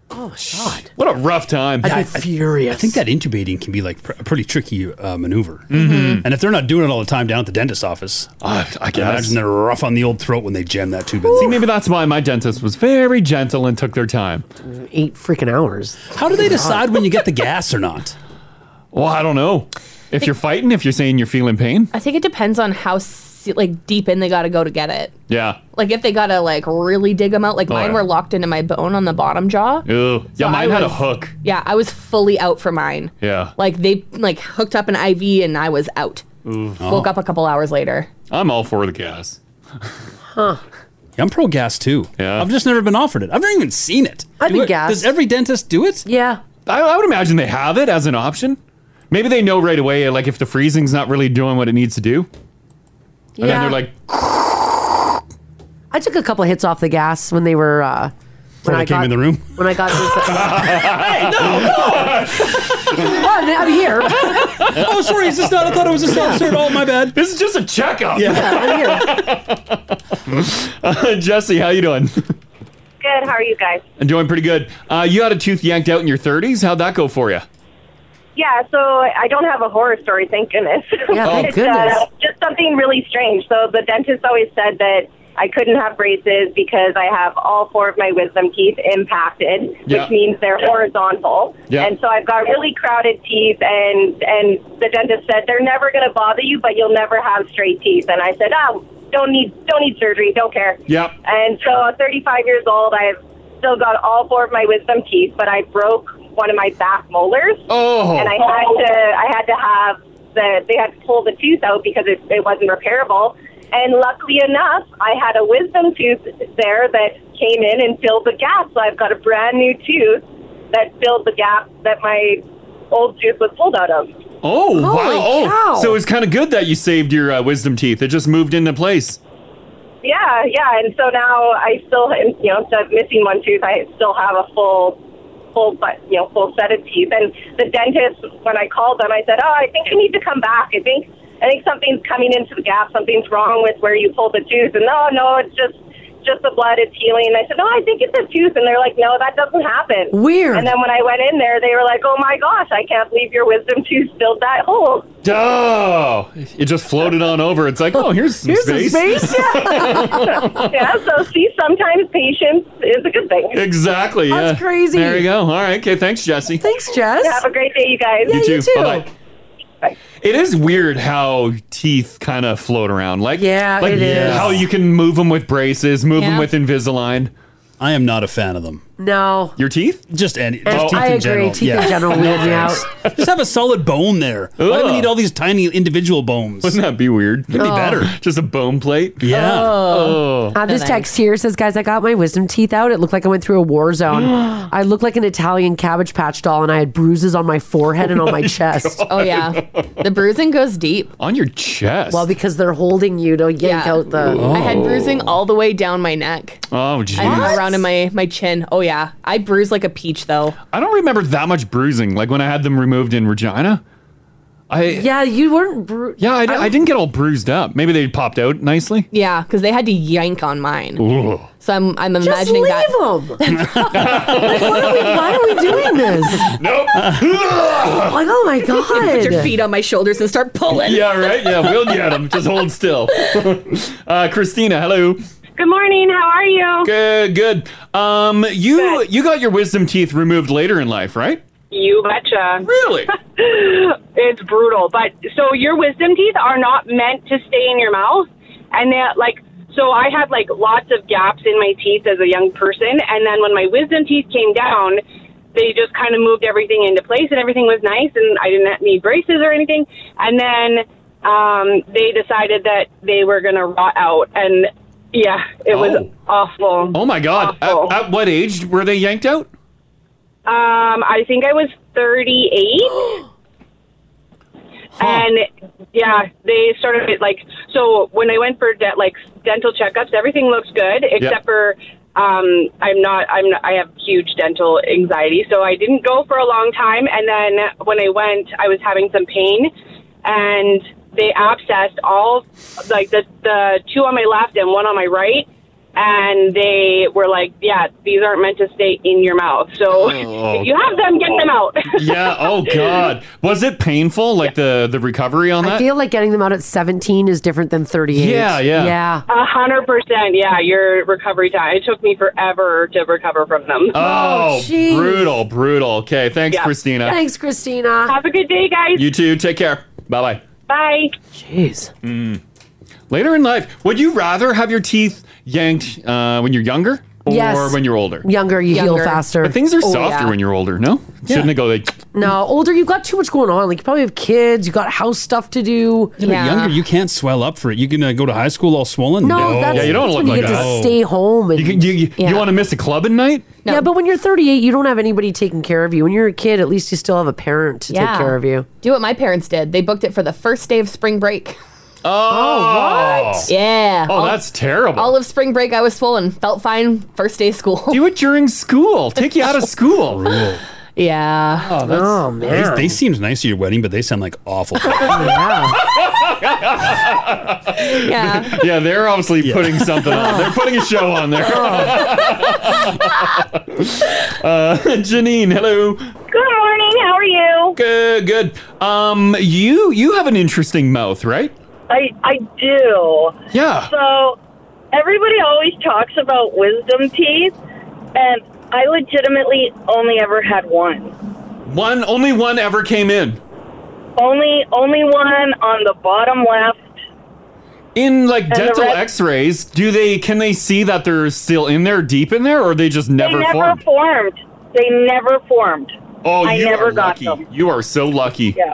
H: Oh God.
C: What a rough time.
E: I'd be furious. I think that intubating can be like pr- a pretty tricky uh, maneuver. And if they're not doing it all the time down at the dentist's office,
C: Mm-hmm. I
E: can
C: guess.
E: imagine they're rough on the old throat when they jam that tube in.
C: See, maybe that's why my dentist was very gentle and took their time.
H: Eight freaking hours.
E: How do they decide when you get the gas or not?
C: Well, I don't know. If you're fighting, if you're saying you're feeling pain,
D: I think it depends on how se- like deep in they got to go to get it.
C: yeah.
D: Like if they got to like really dig them out. Like
C: Oh,
D: mine
C: yeah.
D: were locked into my bone on the bottom jaw.
C: Ew. yeah,
D: So
C: mine
D: I
C: had a
D: was-
C: hook.
D: Yeah, I was fully out for mine.
C: Yeah.
D: Like they like hooked up an IV and I was out.
C: Ooh.
E: Uh-huh.
D: Woke up a couple hours later.
C: I'm all for the gas.
D: Huh.
E: I'm pro gas too. Yeah. I've just never been offered it. I've never even seen it.
H: I'd
E: Do
H: be
E: it-
H: gassed.
E: Does every dentist do it?
H: Yeah.
C: I, I would imagine they have it as an option. Maybe they know right away, like if the freezing's not really doing what it needs to do. And then
H: Yeah.
C: they're like,
H: I took a couple hits off the gas when they were uh,
E: Before
H: when
E: they
H: I
E: came
H: got
E: in the room?
H: When I got
E: hey, no,
H: well, I'm here.
E: oh, sorry. Is this not? I thought it was a self cert. Oh, my bad.
C: This is just a checkup.
H: Yeah.
C: uh, Jesse, how you doing?
L: Good. How are you guys?
C: I'm doing pretty good. Uh, you had a tooth yanked out in your 30s. How'd that go for you?
L: Yeah, so I don't have a horror story, thank goodness.
C: Yeah, thank
L: It's, uh,
C: goodness.
L: just something really strange. So the dentist always said that I couldn't have braces because I have all four of my wisdom teeth impacted,
W: Yeah.
L: which means they're horizontal.
W: Yeah.
L: And so I've got really crowded teeth, and and the dentist said they're never going to bother you, but you'll never have straight teeth. And I said, oh,
U: don't need don't need surgery, don't care.
C: Yep.
U: And so at 35 years old, I've still got all four of my wisdom teeth, but I broke one of my back molars.
C: Oh.
U: And I had to I had to have the they had to pull the tooth out because it, it wasn't repairable. And luckily enough, I had a wisdom tooth there that came in and filled the gap. So I've got a brand new tooth that filled the gap that my old tooth was pulled out of.
C: Oh, wow.
U: Holy cow.
C: Oh, so it's kind of good that you saved your uh, wisdom teeth. It just moved into place.
U: Yeah, yeah, and so now I still, am, you know, instead of missing one tooth, I still have a full, full, but you know, full set of teeth. And the dentist, when I called them, I said, "Oh, I think I need to come back. I think, I think something's coming into the gap. Something's wrong with where you pulled the tooth." And no, no, it's just, just the blood. It's healing. And I said, "No, I think it's a tooth." And they're like, "No, that doesn't happen."
B: Weird.
U: And then when I went in there, they were like, "Oh my gosh, I can't believe your wisdom tooth filled that hole."
C: Oh, it just floated on over. It's like, oh, here's some space.
U: yeah. yeah. So see, sometimes patience is a good thing.
C: Exactly.
U: That's
C: yeah.
U: crazy.
C: There you go. All right. Okay. Thanks, Jesse.
B: Thanks, Jess.
U: Have a great day, you guys.
C: you too. Bye-bye. It is weird how teeth kind of float around. Like,
B: Yeah,
C: like
B: it is.
C: how you can move them with braces, move
B: Yeah.
C: them with Invisalign. I am not a fan of them.
B: No.
C: Your teeth?
E: Just any.
B: And
E: Just teeth
B: Oh, I
E: in
B: agree,
E: general.
B: teeth in general weird me out.
E: thanks. Just have a solid bone there. Why do we
C: Ugh.
E: need all these tiny individual bones?
C: Oh. Wouldn't that be weird?
E: It'd be
B: Oh.
E: better.
C: Just a bone plate.
E: Yeah.
C: Oh.
B: Uh, this text here says, guys, I got my wisdom teeth out. It looked like I went through a war zone. I looked like an Italian cabbage patch doll, and I had bruises on my forehead and on my chest.
D: Oh yeah, the bruising goes deep.
C: On your chest.
B: Well, because they're holding you to yank out the.
D: I had bruising all the way down my neck.
C: Oh, jeez.
D: I around in my my chin. Oh yeah, I bruised like a peach though.
C: I don't remember that much bruising. Like when I had them removed in Regina, I
B: yeah, you weren't. Bru-
C: yeah, I, I didn't get all bruised up. Maybe they popped out nicely.
D: Yeah, because they had to yank on mine.
C: Ooh.
D: So I'm I'm
B: Just
D: imagining
B: leave
D: that.
B: them. why, are we, why are we doing this?
C: Nope.
B: like, oh my god!
D: Put your feet on my shoulders and start pulling.
C: Yeah, right. Yeah, we'll get them. Just hold still. uh, Christina, hello.
X: Good morning. How are you?
C: Good, good. Um, you you got your wisdom teeth removed later in life, right?
X: You betcha.
C: Really?
X: it's brutal. But so your wisdom teeth are not meant to stay in your mouth. And they like, so I had like lots of gaps in my teeth as a young person. And then when my wisdom teeth came down, they just kind of moved everything into place and everything was nice. And I didn't need braces or anything. And then um, they decided that they were going to rot out. And yeah, it was awful.
C: Oh my God! At, at what age were they yanked out?
X: Um, I think I was 38. And yeah, they sort of it like so when I went for de- like dental checkups, everything looks good except for um, I'm not I'm not, I have huge dental anxiety, so I didn't go for a long time. And then when I went, I was having some pain, and they abscessed all like the the two on my left and one on my right, and they were like, yeah, these aren't meant to stay in your mouth. So
C: Oh.
X: if you have them, get them out.
C: Yeah. Oh God. Was it painful? Like the the recovery on
B: I
C: that?
B: feel like getting them out at 17 is different than 38.
C: Yeah, yeah.
B: Yeah.
X: A hundred percent. Yeah, your recovery time. It took me forever to recover from them.
C: Oh,
B: jeez.
C: brutal, brutal. Okay, thanks,
X: Yeah.
C: Christina.
B: Thanks, Christina.
X: Have a good day, guys.
C: You too. Take care. Bye bye.
X: Bye.
B: Jeez.
C: Later in life, would you rather have your teeth yanked uh, when you're younger or
B: Yes.
C: when you're older?
B: Younger, you
C: Younger.
B: heal faster. Oh,
C: But things are
D: Oh,
C: softer when you're older, no? Shouldn't it go like,
B: No, older, you've got too much going on. Like, you probably have kids, you got house stuff to do.
E: Yeah, but Younger, you can't swell up for it. You can uh, go to high school all swollen.
B: No, that's- Yeah, you don't that's look when you like get to that. stay home and-
E: you
C: can, you, you,
B: Yeah.
C: want to miss a club at night?
B: Yeah, but when you're 38, you don't have anybody taking care of you. When you're a kid, at least you still have a parent to
D: Yeah.
B: take care of you.
D: Do what my parents did. They booked it for the first day of spring break.
C: Oh,
D: what? Yeah.
C: Oh,
D: All-
C: that's terrible.
D: All of spring break, I was swollen. Felt fine. First day of school.
C: Do it during school. Take you out of school.
D: yeah.
C: Oh, that's- Oh, man.
E: They, they seemed nice at your wedding, but they sound like awful.
C: yeah. yeah, they're obviously putting something on. They're putting a show on there. uh, Janine, hello.
W: Good morning. How are you?
C: Good, good. Um, you you have an interesting mouth, right?
W: I I do.
C: Yeah.
W: So everybody always talks about wisdom teeth, and I legitimately only ever had one.
C: One only one ever came in.
W: Only only one on the bottom left.
C: In like
L: And the
C: dental
L: rest-
C: X-rays, do they can they see that they're still in there, deep in there, or they just never,
L: they never
C: formed?
L: formed. They never formed.
C: Oh,
L: I
C: you
L: never
C: are
L: got
C: lucky. You are so lucky.
L: Yeah.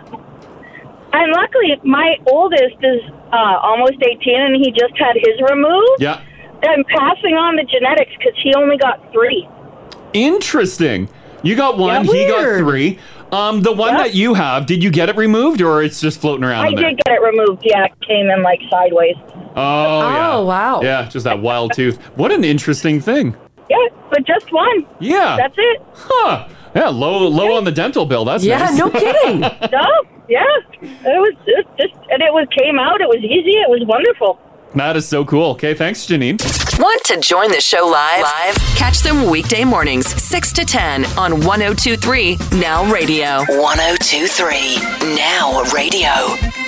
L: And luckily, my oldest is uh, almost 18, and he just had his removed.
C: Yeah.
L: I'm passing on the genetics because he only got three.
C: Interesting. You got one. he got three. Um, the one that you have, did you get it removed, or it's just floating around?
L: I
C: in there?
L: did get it removed. Yeah, it came in like sideways.
C: Oh, yeah.
L: wow.
C: Yeah, just that wild tooth. What an interesting thing.
L: Yeah, but just one.
C: Yeah.
L: That's it.
C: Huh. Yeah, low low on the dental bill. That's nice.
L: kidding. no, yeah. It was it just, and it was came out. It was easy. It was wonderful.
C: that is so cool. Okay, thanks, Janine.
A: Want to join the show live? Live? Catch them weekday mornings, 6 to 10 on 1023 Now Radio. 1023 Now Radio.